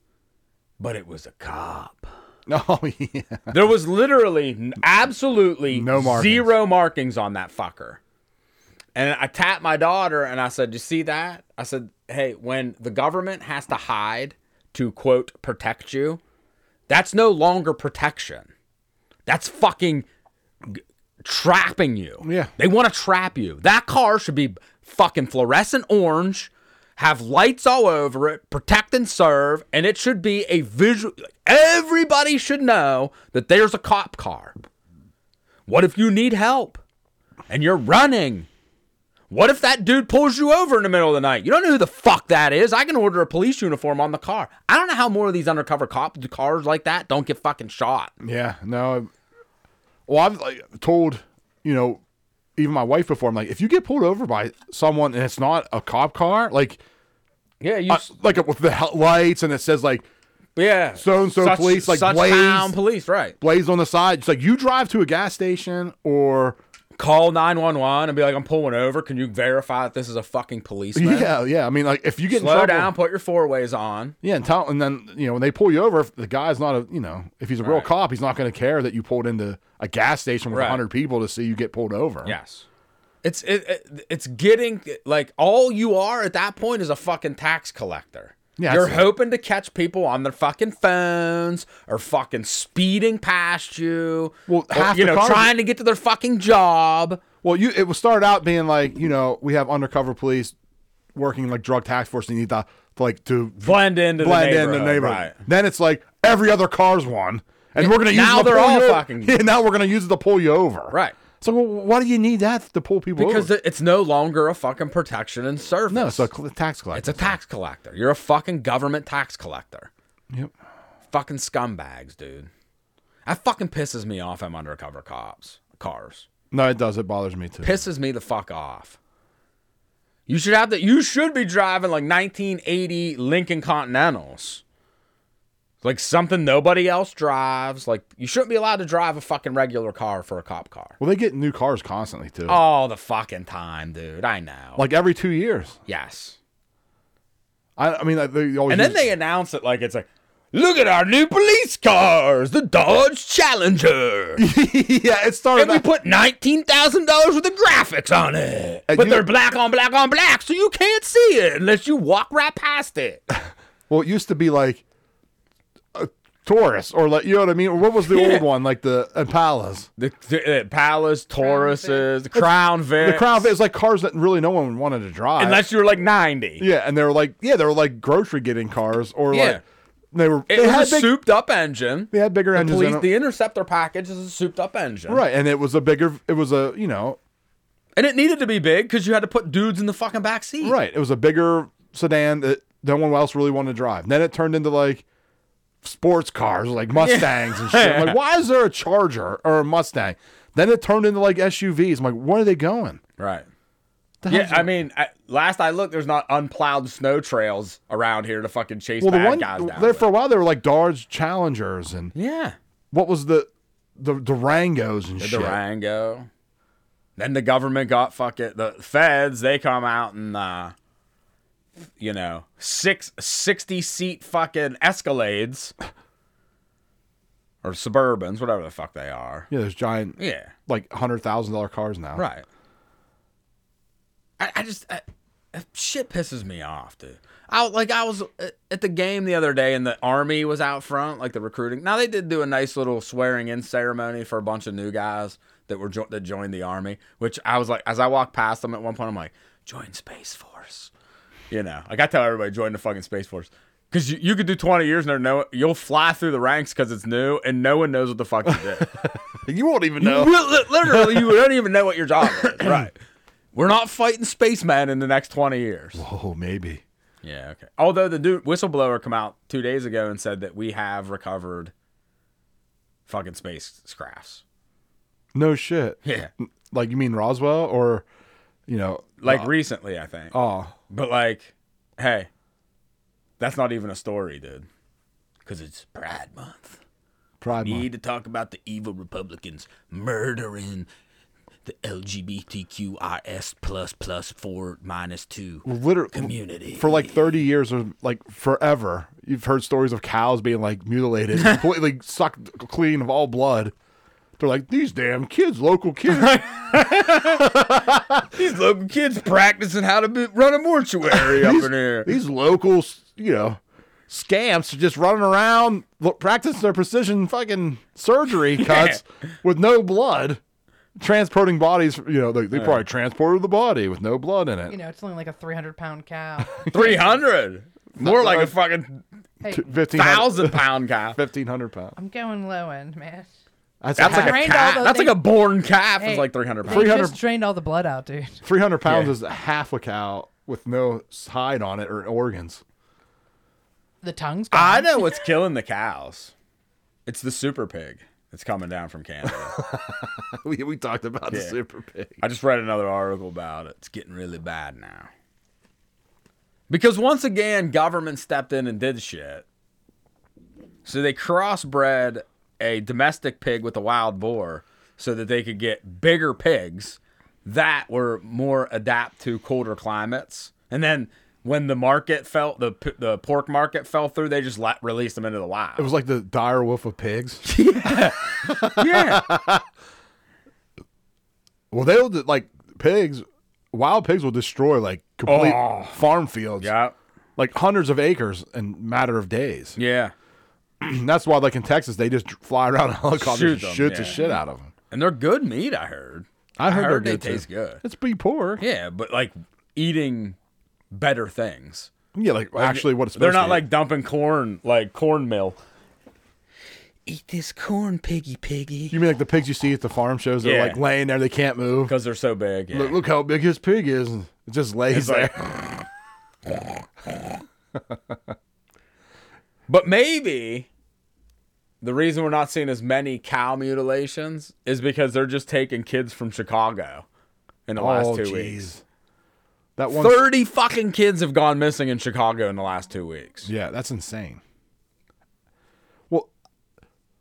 [SPEAKER 3] but it was a cop.
[SPEAKER 2] Oh yeah.
[SPEAKER 3] There was literally n- absolutely
[SPEAKER 2] No markings.
[SPEAKER 3] zero markings on that fucker. And I tapped my daughter and I said, You see that? I said, Hey, when the government has to hide to quote protect you, that's no longer protection. That's fucking g- trapping you.
[SPEAKER 2] Yeah.
[SPEAKER 3] They want to trap you. That car should be fucking fluorescent orange, have lights all over it, protect and serve, and it should be a visual. Everybody should know that there's a cop car. What if you need help and you're running? What if that dude pulls you over in the middle of the night? You don't know who the fuck that is. I can order a police uniform on the car. I don't know how more of these undercover cop cars like that don't get fucking shot.
[SPEAKER 2] Yeah, no. I'm- Well, I've like told you know, even my wife before. I'm like, if you get pulled over by someone and it's not a cop car, like,
[SPEAKER 3] Yeah, you
[SPEAKER 2] uh, like with the hel- lights and it says like
[SPEAKER 3] yeah.
[SPEAKER 2] So and so
[SPEAKER 3] Such-
[SPEAKER 2] police, like
[SPEAKER 3] such
[SPEAKER 2] Blaze.
[SPEAKER 3] town police, right?
[SPEAKER 2] blaze on the side, it's like you drive to a gas station or
[SPEAKER 3] Call nine one one and be like, I'm pulling over. Can you verify that this is a fucking policeman?
[SPEAKER 2] yeah, yeah. I mean, like if you get in
[SPEAKER 3] Slow
[SPEAKER 2] trouble,
[SPEAKER 3] down. Put your four ways on.
[SPEAKER 2] yeah, and tell, and then you know when they pull you over, if the guy's not a you know if he's a real
[SPEAKER 3] Right.
[SPEAKER 2] cop, he's not going to care that you pulled into a gas station with a
[SPEAKER 3] Right.
[SPEAKER 2] hundred people to see you get pulled over.
[SPEAKER 3] Yes. It's it, it it's getting like all you are at that point is a fucking tax collector.
[SPEAKER 2] Yeah,
[SPEAKER 3] You're
[SPEAKER 2] that's-
[SPEAKER 3] hoping to catch people on their fucking phones or fucking speeding past you.
[SPEAKER 2] Well,
[SPEAKER 3] or,
[SPEAKER 2] half
[SPEAKER 3] you
[SPEAKER 2] the
[SPEAKER 3] know,
[SPEAKER 2] cars-
[SPEAKER 3] trying to get to their fucking job.
[SPEAKER 2] Well, you it was started out being like you know we have undercover police working like drug task force. And you need to, to, like to
[SPEAKER 3] Blend into the
[SPEAKER 2] blend in the
[SPEAKER 3] neighborhood,
[SPEAKER 2] neighborhood.
[SPEAKER 3] right.
[SPEAKER 2] Then it's like every other car's one, and we're gonna use it
[SPEAKER 3] now
[SPEAKER 2] to
[SPEAKER 3] they're
[SPEAKER 2] pull
[SPEAKER 3] all
[SPEAKER 2] you over.
[SPEAKER 3] fucking-
[SPEAKER 2] Yeah, now we're gonna use it to pull you over.
[SPEAKER 3] Right.
[SPEAKER 2] So well, why do you need that to pull people
[SPEAKER 3] Because
[SPEAKER 2] over?
[SPEAKER 3] th- it's no longer a fucking protection and service.
[SPEAKER 2] no, it's a cl- tax collector.
[SPEAKER 3] It's a tax collector. You're a fucking government tax collector.
[SPEAKER 2] Yep.
[SPEAKER 3] Fucking scumbags, dude. That fucking pisses me off. I'm undercover cops, cars.
[SPEAKER 2] No, it does. It bothers me too.
[SPEAKER 3] Pisses me the fuck off. You should have that. You should be driving like 1980 Lincoln Continentals, like something nobody else drives. Like you shouldn't be allowed to drive a fucking regular car for a cop car.
[SPEAKER 2] Well, they get new cars constantly too.
[SPEAKER 3] All the fucking time, dude. I know.
[SPEAKER 2] like every two years.
[SPEAKER 3] yes.
[SPEAKER 2] I, I mean, like, they always.
[SPEAKER 3] And then
[SPEAKER 2] use-
[SPEAKER 3] they announce it like it's like, look at our new police cars, the Dodge Challenger.
[SPEAKER 2] yeah, it started.
[SPEAKER 3] And we
[SPEAKER 2] out-
[SPEAKER 3] put nineteen thousand dollars worth of graphics on it,
[SPEAKER 2] Uh,
[SPEAKER 3] but
[SPEAKER 2] you-
[SPEAKER 3] they're black on black on black, so you can't see it unless you walk right past it.
[SPEAKER 2] well, it used to be like a Taurus, or like you know what I mean. Or what was the old one? Like the Impalas.
[SPEAKER 3] The, the, the Palace, Tauruses, the Crown Vic,
[SPEAKER 2] The Crown. It's like cars that really no one wanted to drive.
[SPEAKER 3] Unless you were like ninety,
[SPEAKER 2] yeah, and they were like, yeah, they were like grocery getting cars, or
[SPEAKER 3] Yeah.
[SPEAKER 2] like they were.
[SPEAKER 3] it
[SPEAKER 2] they had
[SPEAKER 3] was a
[SPEAKER 2] big,
[SPEAKER 3] souped up engine.
[SPEAKER 2] They had bigger
[SPEAKER 3] the
[SPEAKER 2] engines.
[SPEAKER 3] police-
[SPEAKER 2] in
[SPEAKER 3] the
[SPEAKER 2] them.
[SPEAKER 3] interceptor package is a souped up engine,
[SPEAKER 2] Right, and it was a bigger. It was a you know.
[SPEAKER 3] And it needed to be big because you had to put dudes in the fucking back seat,
[SPEAKER 2] Right, it was a bigger sedan that no one else really wanted to drive. Then it turned into like sports cars, like Mustangs and shit. I'm like, why is there a Charger or a Mustang? Then it turned into like SUVs. I'm like, where are they going?
[SPEAKER 3] right.
[SPEAKER 2] The
[SPEAKER 3] Yeah,
[SPEAKER 2] hell's
[SPEAKER 3] I
[SPEAKER 2] that?
[SPEAKER 3] mean, I, last I looked, there's not unplowed snow trails around here to fucking chase
[SPEAKER 2] well, the
[SPEAKER 3] bad
[SPEAKER 2] one
[SPEAKER 3] guys down.
[SPEAKER 2] there
[SPEAKER 3] with.
[SPEAKER 2] for a while they were like Dodge Challengers and
[SPEAKER 3] yeah,
[SPEAKER 2] what was the the Durangos and
[SPEAKER 3] the
[SPEAKER 2] shit.
[SPEAKER 3] Durango. Then the government got fuck it. The feds they come out and uh, you know six 60 seat fucking Escalades or Suburbans, whatever the fuck they are.
[SPEAKER 2] Yeah, those giant
[SPEAKER 3] Yeah,
[SPEAKER 2] like hundred thousand dollar cars now.
[SPEAKER 3] right. I, I just I, that shit pisses me off, dude. I like I was at- at the game the other day, and the army was out front, like the recruiting. Now they did do a nice little swearing in ceremony for a bunch of new guys that were jo- that joined the army. Which I was like, as I walked past them at one point, I'm like, join Space Force. You know, like I tell everybody, join the fucking Space Force. Cause you, you could do 20 years and no, you'll fly through the ranks because it's new and no one knows what the fuck you did.
[SPEAKER 2] You won't even know.
[SPEAKER 3] You will- li- literally, you don't even know what your job is. Right. We're not fighting spacemen in the next 20 years.
[SPEAKER 2] oh, maybe.
[SPEAKER 3] Yeah, okay. Although the dude whistleblower come out two days ago and said that we have recovered fucking spacecrafts.
[SPEAKER 2] No shit.
[SPEAKER 3] Yeah.
[SPEAKER 2] Like you mean Roswell or, you know,
[SPEAKER 3] Like
[SPEAKER 8] Uh,
[SPEAKER 3] recently, I think.
[SPEAKER 2] oh,
[SPEAKER 3] But like, hey, that's not even a story, dude. Because it's Pride Month.
[SPEAKER 2] Pride Month.
[SPEAKER 8] Need to talk about the evil Republicans murdering the LGBTQIS plus plus four minus two
[SPEAKER 2] literally
[SPEAKER 8] community.
[SPEAKER 2] for like 30 years or like forever you've heard stories of cows being like mutilated completely sucked clean of all blood they're like these damn kids local kids
[SPEAKER 3] These local kids practicing how to be, run a mortuary up in here.
[SPEAKER 2] these local you know scamps are just running around lo- practicing their precision fucking surgery cuts with no blood transporting bodies you know they, they probably transported the body with no blood in it
[SPEAKER 4] You know, it's only like a 300 pound cow.
[SPEAKER 3] 300. More like a fucking
[SPEAKER 4] Hey,
[SPEAKER 3] 1,000 pound guy.
[SPEAKER 2] 1500 pounds
[SPEAKER 4] I'm going low end, man.
[SPEAKER 3] That's like a
[SPEAKER 4] Trained all
[SPEAKER 3] calf.
[SPEAKER 4] the-
[SPEAKER 3] That's
[SPEAKER 4] they-
[SPEAKER 3] like a born calf
[SPEAKER 4] Hey,
[SPEAKER 3] is like 300
[SPEAKER 4] They
[SPEAKER 3] pounds.
[SPEAKER 4] just drained all the blood out, dude.
[SPEAKER 2] 300 pounds
[SPEAKER 3] Yeah.
[SPEAKER 2] is half a cow with no hide on it or organs.
[SPEAKER 4] The tongue's gone.
[SPEAKER 3] I know what's killing the cows. It's the super pig. It's coming down from Canada.
[SPEAKER 2] we, we talked about the
[SPEAKER 3] Yeah.
[SPEAKER 2] super pig.
[SPEAKER 3] I just read another article about it. It's getting really bad now. Because once again, government stepped in and did shit. So they crossbred a domestic pig with a wild boar so that they could get bigger pigs that were more adapt to colder climates. And then when the market fell, the p- the pork market fell through, they just let, released them into the wild.
[SPEAKER 2] It was like the dire wolf of pigs.
[SPEAKER 3] yeah.
[SPEAKER 2] well, they'll de- like pigs, wild pigs will destroy like complete
[SPEAKER 3] Oh.
[SPEAKER 2] farm fields,
[SPEAKER 3] yeah.
[SPEAKER 2] like hundreds of acres in matter of days.
[SPEAKER 3] Yeah.
[SPEAKER 2] And that's why, like in Texas, they just fly around in helicopters and
[SPEAKER 3] Shoot 'em,
[SPEAKER 2] shoot the
[SPEAKER 3] yeah.
[SPEAKER 2] shit out of them.
[SPEAKER 3] And they're good meat, I heard.
[SPEAKER 2] I heard,
[SPEAKER 3] heard
[SPEAKER 2] they're
[SPEAKER 3] they
[SPEAKER 2] good, too.
[SPEAKER 3] taste good.
[SPEAKER 2] It's pretty poor. Yeah,
[SPEAKER 3] Yeah, but like eating better things.
[SPEAKER 2] like, actually, what it's
[SPEAKER 3] They're
[SPEAKER 2] supposed
[SPEAKER 3] not
[SPEAKER 2] to
[SPEAKER 3] like
[SPEAKER 2] eat.
[SPEAKER 3] dumping corn like cornmeal.
[SPEAKER 8] Eat this corn, piggy piggy.
[SPEAKER 2] You mean like the pigs you see at the farm shows? They're
[SPEAKER 3] Yeah.
[SPEAKER 2] like laying there, they can't move.
[SPEAKER 3] Because they're so big. Yeah.
[SPEAKER 2] Look, look how big his pig is. and It just lays
[SPEAKER 3] It's
[SPEAKER 2] there.
[SPEAKER 3] like- But maybe the reason we're not seeing as many cow mutilations is because they're just taking kids from Chicago in
[SPEAKER 8] Oh,
[SPEAKER 3] the last two
[SPEAKER 2] geez.
[SPEAKER 3] weeks.
[SPEAKER 2] Oh, That one.
[SPEAKER 3] Thirty fucking kids have gone missing in Chicago in the last two weeks.
[SPEAKER 2] Yeah, that's insane. Well,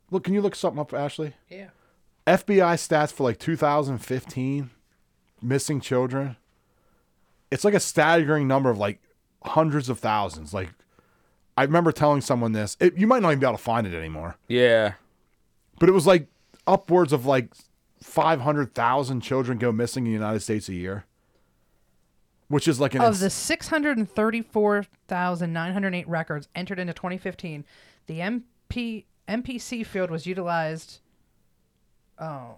[SPEAKER 2] look, can you look something up, Ashley?
[SPEAKER 4] Yeah.
[SPEAKER 2] FBI stats for like 2015 missing children. It's like a staggering number of like hundreds of thousands. Like, I remember telling someone this. It, you might not even be able to find it anymore,
[SPEAKER 3] Yeah.
[SPEAKER 2] but it was like upwards of like 500,000 children go missing in the United States a year, which is like an
[SPEAKER 4] Of
[SPEAKER 2] ins-
[SPEAKER 4] the 634,908 records entered into 2015, the MP MPC field was utilized. Oh,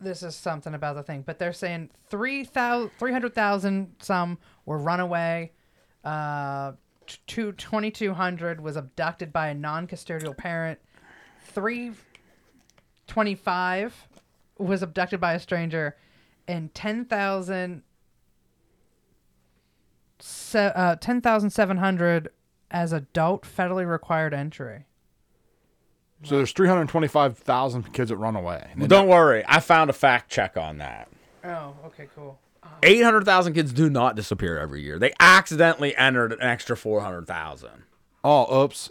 [SPEAKER 4] this is something about the thing, but they're saying 3,000 300,000 some were runaway. Uh, t- two- 2,200 was abducted by a non custodial parent. 325 was abducted by a stranger. And 10,000 se- uh, 10,700 as adult federally required entry.
[SPEAKER 2] so there's 325,000 kids that run away.
[SPEAKER 3] Well, don't worry. I found a fact check on that.
[SPEAKER 4] Oh, okay, cool.
[SPEAKER 3] 800,000 kids do not disappear every year. They accidentally entered an extra 400,000.
[SPEAKER 2] Oh, oops.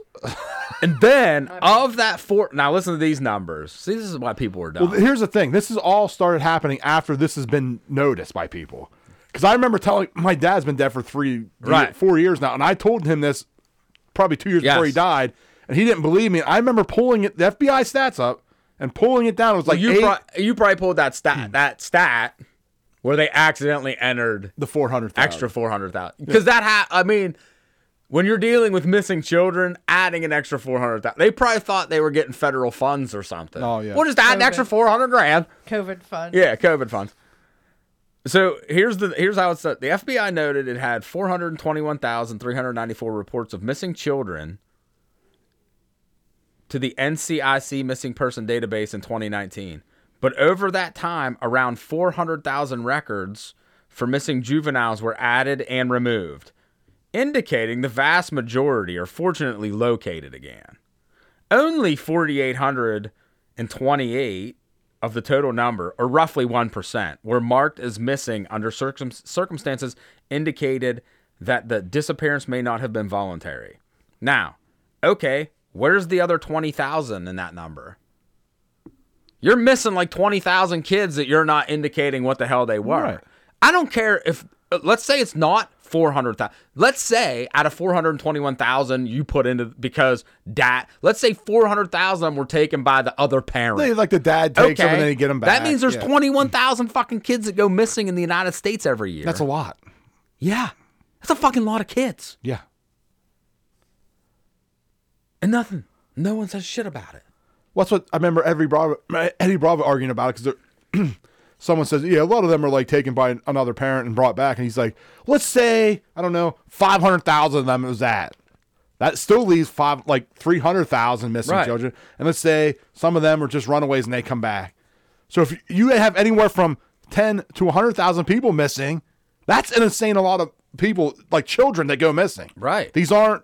[SPEAKER 3] And then of that four, now listen to these numbers. See, this is why people are dumb.
[SPEAKER 2] Well, here's the thing. This has all started happening after this has been noticed by people. Because I remember telling my dad's been dead for three,
[SPEAKER 3] Right.
[SPEAKER 2] four years now, and I told him this probably two years before he
[SPEAKER 3] Yes.
[SPEAKER 2] died, and he didn't believe me. I remember pulling it, the FBI stats up, and pulling it down. It was like
[SPEAKER 3] you,
[SPEAKER 2] eight,
[SPEAKER 3] pro- you probably pulled that stat, that stat where they accidentally entered
[SPEAKER 2] the four hundred
[SPEAKER 3] extra 400,000. Because that, ha- I mean, when you're dealing with missing children, adding an extra 400,000, they probably thought they were getting federal funds or something.
[SPEAKER 2] Oh, yeah.
[SPEAKER 3] We'll just add an extra 400 grand.
[SPEAKER 4] COVID fund.
[SPEAKER 3] Yeah, COVID funds. So here's the here's how it's set. The FBI noted it had 421,394 reports of missing children to the NCIC missing person database in 2019. But over that time, around 400,000 records for missing juveniles were added and removed. indicating the vast majority are fortunately located again. Only 4,828 of the total number, or roughly 1%, were marked as missing under circum- circumstances indicated that the disappearance may not have been voluntary. Now, okay, where's the other 20,000 in that number? You're missing like 20,000 kids that you're not indicating what the hell they were. I don't care if, uh, let's say it's not 400,000. Let's say out of 421,000 you put into, because dad, let's say 400,000 were taken by the other parent.
[SPEAKER 2] They- like the dad takes them and then you get them back.
[SPEAKER 3] That means there's
[SPEAKER 2] Yeah.
[SPEAKER 3] 21,000 fucking kids that go missing in the United States every year.
[SPEAKER 2] That's a lot.
[SPEAKER 3] Yeah. That's a fucking lot of kids.
[SPEAKER 2] Yeah.
[SPEAKER 3] And nothing. No one says shit about it.
[SPEAKER 2] Well, that's what I remember. Every Bravo, Eddie Bravo arguing about it because someone says, "Yeah, a lot of them are like taken by another parent and brought back," and he's like, "Let's say I don't know, five hundred thousand of them was that." That still leaves five, like three hundred thousand missing
[SPEAKER 3] Right.
[SPEAKER 2] children, and let's say some of them are just runaways and they come back. So if you have anywhere from ten to hundred thousand people missing, that's an insane a lot of people, like children, that go missing.
[SPEAKER 3] Right.
[SPEAKER 2] These aren't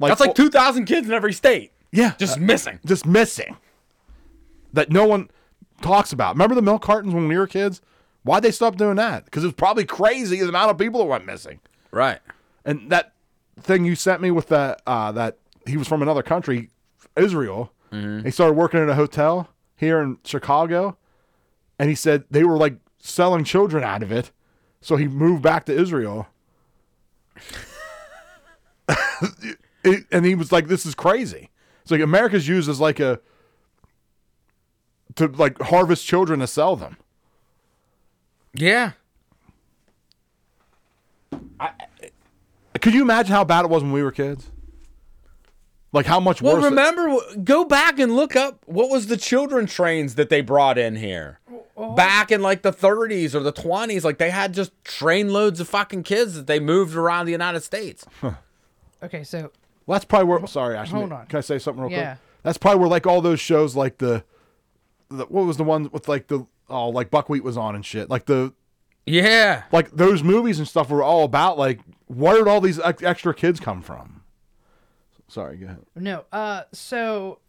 [SPEAKER 2] like
[SPEAKER 3] That's like 2,000 kids in every state.
[SPEAKER 2] yeah.
[SPEAKER 3] Just missing.
[SPEAKER 2] Just missing. That no one talks about. Remember the milk cartons when we were kids? Why'd they stop doing that? Because it was probably crazy the amount of people that went missing.
[SPEAKER 3] Right.
[SPEAKER 2] And that thing you sent me with that uh, that he was from another country, Israel.
[SPEAKER 3] Mm-hmm.
[SPEAKER 2] He started working at a hotel here in Chicago, and he said they were like selling children out of it. So he moved back to Israel. It- and he was like, "This is crazy." It's like America's used as like a to like harvest children to sell them.
[SPEAKER 3] Yeah.
[SPEAKER 2] Could you imagine how bad it was when we were kids? Like how much
[SPEAKER 3] Well,
[SPEAKER 2] worse? it-
[SPEAKER 3] remember, w- go back and look up what was the children trains that they brought in here. Back in like the 30s or the 20s, like they had just trainloads of fucking kids that they moved around the United States.
[SPEAKER 4] Okay, so
[SPEAKER 2] Well, that's probably where. Sorry, Ashley.
[SPEAKER 4] hold on.
[SPEAKER 2] Can I say something real
[SPEAKER 4] Yeah.
[SPEAKER 2] quick? That's probably where like all those shows, like the, the what was the one with like the oh like buckwheat was on and shit, like the
[SPEAKER 3] Yeah.
[SPEAKER 2] like those movies and stuff were all about like where did all these ex- extra kids come from? Sorry, go ahead.
[SPEAKER 4] No. Uh. So,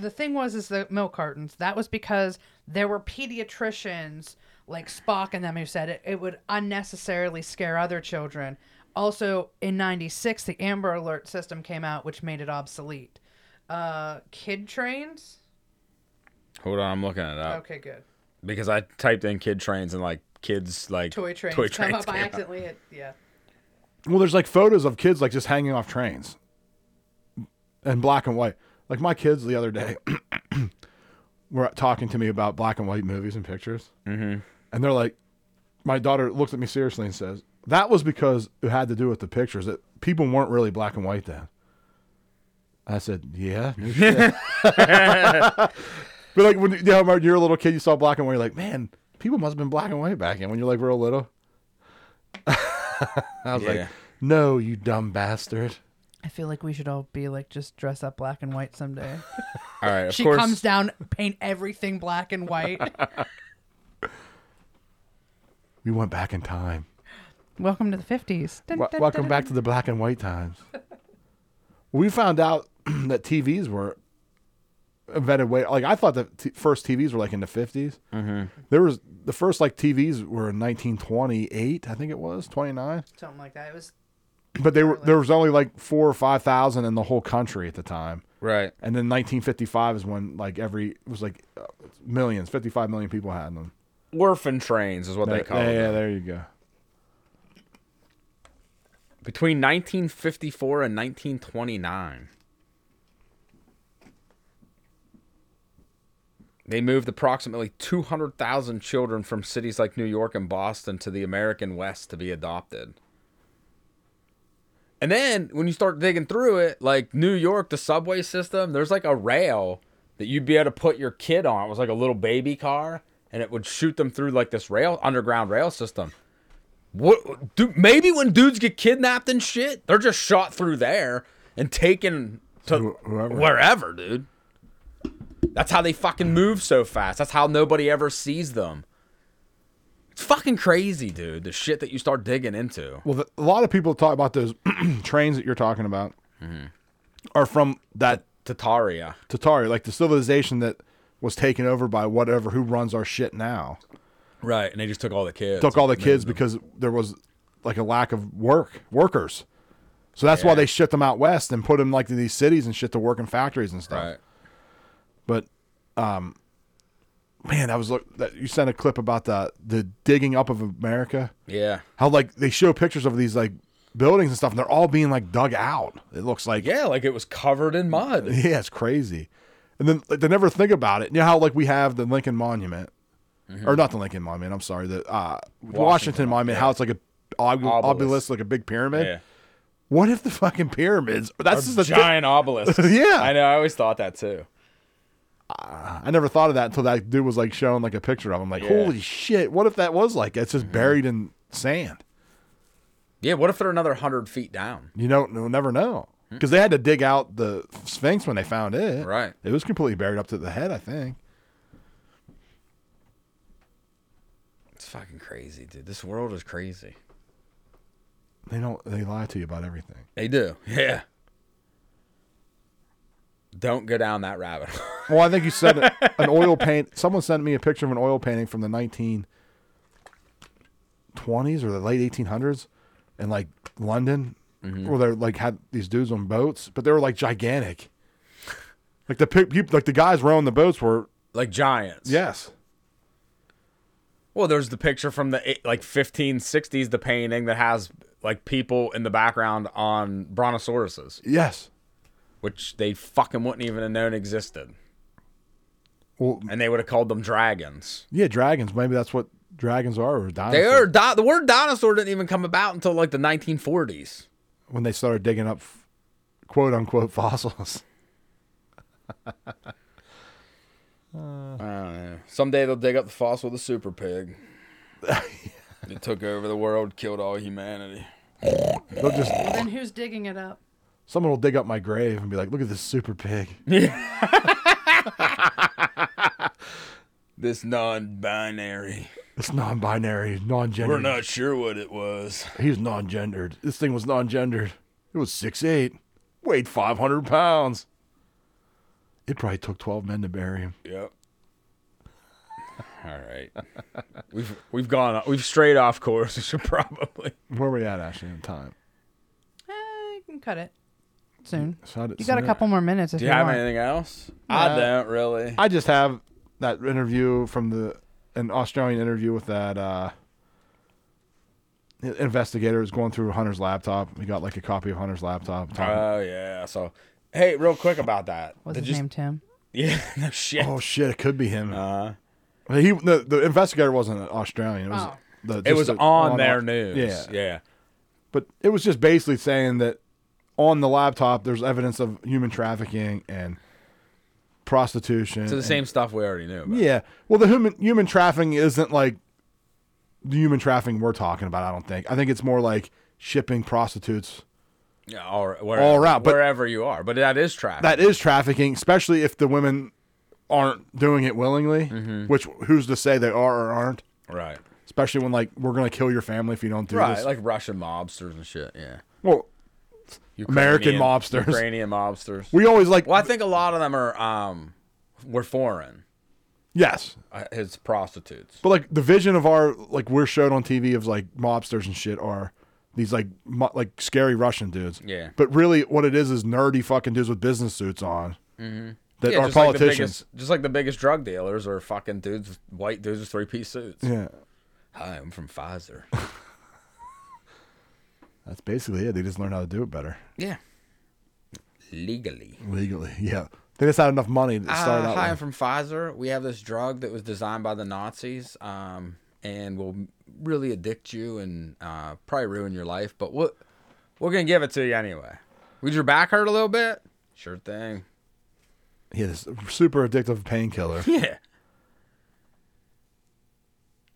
[SPEAKER 4] the thing was, is the milk cartons. That was because there were pediatricians like Spock and them who said it, it would unnecessarily scare other children. Also, in '96, the Amber Alert system came out, which made it obsolete. Uh, kid trains.
[SPEAKER 3] Hold on, I'm looking it up.
[SPEAKER 4] Okay, good.
[SPEAKER 3] Because I typed in kid trains and like kids, like
[SPEAKER 4] Toy trains. come up. I accidentally hit. Yeah.
[SPEAKER 2] Well, there's like photos of kids like just hanging off trains and black and white. Like my kids the other day were talking to me about black and white movies and pictures. Mm-hmm. And they're like, my daughter looks at me seriously and says, that was because it had to do with the pictures that people weren't really black and white then. I said, yeah. no shit." but like when you know, when you're a little kid, you saw black and white, you're like, man, people must have been black and white back then when you're like real little. I was
[SPEAKER 3] Yeah.
[SPEAKER 2] like, no, you dumb bastard.
[SPEAKER 4] I feel like we should all be like just dress up black and white someday.
[SPEAKER 3] All right, of
[SPEAKER 4] she
[SPEAKER 3] course.
[SPEAKER 4] comes down, paint everything black and white.
[SPEAKER 2] We went back in time.
[SPEAKER 4] Welcome to the fifties.
[SPEAKER 2] Wel- welcome back to the black and white times. We found out that TVs were invented way. Like I thought the t- first TVs were like in the 50s
[SPEAKER 3] Mm-hmm.
[SPEAKER 2] There was the first like TVs were in nineteen twenty eight, I think it was twenty nine.
[SPEAKER 4] Something like that. It was
[SPEAKER 2] But they were there was only like four or five thousand in the whole country at the time.
[SPEAKER 3] right.
[SPEAKER 2] And then nineteen fifty five is when like every it was like uh, millions, fifty five million people had them.
[SPEAKER 3] Orphan trains is what they
[SPEAKER 2] There-
[SPEAKER 3] call
[SPEAKER 2] yeah,
[SPEAKER 3] them.
[SPEAKER 2] yeah, there you go.
[SPEAKER 3] Between 1954 and 1929, they moved approximately 200,000 children from cities like New York and Boston to the American West to be adopted. And then when you start digging through it, like New York, the subway system, there's like a rail that you'd be able to put your kid on. It was like a little baby car, and it would shoot them through like this rail, underground rail system. What, dude, maybe when dudes get kidnapped and shit, they're just shot through there and taken to
[SPEAKER 2] Wh- whoever.
[SPEAKER 3] wherever, dude. That's how they fucking move so fast. That's how nobody ever sees them. It's fucking crazy, dude. The shit that you start digging into.
[SPEAKER 2] Well, the, a lot of people talk about those trains that you're talking about
[SPEAKER 3] Mm-hmm.
[SPEAKER 2] are from that
[SPEAKER 3] Tataria,
[SPEAKER 2] Tatari, like the civilization that was taken over by whatever who runs our shit now.
[SPEAKER 3] right? And they just took all the kids.
[SPEAKER 2] Took all the kids because there was like a lack of work workers, so that's why
[SPEAKER 3] Yeah.
[SPEAKER 2] they shipped them out west and put them like to these cities and shit to work in factories and stuff.
[SPEAKER 3] Right.
[SPEAKER 2] But, um, man, I was look that you sent a clip about the the digging up of America.
[SPEAKER 3] Yeah.
[SPEAKER 2] How like they show pictures of these like buildings and stuff, and they're all being like dug out. It looks like
[SPEAKER 3] Yeah, like it was covered in mud.
[SPEAKER 2] yeah, it's crazy. And then like, they never think about it. You know how like we have the Lincoln Monument, or not the Lincoln Monument. I'm sorry, the uh, Washington,
[SPEAKER 3] Mm-hmm. Washington,
[SPEAKER 2] Monument. How it's like a ob- obelisk. like a big pyramid.
[SPEAKER 3] Yeah.
[SPEAKER 2] What if the fucking pyramids? That's
[SPEAKER 3] Or
[SPEAKER 2] just a di-
[SPEAKER 3] giant obelisk.
[SPEAKER 2] Yeah.
[SPEAKER 3] I know. I always thought that too.
[SPEAKER 2] I never thought of that until that dude was like showing like a picture of him. Like,
[SPEAKER 3] Yeah. Mm-hmm.
[SPEAKER 2] holy shit! What if that was like? It's just buried in sand.
[SPEAKER 3] Yeah. What if they're another hundred feet down?
[SPEAKER 2] You don't you'll never know because they had to dig out the Sphinx when they found it.
[SPEAKER 3] Hmm. Right.
[SPEAKER 2] It was completely buried up to the head, I think.
[SPEAKER 3] It's fucking crazy, dude. This world is crazy.
[SPEAKER 2] They don't. They lie to you about everything.
[SPEAKER 3] They do. Yeah. Don't go down that rabbit hole.
[SPEAKER 2] Well, I think you said an oil paint. Someone sent me a picture of an oil painting from the 1920s or the late 1800s in like London,
[SPEAKER 3] Mm-hmm.
[SPEAKER 2] where they like had these dudes on boats, but they were like gigantic. Like the pe- peop- like the guys rowing the boats were
[SPEAKER 3] like giants.
[SPEAKER 2] yes,
[SPEAKER 3] Well, there's the picture from the eight- like 1560s, the painting that has like people in the background on brontosauruses,
[SPEAKER 2] yes.
[SPEAKER 3] which they fucking wouldn't even have known existed,
[SPEAKER 2] Well,
[SPEAKER 3] and they would have called them dragons.
[SPEAKER 2] yeah, dragons. Maybe that's what dragons are. Or dinosaurs,
[SPEAKER 3] They are di- the word dinosaur didn't even come about until like the 1940s.
[SPEAKER 2] when they started digging up quote unquote fossils.
[SPEAKER 3] I don't know. Someday they'll dig up the fossil of the super pig. it took over the world, killed all humanity.
[SPEAKER 2] They'll just
[SPEAKER 4] Well, then who's digging it up?
[SPEAKER 2] someone will dig up my grave and be like, "Look at this super pig."
[SPEAKER 3] This non-binary.
[SPEAKER 2] It's non-binary, non-gender.
[SPEAKER 3] sure what it was.
[SPEAKER 2] He's non-gendered. This thing was non-gendered. It was six eight, weighed five hundred pounds. It probably took twelve men to bury him.
[SPEAKER 3] Yep. All right. We've we've gone we've strayed off course. We should probably.
[SPEAKER 2] Where are we at, Ashley? In time?
[SPEAKER 4] Eh, you can cut it soon.
[SPEAKER 2] So I did-
[SPEAKER 4] You got a
[SPEAKER 2] so-
[SPEAKER 4] couple more minutes if
[SPEAKER 3] Mm, Do
[SPEAKER 4] you,
[SPEAKER 3] you have
[SPEAKER 4] want.
[SPEAKER 3] anything else?
[SPEAKER 2] Uh,
[SPEAKER 3] I don't really.
[SPEAKER 2] I just have that interview from the an Australian interview with that uh, investigator who's going through Hunter's laptop. We got like a copy of Hunter's laptop.
[SPEAKER 3] Oh
[SPEAKER 2] talking-
[SPEAKER 3] yeah. So hey, real quick about that.
[SPEAKER 4] What's
[SPEAKER 3] Did
[SPEAKER 4] his
[SPEAKER 3] you-
[SPEAKER 4] name, Tim?
[SPEAKER 3] Yeah. No shit.
[SPEAKER 2] oh shit! It could be him.
[SPEAKER 3] Uh-huh.
[SPEAKER 2] Uh, he the, the investigator wasn't an Australian. It was.
[SPEAKER 4] Oh.
[SPEAKER 2] The,
[SPEAKER 3] it
[SPEAKER 2] just
[SPEAKER 3] was
[SPEAKER 2] the-
[SPEAKER 3] on, their
[SPEAKER 2] Aus-
[SPEAKER 3] news.
[SPEAKER 2] Yeah,
[SPEAKER 3] Yeah.
[SPEAKER 2] but it was just basically saying that on the laptop there's evidence of human trafficking and prostitution.
[SPEAKER 3] So the
[SPEAKER 2] and-
[SPEAKER 3] same stuff we already knew. About.
[SPEAKER 2] Yeah. Well, the human human trafficking isn't like the human trafficking we're talking about. I don't think. I think it's more like shipping prostitutes.
[SPEAKER 3] Yeah. All right. Wherever,
[SPEAKER 2] All right, but-
[SPEAKER 3] wherever you are, but that is traffic.
[SPEAKER 2] That is trafficking, especially if the women aren't doing it willingly.
[SPEAKER 3] Mm-hmm.
[SPEAKER 2] Which who's to say they are or aren't?
[SPEAKER 3] right.
[SPEAKER 2] Especially when like we're gonna kill your family if you don't do
[SPEAKER 3] Right.
[SPEAKER 2] this.
[SPEAKER 3] Like Russian mobsters and shit. Yeah.
[SPEAKER 2] well, American
[SPEAKER 3] Ukrainian-
[SPEAKER 2] mobsters.
[SPEAKER 3] Ukrainian mobsters.
[SPEAKER 2] we always like.
[SPEAKER 3] Well, I think a lot of them are um, were foreign.
[SPEAKER 2] Yes,
[SPEAKER 3] uh, his prostitutes.
[SPEAKER 2] But like the vision of our like we're shown on TV of like mobsters and shit are these like mo- like scary Russian dudes.
[SPEAKER 3] Yeah.
[SPEAKER 2] But really, what it is is nerdy fucking dudes with business suits on that
[SPEAKER 3] Mm-hmm.
[SPEAKER 2] are
[SPEAKER 3] Yeah, just like the
[SPEAKER 2] politicians.
[SPEAKER 3] biggest- just like the biggest drug dealers are fucking dudes, with- white dudes with three piece suits.
[SPEAKER 2] yeah,
[SPEAKER 3] Hi, I'm from Pfizer.
[SPEAKER 2] that's basically it. They just learn how to do it better
[SPEAKER 3] yeah. Legally.
[SPEAKER 2] legally. Yeah, they just had enough money to start
[SPEAKER 3] Uh,
[SPEAKER 2] out.
[SPEAKER 3] hi, I'm
[SPEAKER 2] with.
[SPEAKER 3] from Pfizer. We have this drug that was designed by the Nazis um, and will really addict you and uh, probably ruin your life, but we'll, we're going to give it to you anyway. Would your back hurt a little bit? Sure thing.
[SPEAKER 2] yeah, this super addictive painkiller.
[SPEAKER 3] Yeah.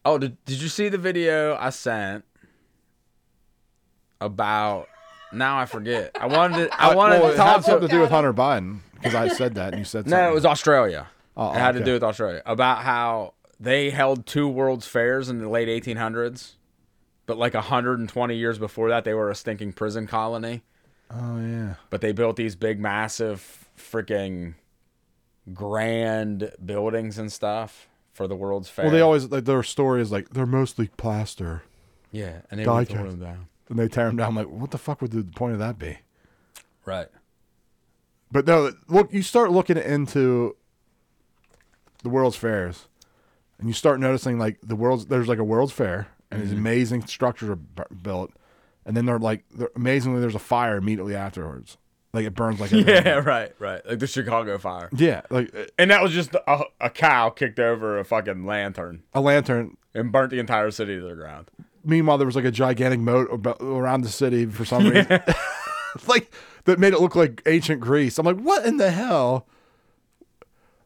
[SPEAKER 3] Oh, did, did you see the video I sent about? Now I forget. I wanted to, I wanted
[SPEAKER 2] Uh, well,
[SPEAKER 3] to
[SPEAKER 2] it had
[SPEAKER 3] talk
[SPEAKER 2] something
[SPEAKER 3] to.
[SPEAKER 2] to do with Hunter Biden because I said that and you said something.
[SPEAKER 3] No, it was Australia.
[SPEAKER 2] Oh,
[SPEAKER 3] it had to
[SPEAKER 2] okay.
[SPEAKER 3] do with Australia about how they held two World's Fairs in the late 1800s, but like 120 years before that, they were a stinking prison colony.
[SPEAKER 2] Oh yeah.
[SPEAKER 3] But they built these big, massive, freaking grand buildings and stuff for the World's Fair.
[SPEAKER 2] Well, they always like their story is like they're mostly plaster.
[SPEAKER 3] Yeah, and they would throw
[SPEAKER 2] Diecast.
[SPEAKER 3] them down.
[SPEAKER 2] And they tear them down. I'm like, what the fuck would the point of that be?
[SPEAKER 3] Right.
[SPEAKER 2] But no, look, you start looking into the world's fairs, and you start noticing like the world's there's like a world's fair, and these amazing structures are bu- built, and then they're like they're, amazingly there's a fire immediately afterwards, like it burns like everything.
[SPEAKER 3] Yeah, right, right. Like the Chicago fire.
[SPEAKER 2] yeah, like uh,
[SPEAKER 3] And that was just a, a cow kicked over a fucking lantern
[SPEAKER 2] a lantern.
[SPEAKER 3] and burnt the entire city to the ground.
[SPEAKER 2] Meanwhile, there was like a gigantic moat abo- around the city for some reason, like that made it look like ancient Greece. I'm like, what in the hell?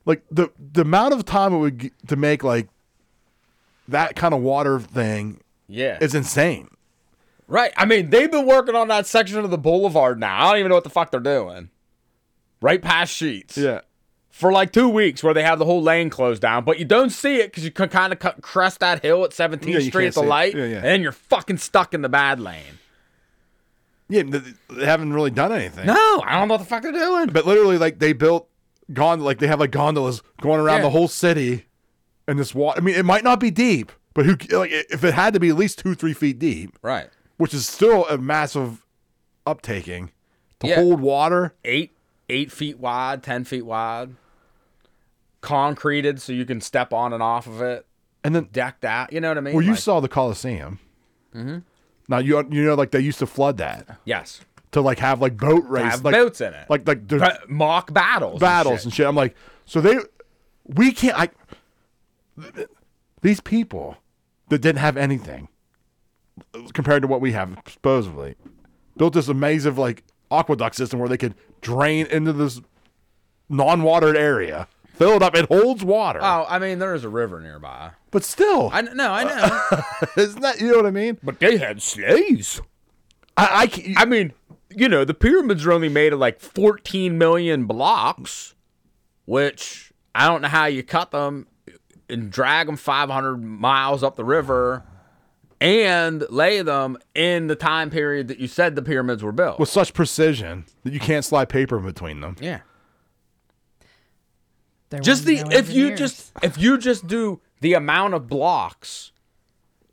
[SPEAKER 2] Like the the amount of time it would g- to make like that kind of water thing
[SPEAKER 3] Yeah.
[SPEAKER 2] It's insane.
[SPEAKER 3] Right. I mean, they've been working on that section of the boulevard now. I don't even know what the fuck they're doing. Right past Sheets.
[SPEAKER 2] Yeah.
[SPEAKER 3] For like two weeks, where they have the whole lane closed down, but you don't see it because you can kind of crest that hill at 17th
[SPEAKER 2] Yeah, you
[SPEAKER 3] Street
[SPEAKER 2] can't
[SPEAKER 3] at the
[SPEAKER 2] see it.
[SPEAKER 3] light,
[SPEAKER 2] Yeah, yeah.
[SPEAKER 3] and then you're fucking stuck in the bad lane.
[SPEAKER 2] Yeah, th- th- they haven't really done anything.
[SPEAKER 3] No, I don't know what the fuck they're doing.
[SPEAKER 2] But literally, like they built gond like they have like gondolas going around
[SPEAKER 3] Yeah.
[SPEAKER 2] the whole city, and this water. I mean, it might not be deep, but who like i- if it had to be at least two three feet deep,
[SPEAKER 3] Right.
[SPEAKER 2] which is still a massive uptaking to
[SPEAKER 3] Yeah.
[SPEAKER 2] hold water.
[SPEAKER 3] Eight eight feet wide, ten feet wide, concreted so you can step on and off of it,
[SPEAKER 2] And then,
[SPEAKER 3] decked out. You know what I mean?
[SPEAKER 2] well, you
[SPEAKER 3] Like-
[SPEAKER 2] saw the Coliseum. Mm-hmm. Now you you know like they used to flood that
[SPEAKER 3] yes,
[SPEAKER 2] to like have like boat races,
[SPEAKER 3] have
[SPEAKER 2] like,
[SPEAKER 3] boats in it,
[SPEAKER 2] like like the,
[SPEAKER 3] Ba- mock battles,
[SPEAKER 2] battles
[SPEAKER 3] and
[SPEAKER 2] and shit.
[SPEAKER 3] shit.
[SPEAKER 2] I'm like, so they, we can't. I, these people that didn't have anything compared to what we have supposedly built this amazing like aqueduct system where they could drain into this non-watered area, fill it up. It holds water,
[SPEAKER 3] Oh, I mean, there is a river nearby.
[SPEAKER 2] but still,
[SPEAKER 3] I kn- no,
[SPEAKER 2] Uh,
[SPEAKER 3] I know.
[SPEAKER 2] isn't that you know what I mean?
[SPEAKER 3] but they had slaves.
[SPEAKER 2] I, I, can't-
[SPEAKER 3] I mean, you know, the pyramids are only made of like 14 million blocks, which I don't know how you cut them and drag them 500 miles up the river and lay them in the time period that you said the pyramids were built.
[SPEAKER 2] with such precision that you can't slide paper in between them.
[SPEAKER 3] yeah.
[SPEAKER 4] There
[SPEAKER 3] just
[SPEAKER 4] were
[SPEAKER 3] the
[SPEAKER 4] no
[SPEAKER 3] if you
[SPEAKER 4] engineers.
[SPEAKER 3] just if you just do the amount of blocks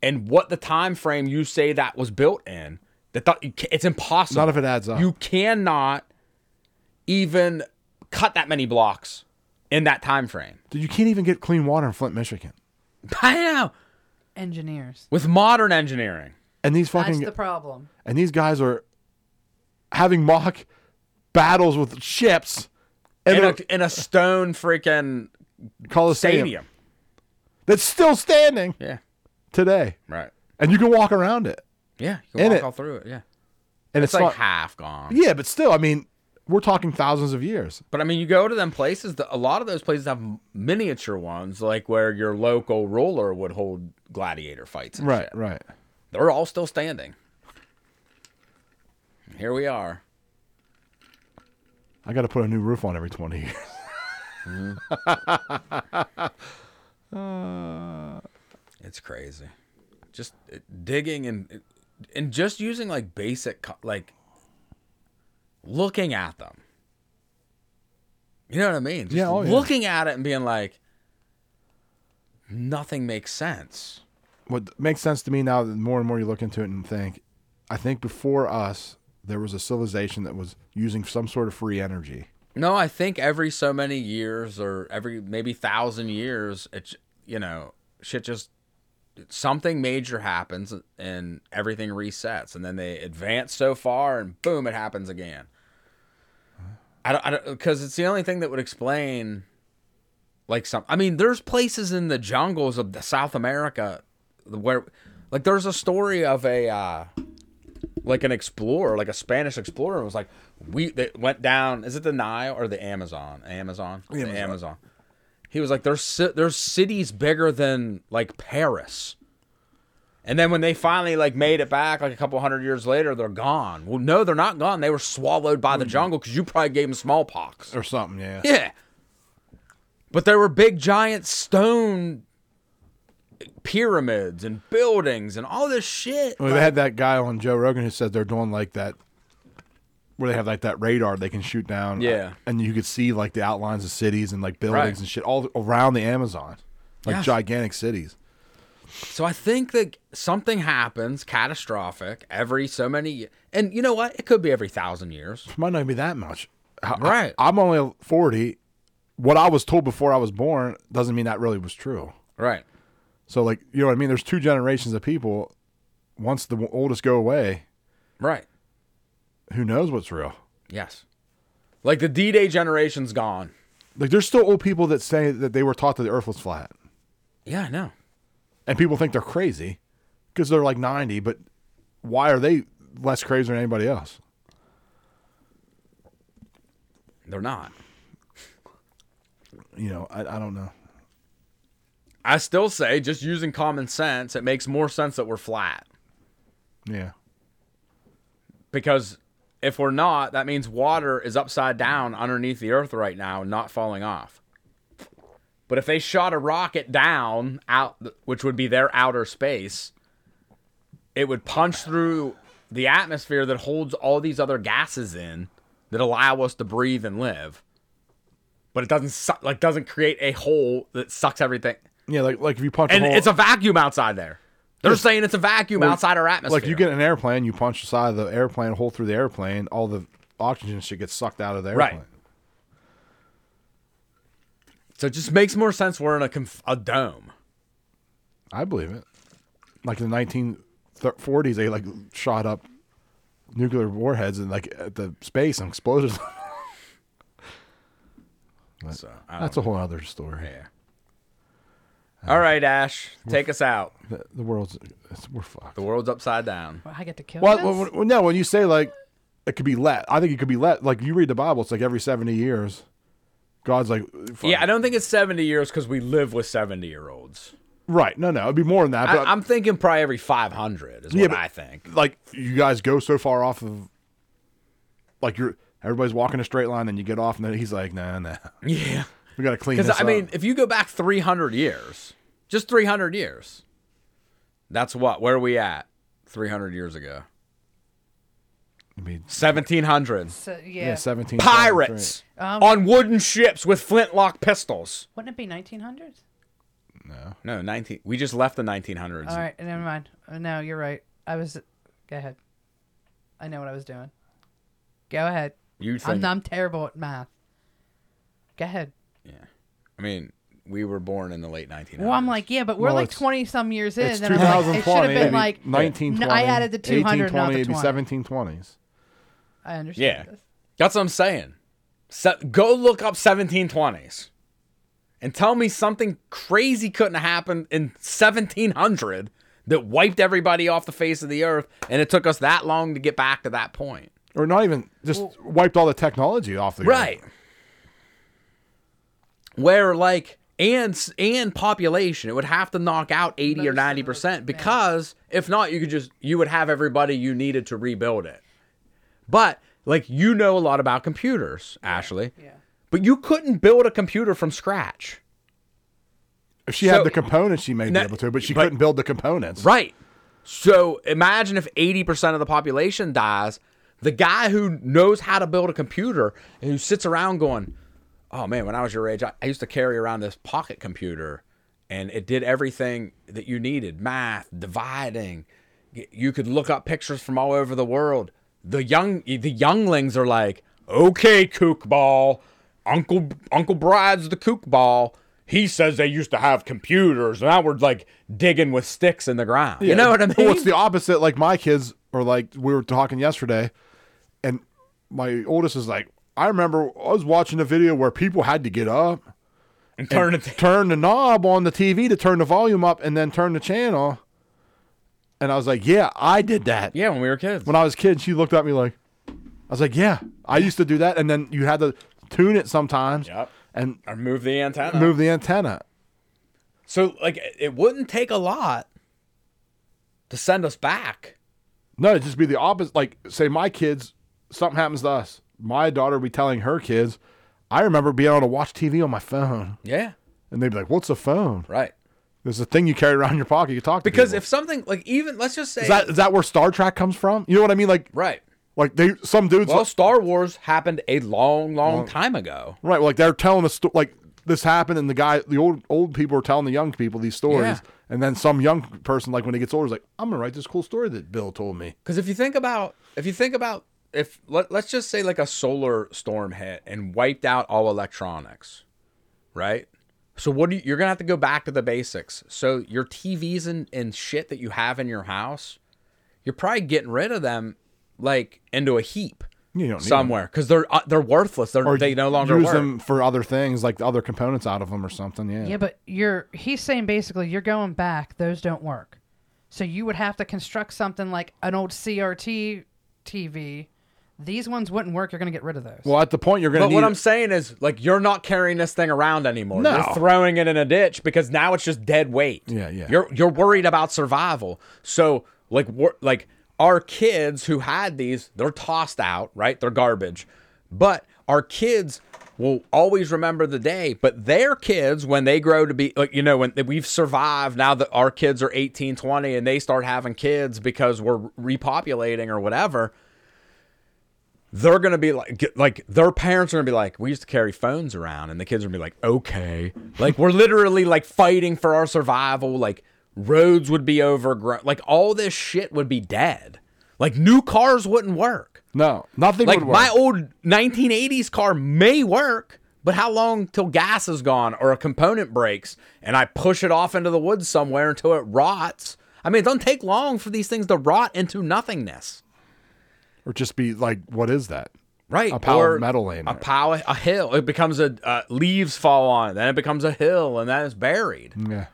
[SPEAKER 3] and what the time frame you say that was built in that th- you ca- it's impossible
[SPEAKER 2] None of it adds up.
[SPEAKER 3] you cannot even cut that many blocks in that time frame
[SPEAKER 2] Dude, you can't even get clean water in Flint, Michigan,
[SPEAKER 3] i know
[SPEAKER 4] engineers.
[SPEAKER 3] with modern engineering
[SPEAKER 2] and these
[SPEAKER 4] That's
[SPEAKER 2] fucking
[SPEAKER 4] the problem.
[SPEAKER 2] and these guys are having mock battles with ships in
[SPEAKER 3] in
[SPEAKER 2] a
[SPEAKER 3] a, in a stone freaking
[SPEAKER 2] coliseum
[SPEAKER 3] stadium
[SPEAKER 2] that's still standing
[SPEAKER 3] yeah
[SPEAKER 2] today,
[SPEAKER 3] right
[SPEAKER 2] and you can walk around it,
[SPEAKER 3] yeah you can
[SPEAKER 2] In
[SPEAKER 3] walk
[SPEAKER 2] it.
[SPEAKER 3] all through it yeah
[SPEAKER 2] and
[SPEAKER 3] it's,
[SPEAKER 2] it's,
[SPEAKER 3] like
[SPEAKER 2] not.
[SPEAKER 3] half gone
[SPEAKER 2] yeah, but still, I mean, we're talking thousands of years.
[SPEAKER 3] But I mean, you go to them places. That, a lot of those places have miniature ones, like where your local ruler would hold gladiator fights. And
[SPEAKER 2] Right,
[SPEAKER 3] shit.
[SPEAKER 2] right.
[SPEAKER 3] They're all still standing. Here we are.
[SPEAKER 2] I got to put a new roof on every twenty years.
[SPEAKER 3] It's crazy. Just uh, digging and uh, and just using like basic co- like looking at them. You know what I mean? Just
[SPEAKER 2] Yeah, oh, yeah.
[SPEAKER 3] looking at it and being like, nothing makes sense.
[SPEAKER 2] what makes sense to me now that more and more you look into it and think, I think before us there was a civilization that was using some sort of free energy.
[SPEAKER 3] No, I think every so many years or every maybe thousand years, it's you know, shit just something major happens and everything resets, and then they advance so far, and boom, it happens again. I don't, I don't, because it's the only thing that would explain, like some. I mean, there's places in the jungles of the South America where, like, there's a story of a. uh like an explorer, like a Spanish explorer, was like, we they went down. Is it the Nile or the Amazon? Amazon, the Amazon. He was like, there's ci- there's cities bigger than like Paris. And then when they finally like made it back, like a couple hundred years later, they're gone. Well, no, they're not gone. They were swallowed by the jungle because you probably gave them smallpox.
[SPEAKER 2] Or something, yeah.
[SPEAKER 3] Yeah. But there were big giant stone pyramids and buildings and all this shit.
[SPEAKER 2] Well, they had that guy on Joe Rogan who said they're doing like that, where they have like that radar they can shoot down.
[SPEAKER 3] Yeah.
[SPEAKER 2] and you could see like the outlines of cities and like buildings
[SPEAKER 3] Right.
[SPEAKER 2] and shit all around the Amazon, like
[SPEAKER 3] Yeah.
[SPEAKER 2] gigantic cities.
[SPEAKER 3] So I think that something happens catastrophic every so many, and you know what? It could be every thousand years.
[SPEAKER 2] It might not be that much. I- I-
[SPEAKER 3] Right.
[SPEAKER 2] I'm only forty. What I was told before I was born doesn't mean that really was true.
[SPEAKER 3] Right.
[SPEAKER 2] So like you know what I mean? There's two generations of people. Once the oldest go away,
[SPEAKER 3] Right.
[SPEAKER 2] who knows what's real?
[SPEAKER 3] Yes. Like the D-Day generation's gone.
[SPEAKER 2] Like there's still old people that say that they were taught that the Earth was flat,
[SPEAKER 3] Yeah, I know.
[SPEAKER 2] and people think they're crazy because they're like 90. But why are they less crazy than anybody else?
[SPEAKER 3] They're not.
[SPEAKER 2] You know, I, I don't know.
[SPEAKER 3] I still say, just using common sense, it makes more sense that we're flat.
[SPEAKER 2] Yeah,
[SPEAKER 3] Because if we're not, that means water is upside down underneath the earth right now, not falling off. But if they shot a rocket down out, which would be their outer space, it would punch through the atmosphere that holds all these other gases in that allow us to breathe and live. But it doesn't su- like doesn't create a hole that sucks everything.
[SPEAKER 2] yeah. Like like if you punch,
[SPEAKER 3] And
[SPEAKER 2] a hole,
[SPEAKER 3] it's a vacuum outside there. They're saying it's a vacuum
[SPEAKER 2] Well,
[SPEAKER 3] outside our atmosphere.
[SPEAKER 2] Like you get an airplane, you punch the side of the airplane, a hole through the airplane, all the oxygen shit gets sucked out of the
[SPEAKER 3] Right.
[SPEAKER 2] airplane.
[SPEAKER 3] So it just makes more sense we're in a, conf- a dome.
[SPEAKER 2] I believe it. Like in the 1940s, they like shot up nuclear warheads and like at the space and exploded.
[SPEAKER 3] Oh.
[SPEAKER 2] But
[SPEAKER 3] So, I don't
[SPEAKER 2] that's a whole other story.
[SPEAKER 3] Yeah. All right, Ash, take us out.
[SPEAKER 2] The, the world's it's, we're fucked.
[SPEAKER 3] The world's upside down.
[SPEAKER 4] Well, I get to kill
[SPEAKER 2] Well,
[SPEAKER 4] this?
[SPEAKER 2] well, well, no, when you say like it could be let, I think it could be let. Like you read the Bible, it's like every 70 years, God's like, fuck.
[SPEAKER 3] Yeah, I don't think it's 70 years because we live with 70 year olds.
[SPEAKER 2] right? No, no, it'd be more than that. But
[SPEAKER 3] I'm thinking probably every 500 is what
[SPEAKER 2] Yeah, but-
[SPEAKER 3] I think.
[SPEAKER 2] like you guys go so far off of like you're everybody's walking a straight line, then you get off, and then he's like, nah, nah,
[SPEAKER 3] Yeah. uh,
[SPEAKER 2] we gotta clean this
[SPEAKER 3] Because, I
[SPEAKER 2] up.
[SPEAKER 3] mean, if you go back 300 years, just 300 years, that's what? Where are we at 300 years ago?
[SPEAKER 2] I mean,
[SPEAKER 3] 1700.
[SPEAKER 4] So, yeah.
[SPEAKER 2] yeah, seventeen
[SPEAKER 3] Pirates
[SPEAKER 4] Um,
[SPEAKER 3] on wooden ships with flintlock pistols.
[SPEAKER 4] Wouldn't it be 1900s?
[SPEAKER 3] No, 19. We just left the 1900s.
[SPEAKER 4] All right, never mind. Uh, No, you're right. I was. Go ahead. I know what I was doing. Go ahead.
[SPEAKER 3] You think?
[SPEAKER 4] I'm, I'm terrible at math. Go ahead.
[SPEAKER 3] I mean, we were born in the late 1900s.
[SPEAKER 4] Well, I'm like, yeah, but we're
[SPEAKER 2] No,
[SPEAKER 4] like
[SPEAKER 2] it's-
[SPEAKER 4] 20 some years in.
[SPEAKER 2] It's
[SPEAKER 4] and I'm like, it should have
[SPEAKER 2] 2020,
[SPEAKER 4] been like
[SPEAKER 2] nineteen
[SPEAKER 4] n-
[SPEAKER 2] twenty.
[SPEAKER 4] I added the 200, not the 20.
[SPEAKER 2] 1720s.
[SPEAKER 4] I understand.
[SPEAKER 3] Yeah.
[SPEAKER 4] This.
[SPEAKER 3] That's what I'm saying. Se- go look up 1720s and tell me something crazy couldn't have happened in 1700 that wiped everybody off the face of the earth and it took us that long to get back to that point.
[SPEAKER 2] or not even just wiped all the technology off the
[SPEAKER 3] Right. Where like and and population, it would have to knock out 80 or 90% because if not you could just you would have everybody you needed to rebuild it. But like you know a lot about computers, Ashley. Yeah. But you couldn't build a computer from scratch.
[SPEAKER 2] If she
[SPEAKER 3] So-
[SPEAKER 2] had the components, she may
[SPEAKER 3] No,
[SPEAKER 2] be able to, but she
[SPEAKER 3] but-
[SPEAKER 2] couldn't build the components.
[SPEAKER 3] Right. So imagine if 80% of the population dies, the guy who knows how to build a computer and who sits around going, oh man, when I was your age, I, I used to carry around this pocket computer and it did everything that you needed math, dividing. Y- You could look up pictures from all over the world. The young the younglings are like, okay, kook ball. Uncle Uncle Bride's the kook ball. He says they used to have computers. Now we're like digging with sticks in the ground. You know what I mean?
[SPEAKER 2] Well, it's the opposite. Like my kids are like we were talking yesterday, and my oldest is like, I remember I was watching a video where people had to get up,
[SPEAKER 3] and turn it.
[SPEAKER 2] turn the knob on the TV to turn the volume up, and then turn the channel. And I was like, Yeah, I did that.
[SPEAKER 3] yeah, when we were kids.
[SPEAKER 2] When I was a kid, she looked at me like, I was like, Yeah, I used to do that. And then you had to tune it sometimes
[SPEAKER 3] Yep.
[SPEAKER 2] and
[SPEAKER 3] Or move the antenna.
[SPEAKER 2] move the antenna.
[SPEAKER 3] So like it- it wouldn't take a lot to send us back.
[SPEAKER 2] No, it'd just be the opposite. Like, say my kids, something happens to us. My daughter would be telling her kids, I remember being able to watch TV on my phone.
[SPEAKER 3] Yeah.
[SPEAKER 2] And they'd be like, What's a phone?
[SPEAKER 3] Right.
[SPEAKER 2] There's a thing you carry around in your pocket. You talk to
[SPEAKER 3] Because
[SPEAKER 2] people.
[SPEAKER 3] if something like even let's just say
[SPEAKER 2] is that is that where Star Trek comes from? You know what I mean? Like
[SPEAKER 3] right,
[SPEAKER 2] like they some dudes
[SPEAKER 3] well,
[SPEAKER 2] like-
[SPEAKER 3] Star Wars happened a long, long time ago.
[SPEAKER 2] right? Like they're telling a story like this happened, and the guy the old old people are telling the young people these stories,
[SPEAKER 3] Yeah.
[SPEAKER 2] and then some young person like when he gets older is like, I'm gonna write this cool story that Bill told me.
[SPEAKER 3] Because if you think about, if you think about, if let, let's just say like a solar storm hit and wiped out all electronics, right? So what do you, you're gonna have to go back to the basics. So your TVs and and shit that you have in your house, you're probably getting rid of them, like into a heap
[SPEAKER 2] You don't need
[SPEAKER 3] somewhere because they're uh, they're worthless. They're they no longer
[SPEAKER 2] use
[SPEAKER 3] work.
[SPEAKER 2] them for other things, like the other components out of them or something. Yeah.
[SPEAKER 4] Yeah, but you're he's saying basically you're going back, those don't work. So you would have to construct something like an old CRT TV. These ones wouldn't work, you're going to get rid of those.
[SPEAKER 2] well, at the point you're gonna
[SPEAKER 3] But
[SPEAKER 2] need
[SPEAKER 3] what I'm saying is, like, you're not carrying this thing around anymore.
[SPEAKER 2] No.
[SPEAKER 3] You're throwing it in a ditch because now it's just dead weight.
[SPEAKER 2] Yeah, yeah.
[SPEAKER 3] You're you're worried about survival. So, like, wor- like our kids who had these, they're tossed out, right? They're garbage. But our kids will always remember the day. But their kids, when they grow to be, like, you know, when we've survived, now that our kids are 18, 20, and they start having kids because we're repopulating or whatever they're gonna be like, get- like their parents are gonna be like, we used to carry phones around, and the kids are gonna be like, okay, like we're literally like fighting for our survival. Like roads would be overgrown, like all this shit would be dead. Like new cars wouldn't work.
[SPEAKER 2] no nothing
[SPEAKER 3] Like
[SPEAKER 2] would work.
[SPEAKER 3] my old 1980s car may work, but how long till gas is gone or a component breaks and I push it off into the woods somewhere until it rots? I mean, it doesn't take long for these things to rot into nothingness.
[SPEAKER 2] or just be like, what is that?
[SPEAKER 3] Right.
[SPEAKER 2] A pile
[SPEAKER 3] or
[SPEAKER 2] of metal in
[SPEAKER 3] A
[SPEAKER 2] there.
[SPEAKER 3] pile, a hill. It becomes a, uh, leaves fall on it. Then it becomes a hill and then it's buried.
[SPEAKER 2] Yeah.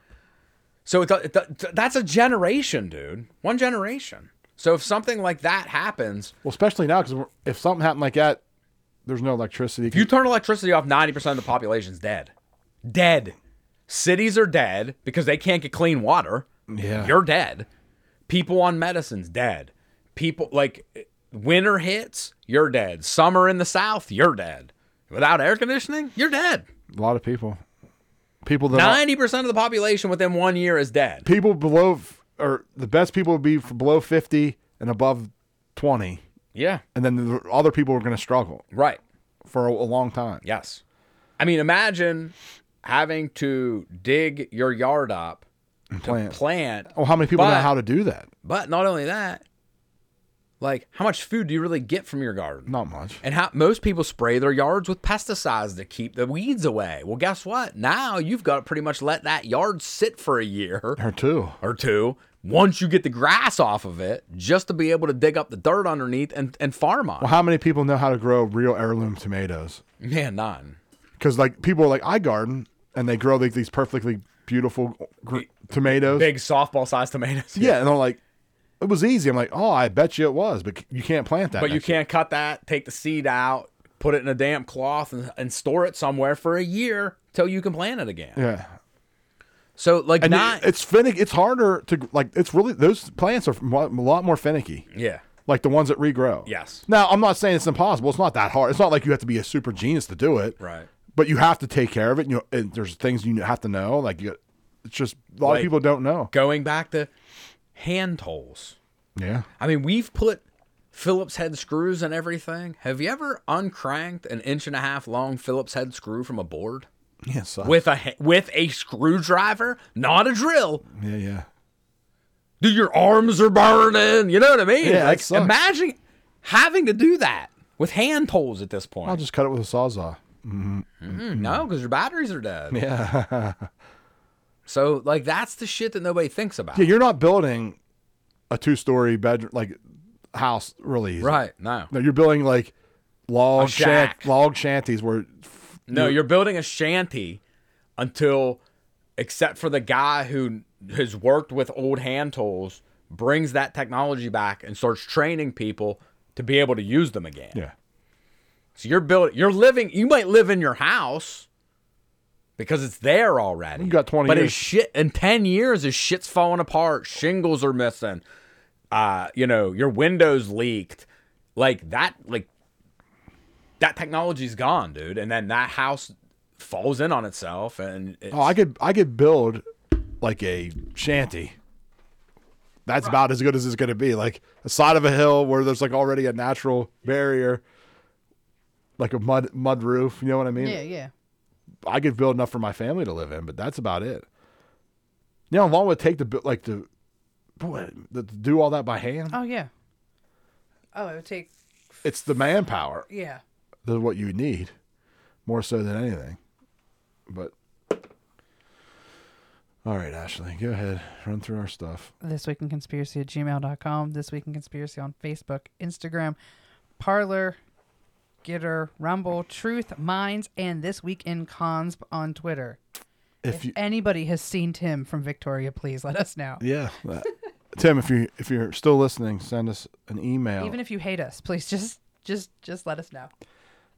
[SPEAKER 3] So it, do- it, do- that's a generation, dude. One generation. So if something like that happens,
[SPEAKER 2] Well, especially now because if something happened like that, there's no electricity.
[SPEAKER 3] if you turn electricity off, 90% of the population's dead. Dead. Cities are dead because they can't get clean water.
[SPEAKER 2] Yeah.
[SPEAKER 3] You're dead. People on medicine's dead. People like winter hits, you're dead. Summer in the south, you're dead. Without air conditioning, you're dead.
[SPEAKER 2] a lot of people, people that are-
[SPEAKER 3] Ninety percent of the population within one year is dead.
[SPEAKER 2] people below f- or the best people would be f- below 50 and above 20
[SPEAKER 3] Yeah.
[SPEAKER 2] and then the other people are going to struggle
[SPEAKER 3] Right.
[SPEAKER 2] for a, a long time
[SPEAKER 3] Yes. I mean, imagine having to dig your yard up,
[SPEAKER 2] plant
[SPEAKER 3] plant.
[SPEAKER 2] oh how many people know
[SPEAKER 3] but-
[SPEAKER 2] how to do that
[SPEAKER 3] But not only that, like how much food do you really get from your garden?
[SPEAKER 2] not much
[SPEAKER 3] And how most people spray their yards with pesticides to keep the weeds away. Well, guess what? Now you've got to pretty much let that yard sit for a year.
[SPEAKER 2] or two
[SPEAKER 3] or two once you get the grass off of it just to be able to dig up the dirt underneath and, and farm on
[SPEAKER 2] well
[SPEAKER 3] it.
[SPEAKER 2] how many people know how to grow real heirloom tomatoes
[SPEAKER 3] Man, none.
[SPEAKER 2] because like people are like i garden and they grow like these perfectly beautiful gr- tomatoes
[SPEAKER 3] Big softball sized tomatoes.
[SPEAKER 2] yeah and they're like it was easy i'm like oh i bet you it was but c- you can't plant that
[SPEAKER 3] But you
[SPEAKER 2] next year.
[SPEAKER 3] can't cut that, take the seed out, put it in a damp cloth and, and store it somewhere for a year till you can plant it again.
[SPEAKER 2] yeah
[SPEAKER 3] So like
[SPEAKER 2] and
[SPEAKER 3] not
[SPEAKER 2] it- it's finicky it's harder to like it's really those plants are mo- a lot more finicky
[SPEAKER 3] Yeah.
[SPEAKER 2] like the ones that regrow.
[SPEAKER 3] Yes.
[SPEAKER 2] Now, I'm not saying it's impossible. It's not that hard. It's not like you have to be a super genius to do it.
[SPEAKER 3] Right.
[SPEAKER 2] But you have to take care of it. And, you know, and there's things you have to know. Like you, it's just a lot
[SPEAKER 3] Like-
[SPEAKER 2] of people don't know.
[SPEAKER 3] Going back to hand tools.
[SPEAKER 2] Yeah.
[SPEAKER 3] I mean, we've put Phillips head screws and everything. Have you ever uncranked an inch and a half long Phillips head screw from a board?
[SPEAKER 2] Yeah. So.
[SPEAKER 3] with a he- with a screwdriver, not a drill.
[SPEAKER 2] yeah. Yeah.
[SPEAKER 3] Dude, your arms are burning. You know what I mean?
[SPEAKER 2] Yeah, that
[SPEAKER 3] like
[SPEAKER 2] sucks.
[SPEAKER 3] imagine having to do that with hand tools at this
[SPEAKER 2] I'll
[SPEAKER 3] point.
[SPEAKER 2] just cut it with a sawzall.
[SPEAKER 3] Mm, no, because your batteries are dead.
[SPEAKER 2] Yeah.
[SPEAKER 3] So like that's the shit that nobody thinks about.
[SPEAKER 2] yeah. You're not building a two story bedroom like house really. easy.
[SPEAKER 3] right? No,
[SPEAKER 2] No, you're building like log shan-
[SPEAKER 3] shack.
[SPEAKER 2] log shanties where
[SPEAKER 3] no, you're building a shanty until, except for the guy who has worked with old hand tools, brings that technology back and starts training people to be able to use them again.
[SPEAKER 2] yeah.
[SPEAKER 3] So you're building, you're living, you might live in your house because it's there already.
[SPEAKER 2] You got 20
[SPEAKER 3] but
[SPEAKER 2] years.
[SPEAKER 3] it's shit, in 10 years, his shit's falling apart. Shingles are missing. Uh, you know, your windows leaked. Like that, like that technology's gone, dude. And then that house falls in on itself and it's,
[SPEAKER 2] Oh, I could I could build like a shanty. That's about as good as it's going to be. Like a side of a hill where there's like already a natural barrier, like a mud mud roof. You know what I mean?
[SPEAKER 4] yeah, yeah.
[SPEAKER 2] I could build enough for my family to live in, but that's about it. You know how long would it take to build, like to, boy, to do all that by hand?
[SPEAKER 4] Oh yeah. Oh, it would take.
[SPEAKER 2] It's the manpower.
[SPEAKER 4] Yeah.
[SPEAKER 2] That's what you need, more so than anything. But all right, Ashley, go ahead, run through our stuff.
[SPEAKER 4] This Week in Conspiracy at gmail.com. This Week in Conspiracy on Facebook, Instagram, Parlor, Gitter, Rumble, Truth, Minds, and This Week in Cons on Twitter.
[SPEAKER 2] If
[SPEAKER 4] If,
[SPEAKER 2] you-
[SPEAKER 4] anybody has seen Tim from Victoria, please let us know.
[SPEAKER 2] Yeah, that- Tim, if you if you're still listening, send us an email.
[SPEAKER 4] Even if you hate us, please just just just let us know.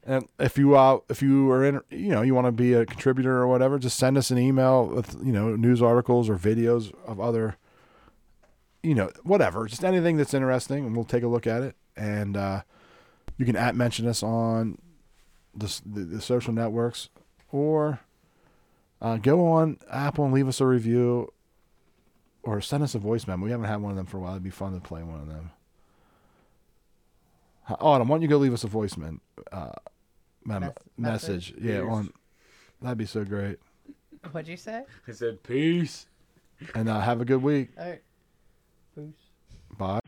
[SPEAKER 2] And if you uh, if you are in, you know, you want to be a contributor or whatever, just send us an email with you know news articles or videos of other, you know, whatever, just anything that's interesting, and we'll take a look at it. And uh, you can at mention us on the s- the, the social networks or uh, go on Apple and leave us a review or send us a voice memo. We haven't had one of them for a while. It'd be fun to play one of them. Hi- Autumn, why don't you go leave us a voice man, uh, mem-
[SPEAKER 4] Mes-
[SPEAKER 2] message?
[SPEAKER 4] message?
[SPEAKER 2] Yeah,
[SPEAKER 3] Yes.
[SPEAKER 2] on that'd be so great.
[SPEAKER 4] What'd you say?
[SPEAKER 3] I said, peace.
[SPEAKER 2] And uh, have a good week.
[SPEAKER 4] All right.
[SPEAKER 2] Bye.